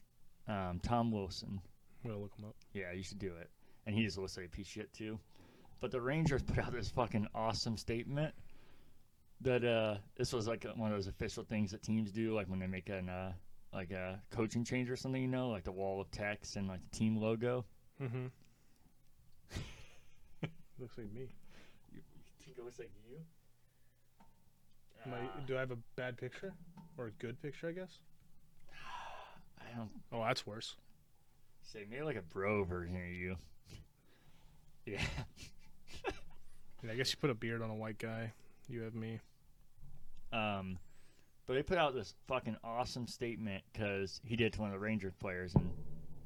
Speaker 1: um, Tom Wilson,
Speaker 2: I'm gonna look him up.
Speaker 1: yeah, you should do it. And he just looks like a piece of shit too. But the Rangers put out this fucking awesome statement that uh, this was like one of those official things that teams do, like when they make an uh, like a coaching change or something, you know, like the wall of text and like the team logo.
Speaker 2: Mm-hmm. Looks like me.
Speaker 1: You think it looks like you?
Speaker 2: Am I, do I have a bad picture or a good picture? I guess.
Speaker 1: I don't
Speaker 2: Oh, that's worse.
Speaker 1: say maybe like a bro version of you. Yeah,
Speaker 2: Yeah, I guess you put a beard on a white guy. You have me.
Speaker 1: Um, but they put out this fucking awesome statement because he did it to one of the Rangers players,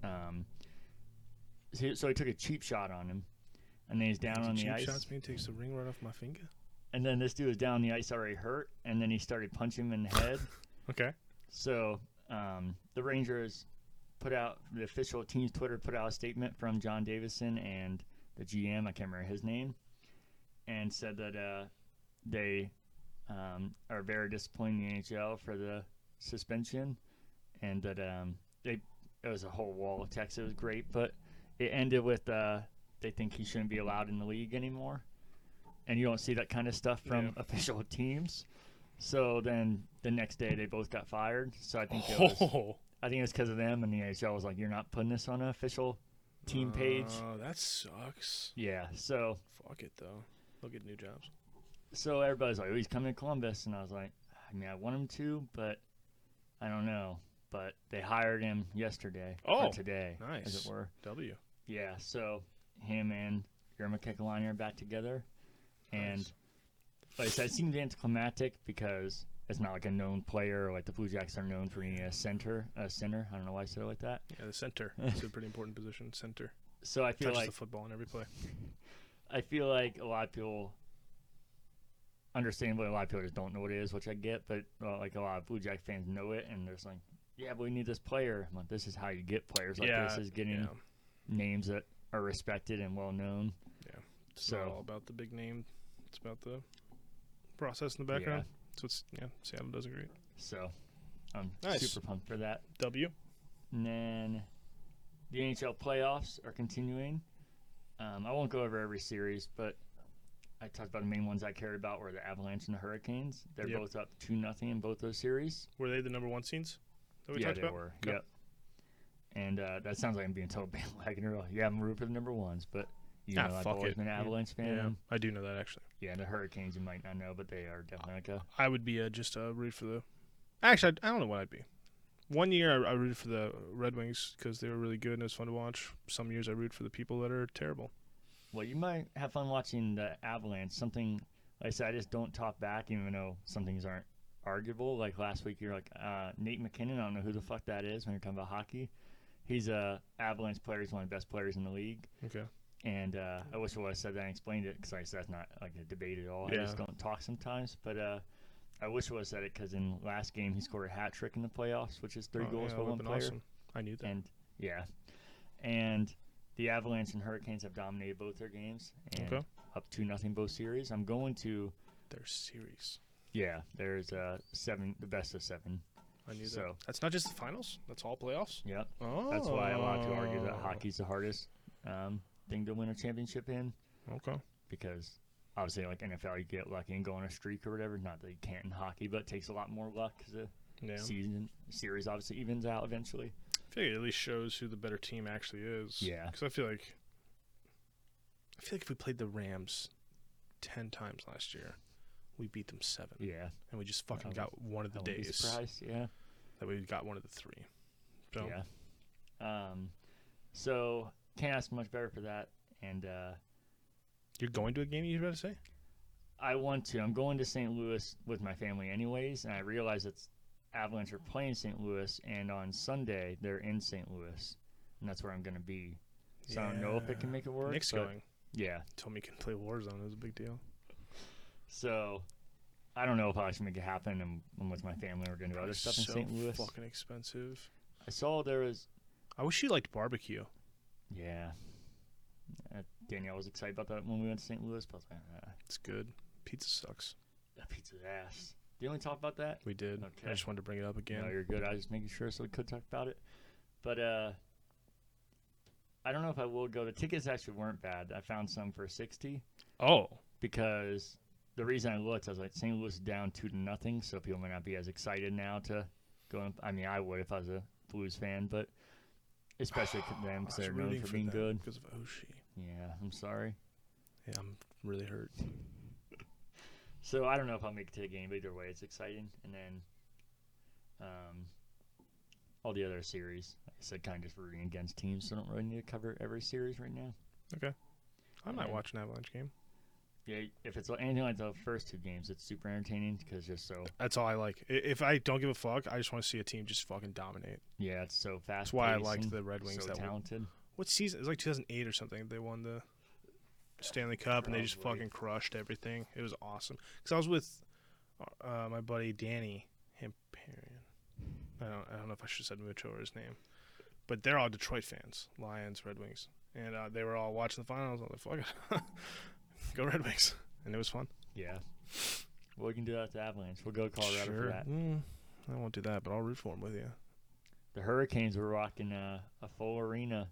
Speaker 1: and um, so- so he took a cheap shot on him, and then he's down on the
Speaker 2: cheap
Speaker 1: ice,
Speaker 2: shots me and takes the ring right off my finger.
Speaker 1: and then this dude was down on the ice already hurt, and then he started punching him in the head.
Speaker 2: Okay.
Speaker 1: So um, the Rangers put out the official team's Twitter put out a statement from John Davison and the GM, I can't remember his name, and said that uh, they um, are very disappointed in the NHL for the suspension, and that um, they it was a whole wall of text. It was great, but it ended with uh, they think he shouldn't be allowed in the league anymore, and you don't see that kind of stuff from
Speaker 2: Yeah.
Speaker 1: official teams. So then the next day they both got fired. So I think it was,
Speaker 2: Oh,
Speaker 1: I think it was because of them, and the NHL was like, "You're not putting this on an official team page."
Speaker 2: Oh, that sucks.
Speaker 1: Yeah, so
Speaker 2: Fuck it though. They'll get new jobs.
Speaker 1: so everybody's like, oh, he's coming to Columbus, and I was like, I mean, I want him to, but I don't know. But they hired him yesterday or
Speaker 2: Oh,
Speaker 1: today, as
Speaker 2: nice.
Speaker 1: it were.
Speaker 2: W.
Speaker 1: Yeah, so him and Yerma Kekalainen are back together, and
Speaker 2: Nice.
Speaker 1: like I said, it seems anticlimactic because it's not like a known player. Or like the Blue Jackets are known for being a center, a center. I don't know why I said it like that.
Speaker 2: Yeah, the center. It's a pretty important position. Center
Speaker 1: So I feel
Speaker 2: touches
Speaker 1: like
Speaker 2: the football in every play.
Speaker 1: I feel like a lot of people, understandably, a lot of people just don't know what it is, which I get, but uh, like a lot of Blue Jack fans know it, and they're just like, yeah, but we need this player. I'm like, this is how you get players like
Speaker 2: yeah,
Speaker 1: this, is getting
Speaker 2: yeah.
Speaker 1: names that are respected and well known.
Speaker 2: It's not
Speaker 1: so-
Speaker 2: all about the big name. It's about the process in the background. That's what's yeah. Seattle does agree.
Speaker 1: So I'm
Speaker 2: Nice.
Speaker 1: super pumped for that.
Speaker 2: W.
Speaker 1: And then the NHL playoffs are continuing. Um, I won't go over every series, but I talked about the main ones I cared about were the Avalanche and the Hurricanes. They're
Speaker 2: Yep.
Speaker 1: both up 2 nothing in both those series.
Speaker 2: Were they the number one seeds that we
Speaker 1: yeah,
Speaker 2: talked
Speaker 1: they
Speaker 2: about?
Speaker 1: were.
Speaker 2: Okay.
Speaker 1: Yep. And uh, that sounds like I'm being total bandwagoner. Yeah, I'm rooting for the number ones, but you
Speaker 2: Ah,
Speaker 1: know, I've
Speaker 2: fuck
Speaker 1: always
Speaker 2: it.
Speaker 1: been an
Speaker 2: Yeah.
Speaker 1: Avalanche fan.
Speaker 2: Yeah,
Speaker 1: Yeah.
Speaker 2: I do know that actually.
Speaker 1: the Hurricanes you might not know, but they are definitely like a
Speaker 2: I would be uh, just uh, root for the. Actually, I, I don't know what I'd be. One year I, I rooted for the Red Wings because they were really good and it was fun to watch. Some years I root for the people that are terrible.
Speaker 1: well. You might have fun watching the Avalanche. Something like I said, I just don't talk back, even though some things aren't arguable. Like last week, you're like uh, Nate McKinnon. I don't know who the fuck that is when you're talking about hockey. He's a Avalanche player. He's one of the best players in the league.
Speaker 2: Okay.
Speaker 1: And uh, I wish I would have said that and explained it because I said that's not like a debate at all. I just
Speaker 2: Yeah.
Speaker 1: don't talk sometimes. But uh, I wish I would have said it because in last game he scored a hat trick in the playoffs, which is three
Speaker 2: Oh,
Speaker 1: goals
Speaker 2: yeah,
Speaker 1: by
Speaker 2: would've
Speaker 1: one
Speaker 2: been
Speaker 1: player.
Speaker 2: awesome. I knew that.
Speaker 1: And yeah, and the Avalanche and Hurricanes have dominated both their games and
Speaker 2: Okay.
Speaker 1: up two nothing both series. I'm going to
Speaker 2: They're serious.
Speaker 1: yeah. There's uh, seven, the best of seven.
Speaker 2: I knew
Speaker 1: So-
Speaker 2: that. That's not just the finals. That's all playoffs.
Speaker 1: Yep.
Speaker 2: Oh,
Speaker 1: That's why a lot of people argue that hockey's the hardest um, thing to win a championship in.
Speaker 2: Oh, Okay.
Speaker 1: because obviously, like NFL, you get lucky and go on a streak or whatever. Not that you can't in hockey, but it takes a lot more luck because the
Speaker 2: Yeah.
Speaker 1: season series obviously evens out eventually.
Speaker 2: I feel like it at least shows who the better team actually is.
Speaker 1: Yeah.
Speaker 2: Because I feel like, I feel like if we played the Rams ten times last year, we beat them seven,
Speaker 1: Yeah,
Speaker 2: and we just fucking
Speaker 1: wouldn't-
Speaker 2: got one of the
Speaker 1: I wouldn't be
Speaker 2: days
Speaker 1: surprised. Yeah,
Speaker 2: that we got one of the three. So
Speaker 1: yeah. Um, so can't ask much better for that. And uh,
Speaker 2: you're going to a game? You about to say?
Speaker 1: I want to. I'm going to St. Louis with my family anyways, and I realize it's Avalanche are playing St. Louis, and on Sunday they're in St. Louis, and that's where I'm going to be. So I don't know if it can
Speaker 2: Yeah.
Speaker 1: make it work.
Speaker 2: Nick's
Speaker 1: but-
Speaker 2: going.
Speaker 1: Yeah.
Speaker 2: Told me he can play Warzone. It was a big deal.
Speaker 1: So I don't know if I should make it happen. I'm, I'm with my family. We're gonna do other
Speaker 2: It's
Speaker 1: stuff in
Speaker 2: so
Speaker 1: St. Louis.
Speaker 2: Fucking expensive.
Speaker 1: I saw there was
Speaker 2: I wish you liked barbecue.
Speaker 1: yeah. Uh, Danielle was excited about that when we went to St. Louis, but I was like, uh,
Speaker 2: It's good. Pizza sucks.
Speaker 1: that pizza's ass. Do you only talk about that?
Speaker 2: We did. I
Speaker 1: Okay.
Speaker 2: just wanted to bring it up again.
Speaker 1: No, you're good. I was just making sure so we could talk about it. But uh, I don't know if I will go. The tickets actually weren't bad. I found some for sixty
Speaker 2: oh,
Speaker 1: because the reason I looked, I was like, St. Louis is down two to nothing, so people may not be as excited now to go. and- I mean, I would if I was a Blues fan, but especially for them because they're known for, being good.
Speaker 2: because of Oshi.
Speaker 1: Yeah, I'm sorry.
Speaker 2: Yeah, I'm really hurt.
Speaker 1: So I don't know if I'll make it to the game. But either way, it's exciting. And then, um, all the other series, like I said, kind of just rooting against teams, so I don't really need to cover every series right now.
Speaker 2: I might
Speaker 1: Yeah.
Speaker 2: watch an Avalanche game.
Speaker 1: Yeah, if it's anything like the first two games, it's super entertaining because just so
Speaker 2: That's all I like. I- If I don't give a fuck, I just want to see a team just fucking dominate.
Speaker 1: yeah, it's so fast.
Speaker 2: That's why I liked the Red Wings
Speaker 1: So
Speaker 2: that w-
Speaker 1: talented.
Speaker 2: What season? It was like 2008 or something. They won the Stanley Cup and they just
Speaker 1: Probably.
Speaker 2: fucking crushed everything. It was awesome. Because I was with uh, my buddy Danny Hamparian. I don't, I don't know if I should have said Mucho or his name. But they're all Detroit fans Lions, Red Wings. And uh, they were all watching the finals. I was like, fuck it. Go Red Wings. And it was fun.
Speaker 1: Yeah. Well, we can do that to Avalanche. We'll go to Colorado for that.
Speaker 2: Mm, I won't do that, but I'll root for him with you.
Speaker 1: The Hurricanes were rocking uh, a full arena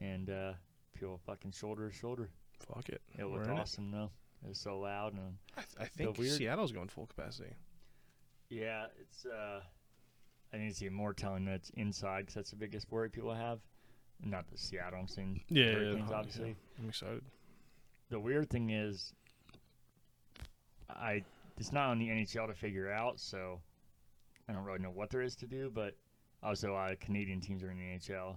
Speaker 1: and uh, people fucking shoulder to shoulder.
Speaker 2: Fuck it.
Speaker 1: It
Speaker 2: We're
Speaker 1: looked
Speaker 2: in
Speaker 1: awesome, though. It was so loud. and
Speaker 2: I, th- I think
Speaker 1: weird-
Speaker 2: Seattle's going full capacity.
Speaker 1: Yeah, it's. Uh, I need to see more telling that's inside because that's the biggest worry people have. Not the Seattle, I'm seeing
Speaker 2: Yeah, yeah,
Speaker 1: Hurricanes,
Speaker 2: yeah.
Speaker 1: obviously.
Speaker 2: I'm excited.
Speaker 1: the weird thing is I it's not on the NHL to figure out, so I don't really know what there is to do, but also a lot of Canadian teams are in the NHL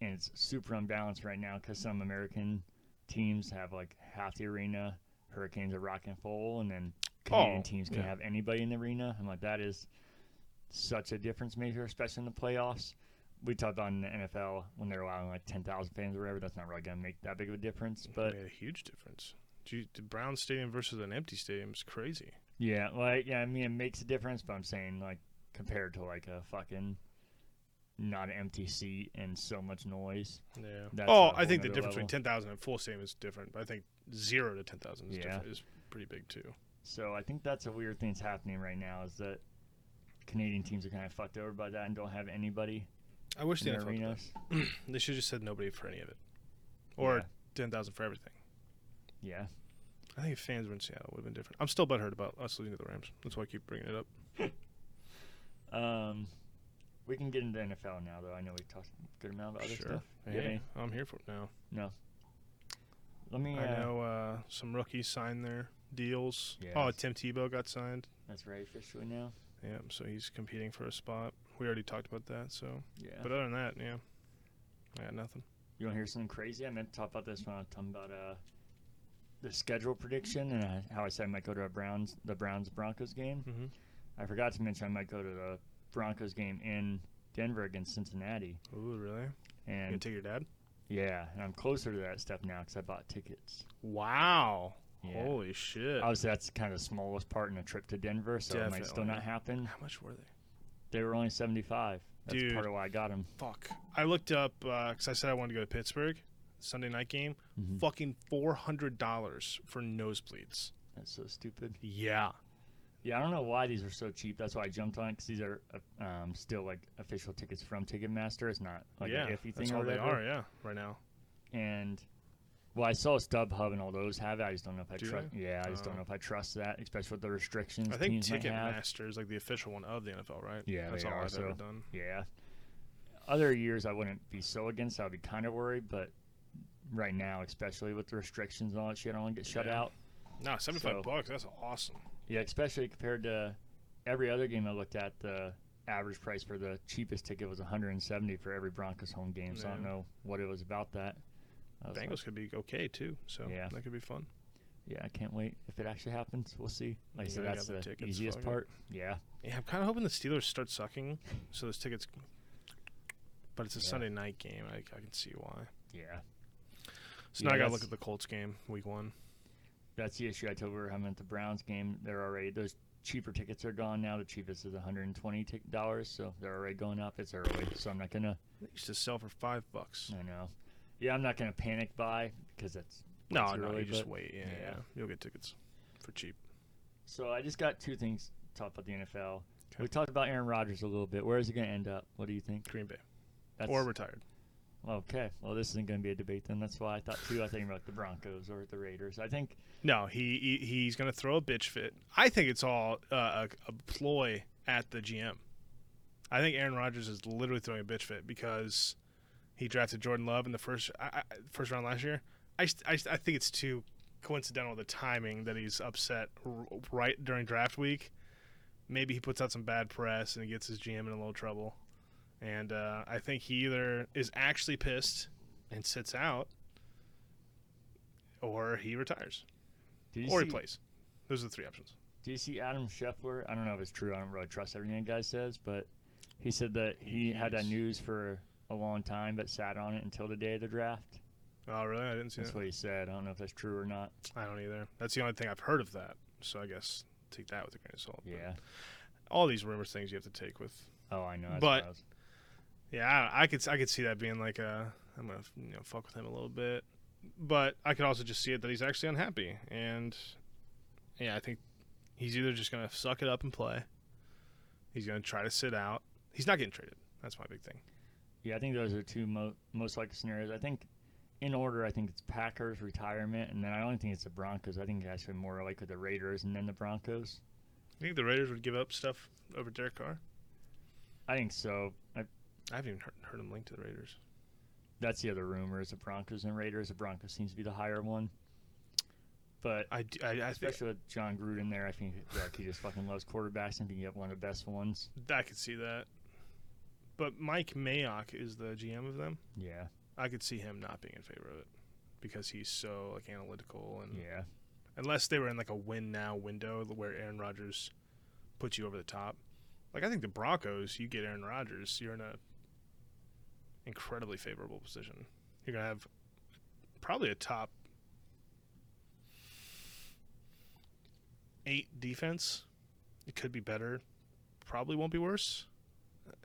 Speaker 1: and it's super unbalanced right now cuz some American teams have like half the arena, Hurricanes are rocking full and then Canadian
Speaker 2: Oh,
Speaker 1: teams can
Speaker 2: yeah.
Speaker 1: have anybody in the arena. I'm like that is such a difference maker, especially in the playoffs. We talked on the NFL when they're allowing like 10,000 fans or whatever. That's not really going to make that big of a difference, but
Speaker 2: It made a huge difference. Gee, the Brown Stadium versus an empty stadium is crazy.
Speaker 1: Yeah, like yeah, I mean it makes a difference, but I'm saying like compared to like a fucking not an empty seat and so much noise.
Speaker 2: Yeah.
Speaker 1: That's on
Speaker 2: oh,
Speaker 1: a
Speaker 2: I
Speaker 1: whole
Speaker 2: think the
Speaker 1: nother
Speaker 2: difference between
Speaker 1: level.
Speaker 2: 10,000 and full stadium is different, but I think 0 to 10,000 is,
Speaker 1: Yeah.
Speaker 2: different is pretty big too.
Speaker 1: So I think that's a weird thing that's happening right now is that Canadian teams are kind of fucked over by that and don't have anybody
Speaker 2: I wish
Speaker 1: in
Speaker 2: they
Speaker 1: their arenas.
Speaker 2: They should have just said nobody for any of it. Or
Speaker 1: Yeah.
Speaker 2: 10,000 for everything.
Speaker 1: Yeah,
Speaker 2: I think if fans were in Seattle, it would have been different. I'm still butthurt about us losing to the Rams. That's why I keep bringing it up.
Speaker 1: um, we can get into NFL now though. I know we talked a good amount about other
Speaker 2: Sure.
Speaker 1: stuff.
Speaker 2: Hey,
Speaker 1: Yeah.
Speaker 2: I'm here for it now.
Speaker 1: Let me.
Speaker 2: I
Speaker 1: Uh,
Speaker 2: know uh, some rookies signed their deals. Oh,
Speaker 1: Yes.
Speaker 2: Tim Tebow got signed.
Speaker 1: that's right officially now.
Speaker 2: Yeah, so he's competing for a spot. We already talked about that. So,
Speaker 1: Yeah.
Speaker 2: but other than that, yeah, I got nothing.
Speaker 1: You want to hear something crazy? I meant to talk about this when I was talking about uh, the schedule prediction and uh, how I said I might go to a Browns, the Browns Broncos game.
Speaker 2: Mhm.
Speaker 1: I forgot to mention I might go to the Broncos game in Denver against Cincinnati,
Speaker 2: Ooh, really? You gonna
Speaker 1: and
Speaker 2: take your dad?
Speaker 1: yeah, and I'm closer to that stuff now because I bought tickets.
Speaker 2: Wow!
Speaker 1: Yeah.
Speaker 2: Holy shit!
Speaker 1: Obviously, that's kind of the smallest part in a trip to Denver, so it might still
Speaker 2: Definitely.
Speaker 1: not happen.
Speaker 2: How much were they?
Speaker 1: They were only 75. That's
Speaker 2: Dude.
Speaker 1: part of why I got them.
Speaker 2: Fuck! I looked up because I said I wanted to go to Pittsburgh Sunday night game.
Speaker 1: Mhm.
Speaker 2: Fucking four hundred dollars for nosebleeds.
Speaker 1: That's so stupid.
Speaker 2: Yeah.
Speaker 1: Yeah, I don't know why these are so cheap. That's why I jumped on it because these are uh, um, still like official tickets from Ticketmaster. It's not like
Speaker 2: yeah.
Speaker 1: an iffy
Speaker 2: That's
Speaker 1: thing or
Speaker 2: all they
Speaker 1: whatever.
Speaker 2: are. Yeah. Right now.
Speaker 1: And well, I saw StubHub and all those have it. I just don't know if I
Speaker 2: Do
Speaker 1: trust. Yeah, I just
Speaker 2: Oh.
Speaker 1: don't know if I trust that, especially with the restrictions
Speaker 2: I think
Speaker 1: teams might have.
Speaker 2: Ticketmaster is like the official one of the NFL, right?
Speaker 1: Yeah,
Speaker 2: that's
Speaker 1: they
Speaker 2: all
Speaker 1: are,
Speaker 2: I've ever
Speaker 1: so-
Speaker 2: done.
Speaker 1: Yeah. Other years I wouldn't be so against. I'd be kind of worried, but right now, especially with the restrictions and all that shit, I don't want to get shut
Speaker 2: Yeah.
Speaker 1: out.
Speaker 2: No, seventy-five
Speaker 1: So-
Speaker 2: bucks. That's awesome.
Speaker 1: Yeah, especially compared to every other game I looked at, the average price for the cheapest ticket was 170 for every Broncos home game. So I don't
Speaker 2: Yeah.
Speaker 1: know what it was about that. I was like,
Speaker 2: Bengals could be okay too, so
Speaker 1: Yeah.
Speaker 2: that could be fun.
Speaker 1: yeah, I can't wait. If it actually happens, we'll see. Like I
Speaker 2: You
Speaker 1: said,
Speaker 2: gotta
Speaker 1: that's
Speaker 2: get
Speaker 1: the
Speaker 2: the tickets,
Speaker 1: easiest
Speaker 2: fuck it.
Speaker 1: part. Yeah,
Speaker 2: Yeah, I'm kind of hoping the Steelers start sucking, so those tickets. But it's a
Speaker 1: Yeah.
Speaker 2: Sunday night game. I, I can see why.
Speaker 1: yeah.
Speaker 2: So now I
Speaker 1: Yeah,
Speaker 2: gotta look
Speaker 1: that's-
Speaker 2: at the Colts game, week one.
Speaker 1: That's the issue I told we were having at the Browns game. They're already, those cheaper tickets are gone now. The cheapest is $120. tic- dollars, So they're already going up. It's early. So I'm not going to,
Speaker 2: They used to sell for five bucks.
Speaker 1: I know. Yeah, I'm not going to panic buy because that's,
Speaker 2: No,
Speaker 1: it's
Speaker 2: no,
Speaker 1: early,
Speaker 2: you just
Speaker 1: but-
Speaker 2: wait. Yeah,
Speaker 1: yeah.
Speaker 2: yeah, you'll get tickets for cheap.
Speaker 1: So I just got two things to talk about the NFL.
Speaker 2: Okay.
Speaker 1: We talked about Aaron Rodgers a little bit. Where is he going to end up? What do you think?
Speaker 2: Green Bay
Speaker 1: That's,
Speaker 2: or retired.
Speaker 1: okay. Well, this isn't going to be a debate then. That's why I thought too. I think about the Broncos or the Raiders. I think
Speaker 2: No, he, he he's gonna throw a bitch fit. I think it's all uh, a, a ploy at the GM. I think Aaron Rodgers is literally throwing a bitch fit because he drafted Jordan Love in the first I, I, first round last year. I, st- I, st- I think it's too coincidental the timing that he's upset r- right during draft week. Maybe he puts out some bad press and he gets his GM in a little trouble. And uh, I think he either is actually pissed and sits out, or he retires,
Speaker 1: did you
Speaker 2: or
Speaker 1: see,
Speaker 2: he plays. Those are the three options.
Speaker 1: Do you see Adam Scheffler? I don't know if it's true. I don't really trust everything the guy says, but he said that he had that
Speaker 2: Yes.
Speaker 1: news for a long time, but sat on it until the day of the draft.
Speaker 2: Oh, really? I didn't see
Speaker 1: That's
Speaker 2: that.
Speaker 1: what he said. I don't know if that's true or not.
Speaker 2: I don't either. That's the only thing I've heard of that. So I guess take that with a grain of salt. but
Speaker 1: Yeah.
Speaker 2: All these rumors things you have to take with.
Speaker 1: Oh, I know. That's
Speaker 2: But-
Speaker 1: what I was-
Speaker 2: Yeah, I, I could I could see that being like a I'm gonna you know fuck with him a little bit, but I could also just see it that he's actually unhappy and yeah I think he's either just gonna suck it up and play, He's going to try to sit out. He's not getting traded. That's my big thing.
Speaker 1: Yeah, I think those are two mo- most likely scenarios. I think, in order, I think it's Packers retirement, and then I don't think it's the Broncos. I think it's actually more likely the Raiders and then the Broncos.
Speaker 2: You think the Raiders would give up stuff over Derek Carr?
Speaker 1: I think so. I,
Speaker 2: I haven't even heard, heard him linked to the Raiders.
Speaker 1: that's the other rumor is the Broncos and Raiders. The Broncos seems to be the higher one, but
Speaker 2: I, d- I- I think
Speaker 1: especially with John Gruden there, I think like, he just fucking loves quarterbacks and can get one of the best ones.
Speaker 2: I could see that. But Mike Mayock is the GM of them.
Speaker 1: Yeah,
Speaker 2: I could see him not being in favor of it because he's so like analytical and
Speaker 1: yeah,
Speaker 2: unless they were in like a win now window where Aaron Rodgers puts you over the top. Like I think the Broncos, you get Aaron Rodgers, you're in a incredibly favorable position. You're gonna have probably a top eight defense. It could be better. Probably won't be worse.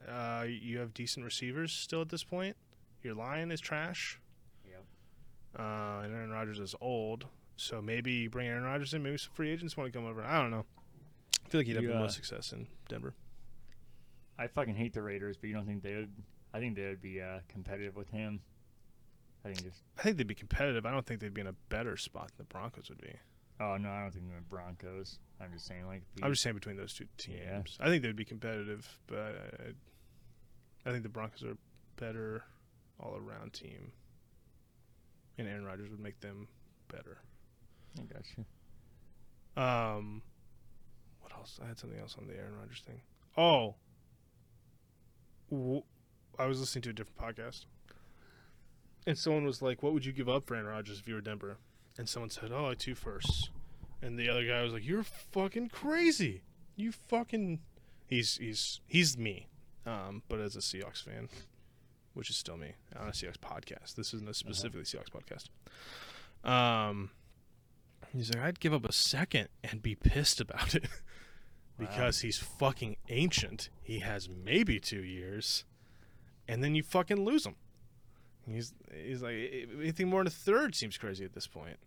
Speaker 2: Uh, you have decent receivers still at this point. Your line is trash.
Speaker 1: Yep.
Speaker 2: Uh, and Aaron Rodgers is old. So maybe you bring Aaron Rodgers in. Maybe some free agents want to come over. I don't know. I feel like he'd have the
Speaker 1: Yeah.
Speaker 2: most success in Denver.
Speaker 1: I fucking hate the Raiders, but you don't think they would? I think they would be uh, competitive with him. I think just
Speaker 2: I think they'd be competitive. I don't think they'd be in a better spot than the Broncos would be.
Speaker 1: oh no, I don't think the Broncos. I'm just saying like if
Speaker 2: I'm
Speaker 1: you-
Speaker 2: just saying between those two teams.
Speaker 1: Yeah.
Speaker 2: I think they'd be competitive, but I, I think the Broncos are a better all around team, and Aaron Rodgers would make them better.
Speaker 1: I got you.
Speaker 2: Um, what else? I had something else on the Aaron Rodgers thing. Oh, w- I was listening to a different podcast, and someone was like, "What would you give up for Aaron Rodgers if you were Denver?" And someone said, "Oh, like two firsts." And the other guy was like, "You're fucking crazy. You fucking." He's he's he's me, um, but as a Seahawks fan, which is still me on a Seahawks podcast. This
Speaker 1: Uh-huh.
Speaker 2: isn't a specifically Seahawks podcast. Um. He's like, I'd give up a second and be pissed about it because he's fucking ancient. He has maybe two years, and then you fucking lose him. He's he's like "A- anything more than a third seems crazy at this point.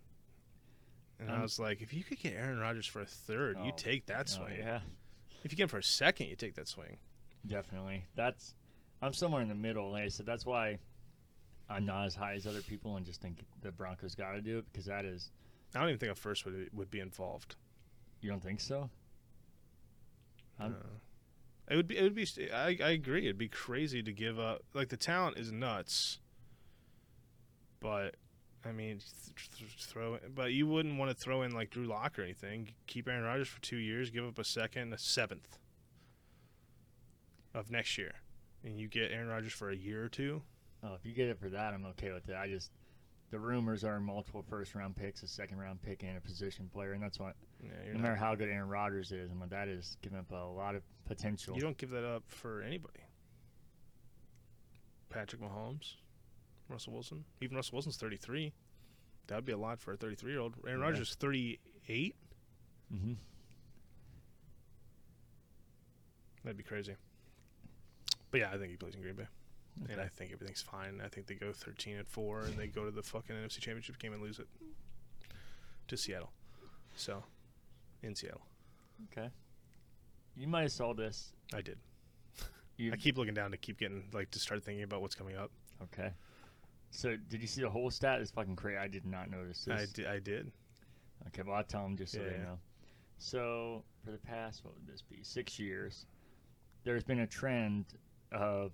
Speaker 2: And I
Speaker 1: Um,
Speaker 2: was like, if you could get Aaron Rodgers for a third, you
Speaker 1: Oh,
Speaker 2: take that
Speaker 1: Oh,
Speaker 2: swing.
Speaker 1: yeah,
Speaker 2: If you get him for a second, you take that swing.
Speaker 1: definitely. That's I'm somewhere in the middle. Like I said, that's why I'm not as high as other people and just think the Broncos got to do it because that is
Speaker 2: I don't even think a first would would be involved.
Speaker 1: you don't think so. I'm-
Speaker 2: No. Uh, It would be. It would be. st- I, I agree. It'd be crazy to give up. Like the talent is nuts. But, I mean, th- th- throw. But you wouldn't want to throw in like Drew Lock or anything. Keep Aaron Rodgers for two years. Give up a second, a seventh. Of next year, and you get Aaron Rodgers for a year or two.
Speaker 1: Oh, if you get it for that, I'm okay with it. I just the rumors are multiple first round picks, a second round pick, and a position player, and that's why
Speaker 2: Yeah,
Speaker 1: no
Speaker 2: you're not,
Speaker 1: matter how good Aaron Rodgers is, I'm like that is giving up a lot of potential.
Speaker 2: you don't give that up for anybody. Patrick Mahomes, Russell Wilson. Even Russell Wilson's 33. That would be a lot for a 33 year old. Aaron
Speaker 1: Yeah.
Speaker 2: Rodgers is 38.
Speaker 1: hmm
Speaker 2: That'd be crazy. But yeah, I think he plays in Green Bay, and
Speaker 1: Okay.
Speaker 2: I think everything's fine. I think they go thirteen and four, and they go to the fucking NFC Championship game and lose it to Seattle. So, in Seattle,
Speaker 1: Okay. You might have saw this.
Speaker 2: I did.
Speaker 1: You
Speaker 2: I keep looking down to keep getting like to start thinking about what's coming up.
Speaker 1: okay? So did you see the whole stat? It's fucking crazy. I did not notice this.
Speaker 2: I did. I did.
Speaker 1: Okay, well, I'll tell them just so
Speaker 2: Yeah,
Speaker 1: they
Speaker 2: yeah.
Speaker 1: know. So, for the past, what would this be, six years, there's been a trend of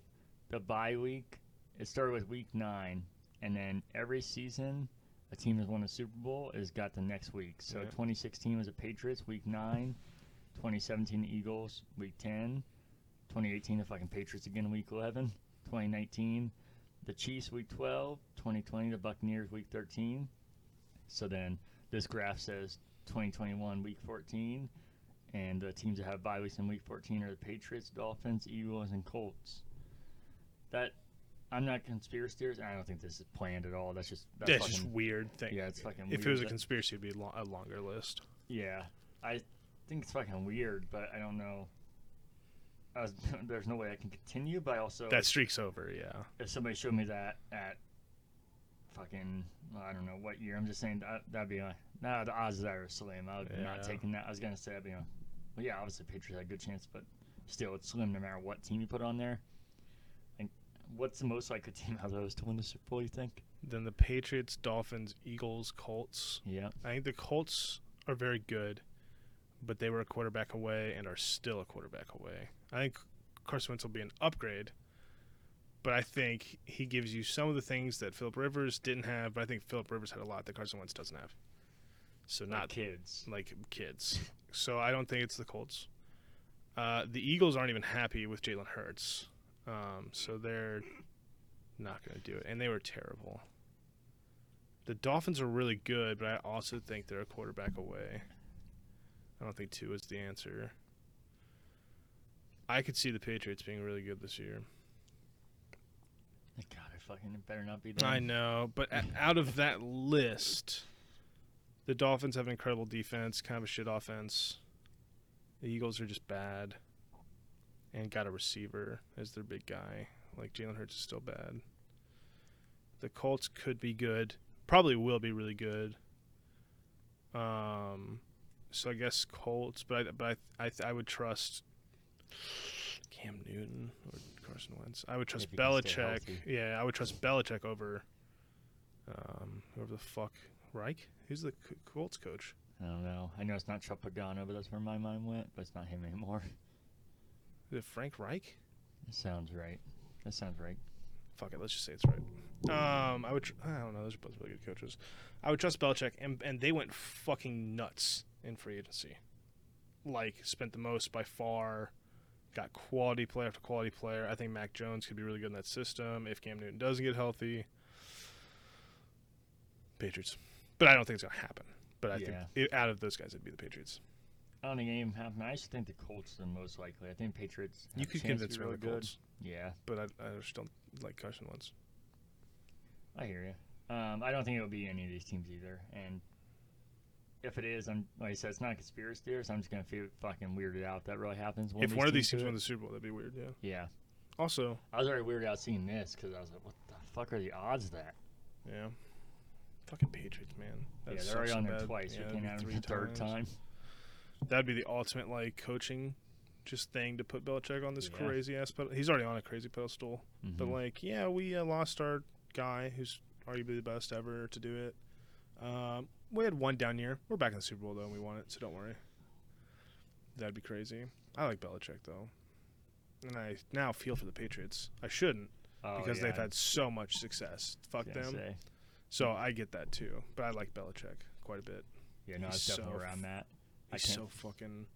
Speaker 1: the bye week. It started with week nine, and then every season, a team has won a Super Bowl has got the next week. So,
Speaker 2: Yeah.
Speaker 1: 2016 was the Patriots, week nine. 2017 the Eagles, week 10. 2018 the fucking Patriots again, week 11. 2019 the Chiefs, week 12. 2020 the Buccaneers, week 13. So then this graph says 2021 week 14 and the teams that have bye weeks in week 14 are the patriots dolphins eagles and colts that i'm not conspiracy theorist i don't think this is planned at all that's just that's
Speaker 2: That's
Speaker 1: fucking,
Speaker 2: just weird thing.
Speaker 1: yeah it's fucking
Speaker 2: if
Speaker 1: weird
Speaker 2: it was a
Speaker 1: that-
Speaker 2: conspiracy, it'd be lo- a longer list.
Speaker 1: yeah i think it's fucking weird but i don't know I was, there's no way i can continue but I also
Speaker 2: That streak's over. Yeah.
Speaker 1: if somebody showed me that at fucking well, I don't know what year, I'm just saying that that'd be like nah the odds of that are slim. I would
Speaker 2: Yeah.
Speaker 1: not taking that. I was gonna say I'd be like, well yeah, obviously Patriots had a good chance, but still, it's slim no matter what team you put on there. And what's the most likely team out of those to win the Super Bowl? You think?
Speaker 2: Then the Patriots, Dolphins, Eagles, Colts.
Speaker 1: Yeah.
Speaker 2: I think the Colts are very good, but they were a quarterback away and are still a quarterback away. I think Carson Wentz will be an upgrade, but I think he gives you some of the things that Philip Rivers didn't have. But I think Philip Rivers had a lot that Carson Wentz doesn't have. So
Speaker 1: Not
Speaker 2: not
Speaker 1: kids.
Speaker 2: like kids. So I don't think it's the Colts. Uh, the Eagles aren't even happy with Jalen Hurts, um, so they're not going to do it, and they were terrible. The Dolphins are really good, but I also think they're a quarterback away. I don't think two is the answer. I could see the Patriots being really good this year.
Speaker 1: God, I fucking it better not be them.
Speaker 2: I know, but o- out of that list, the Dolphins have an incredible defense, kind of a shit offense. The Eagles are just bad, and got a receiver as their big guy. Like Jalen Hurts is still bad. The Colts could be good, probably will be really good. Um, so I guess Colts, but I, but I, I, I would trust Cam Newton or Carson Wentz. I would trust
Speaker 1: If he can stay
Speaker 2: Belichick.
Speaker 1: healthy.
Speaker 2: Yeah, I would trust Belichick over um, whoever the fuck Reich. Who's the C- Colts coach?
Speaker 1: I don't know. I know it's not Chuck Pagano, but that's where my mind went. But it's not him anymore.
Speaker 2: Is it Frank Reich?
Speaker 1: That sounds right. That sounds right.
Speaker 2: Fuck it, let's just say it's right. Um, I would. Tr- I don't know. There's both really good coaches. I would trust Belichick, and and they went fucking nuts in free agency. Like spent the most by far, got quality player after quality player. I think Mac Jones could be really good in that system if Cam Newton doesn't get healthy. Patriots, but I don't think it's gonna happen. But I
Speaker 1: Yeah.
Speaker 2: think it, out of those guys, it'd be the Patriots.
Speaker 1: I don't think any of them have. I just think the Colts are the most likely. I think Patriots.
Speaker 2: You
Speaker 1: have a chance
Speaker 2: could
Speaker 1: to
Speaker 2: convince
Speaker 1: be
Speaker 2: me
Speaker 1: really
Speaker 2: of the Colts,
Speaker 1: Good. Yeah,
Speaker 2: but I, I just don't like Carson Wentz.
Speaker 1: I hear you. Um, I don't think it'll be any of these teams either. And if it is, I'm like I said, it's not a conspiracy theory. So I'm just gonna feel fucking weirded out. That really happens.
Speaker 2: if one of these teams
Speaker 1: do
Speaker 2: won the
Speaker 1: it.
Speaker 2: Super Bowl, that'd be weird. Yeah.
Speaker 1: yeah,
Speaker 2: Also,
Speaker 1: I was already weirded out seeing this because I was like, what the fuck are the odds of that?
Speaker 2: Yeah. Fucking Patriots, man. That
Speaker 1: yeah,
Speaker 2: sucks
Speaker 1: they're already
Speaker 2: so
Speaker 1: on there
Speaker 2: bad.
Speaker 1: twice.
Speaker 2: Yeah,
Speaker 1: we can't
Speaker 2: it'd
Speaker 1: have
Speaker 2: be
Speaker 1: them the third time.
Speaker 2: That'd be the ultimate like coaching just thing to put Belichick on this
Speaker 1: Yeah.
Speaker 2: crazy ass pedestal. He's already on a crazy pedestal. But
Speaker 1: Mhm.
Speaker 2: like, yeah, we uh, lost our guy who's arguably the best ever to do it. Um, we had one down year. We're back in the Super Bowl though, and we won it, so don't worry. That'd be crazy. I like Belichick though, and I now feel for the Patriots. I shouldn't
Speaker 1: Oh,
Speaker 2: because
Speaker 1: yeah,
Speaker 2: they've had so much success.
Speaker 1: I
Speaker 2: Fuck
Speaker 1: was
Speaker 2: them.
Speaker 1: gonna say.
Speaker 2: So I get that too, but I like Belichick quite a bit.
Speaker 1: Yeah, no, I
Speaker 2: He's
Speaker 1: was definitely
Speaker 2: so
Speaker 1: around that. I
Speaker 2: He's
Speaker 1: can't-
Speaker 2: so fucking.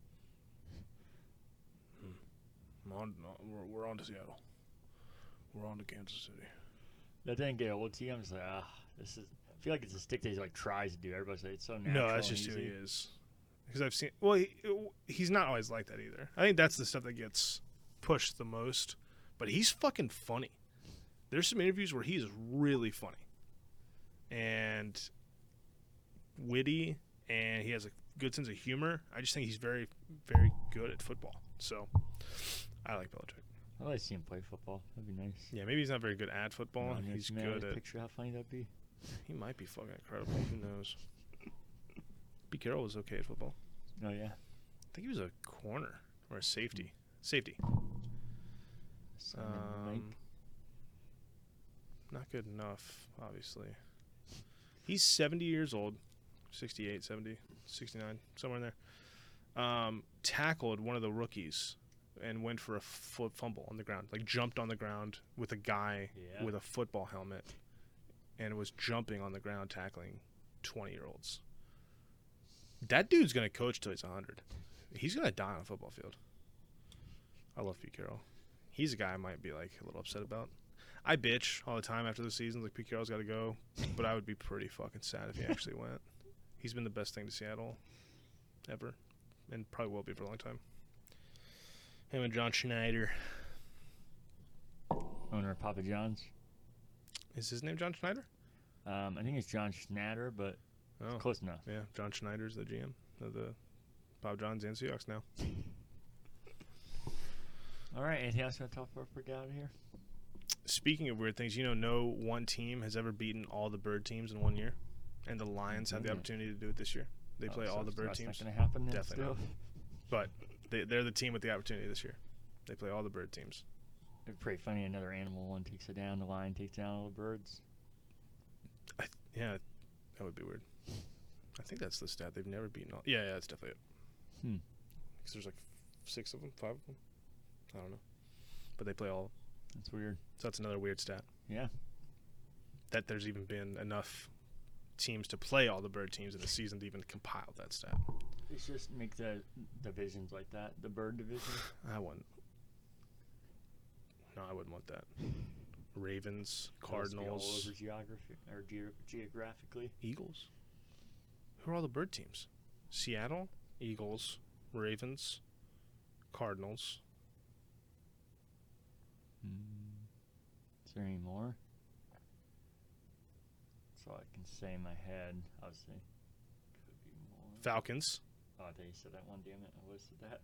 Speaker 2: I'm on, we're, we're on to Seattle. We're on to Kansas City.
Speaker 1: That didn't get old to you. I'm just like, ah, this is. I feel like it's a stick that he like tries to do. Everybody's like, it's so natural.
Speaker 2: no, that's
Speaker 1: and
Speaker 2: just who
Speaker 1: easy.
Speaker 2: he is. Because I've seen. Well, he, he's not always like that either. I think that's the stuff that gets pushed the most. But he's fucking funny. There's some interviews where he is really funny and witty, and he has a good sense of humor. I just think he's very, very good at football. So I like Belichick.
Speaker 1: I'd like to see him play football. That'd be nice.
Speaker 2: Yeah, maybe he's not very good at football.
Speaker 1: Man,
Speaker 2: he's
Speaker 1: man, I always
Speaker 2: good at.
Speaker 1: Picture how funny that'd be.
Speaker 2: He might be fucking incredible. Who knows? B. Carroll was okay at football.
Speaker 1: Oh yeah.
Speaker 2: I think he was a corner or a safety. Safety.
Speaker 1: Son of a mic.
Speaker 2: Um, not good enough, obviously. He's 70 years old, 68, 70, 69, somewhere in there. Um, tackled one of the rookies and went for a foot fumble on the ground, like jumped on the ground with a guy
Speaker 1: Yeah.
Speaker 2: with a football helmet and was jumping on the ground tackling 20 year olds. That dude's going to coach till he's 100. He's going to die on a football field. I love Pete Carroll. He's a guy I might be like a little upset about. I bitch all the time after the season, like Pete Carroll's got to go, but I would be pretty fucking sad if he actually went. He's been the best thing to Seattle ever, and probably will be for a long time. Him and John Schneider.
Speaker 1: owner of Papa John's.
Speaker 2: Is his name John Schneider?
Speaker 1: Um, I think it's John Schnatter, but
Speaker 2: Oh.
Speaker 1: close enough.
Speaker 2: Yeah, John Schneider's the GM of the Bob Johns and Seahawks now.
Speaker 1: All right, anything else you want to talk about before we get out of here?
Speaker 2: Speaking of weird things, you know, no one team has ever beaten all the bird teams in one year, and the Lions have the
Speaker 1: Mhm.
Speaker 2: opportunity to do it this year.
Speaker 1: Oh,
Speaker 2: They play all the bird
Speaker 1: that's
Speaker 2: teams.
Speaker 1: Not gonna happen. Then,
Speaker 2: Definitely
Speaker 1: still.
Speaker 2: They, they're the team with the opportunity this year. They play all the bird teams.
Speaker 1: It's pretty funny. Another animal one takes it down. The lion takes down all the birds.
Speaker 2: I, yeah, that would be weird. I think that's the stat. They've never beaten all. Yeah, yeah, that's definitely it.
Speaker 1: Hmm.
Speaker 2: Because there's like six of them, five of them. I don't know. But they play all.
Speaker 1: That's weird.
Speaker 2: So that's another weird stat.
Speaker 1: Yeah.
Speaker 2: That there's even been enough teams to play all the bird teams in the season to even compile that stat.
Speaker 1: They should just make the divisions like that. The bird division.
Speaker 2: I wouldn't. No, I wouldn't want that. Ravens,
Speaker 1: Those be All
Speaker 2: Cardinals,
Speaker 1: over geography or ge- geographically.
Speaker 2: Eagles. Who are all the bird teams? Seattle, Eagles, Ravens, Cardinals.
Speaker 1: Hmm. Is there any more? That's all I can say in my head. Obviously, could be more.
Speaker 2: Falcons.
Speaker 1: Oh, I thought you said that one. Damn it, I listed that.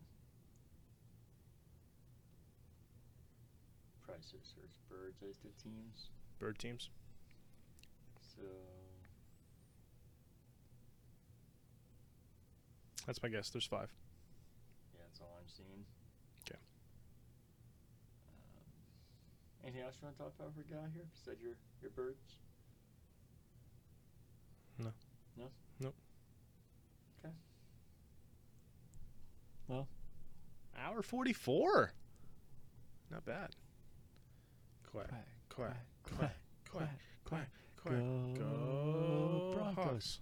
Speaker 1: Probably should search birds as the teams.
Speaker 2: Bird teams.
Speaker 1: So
Speaker 2: That's my guess. There's five.
Speaker 1: yeah, that's all I'm seeing.
Speaker 2: 'Kay.
Speaker 1: Um, anything else you want to talk about for guy here? Besides your your birds.
Speaker 2: No.
Speaker 1: No.
Speaker 2: Nope.
Speaker 1: Okay. Well,
Speaker 2: Hour 44. Not bad. Quack, quack, quack, quack, quack, quack. Go,
Speaker 1: Go
Speaker 2: Hawks.
Speaker 1: Broncos.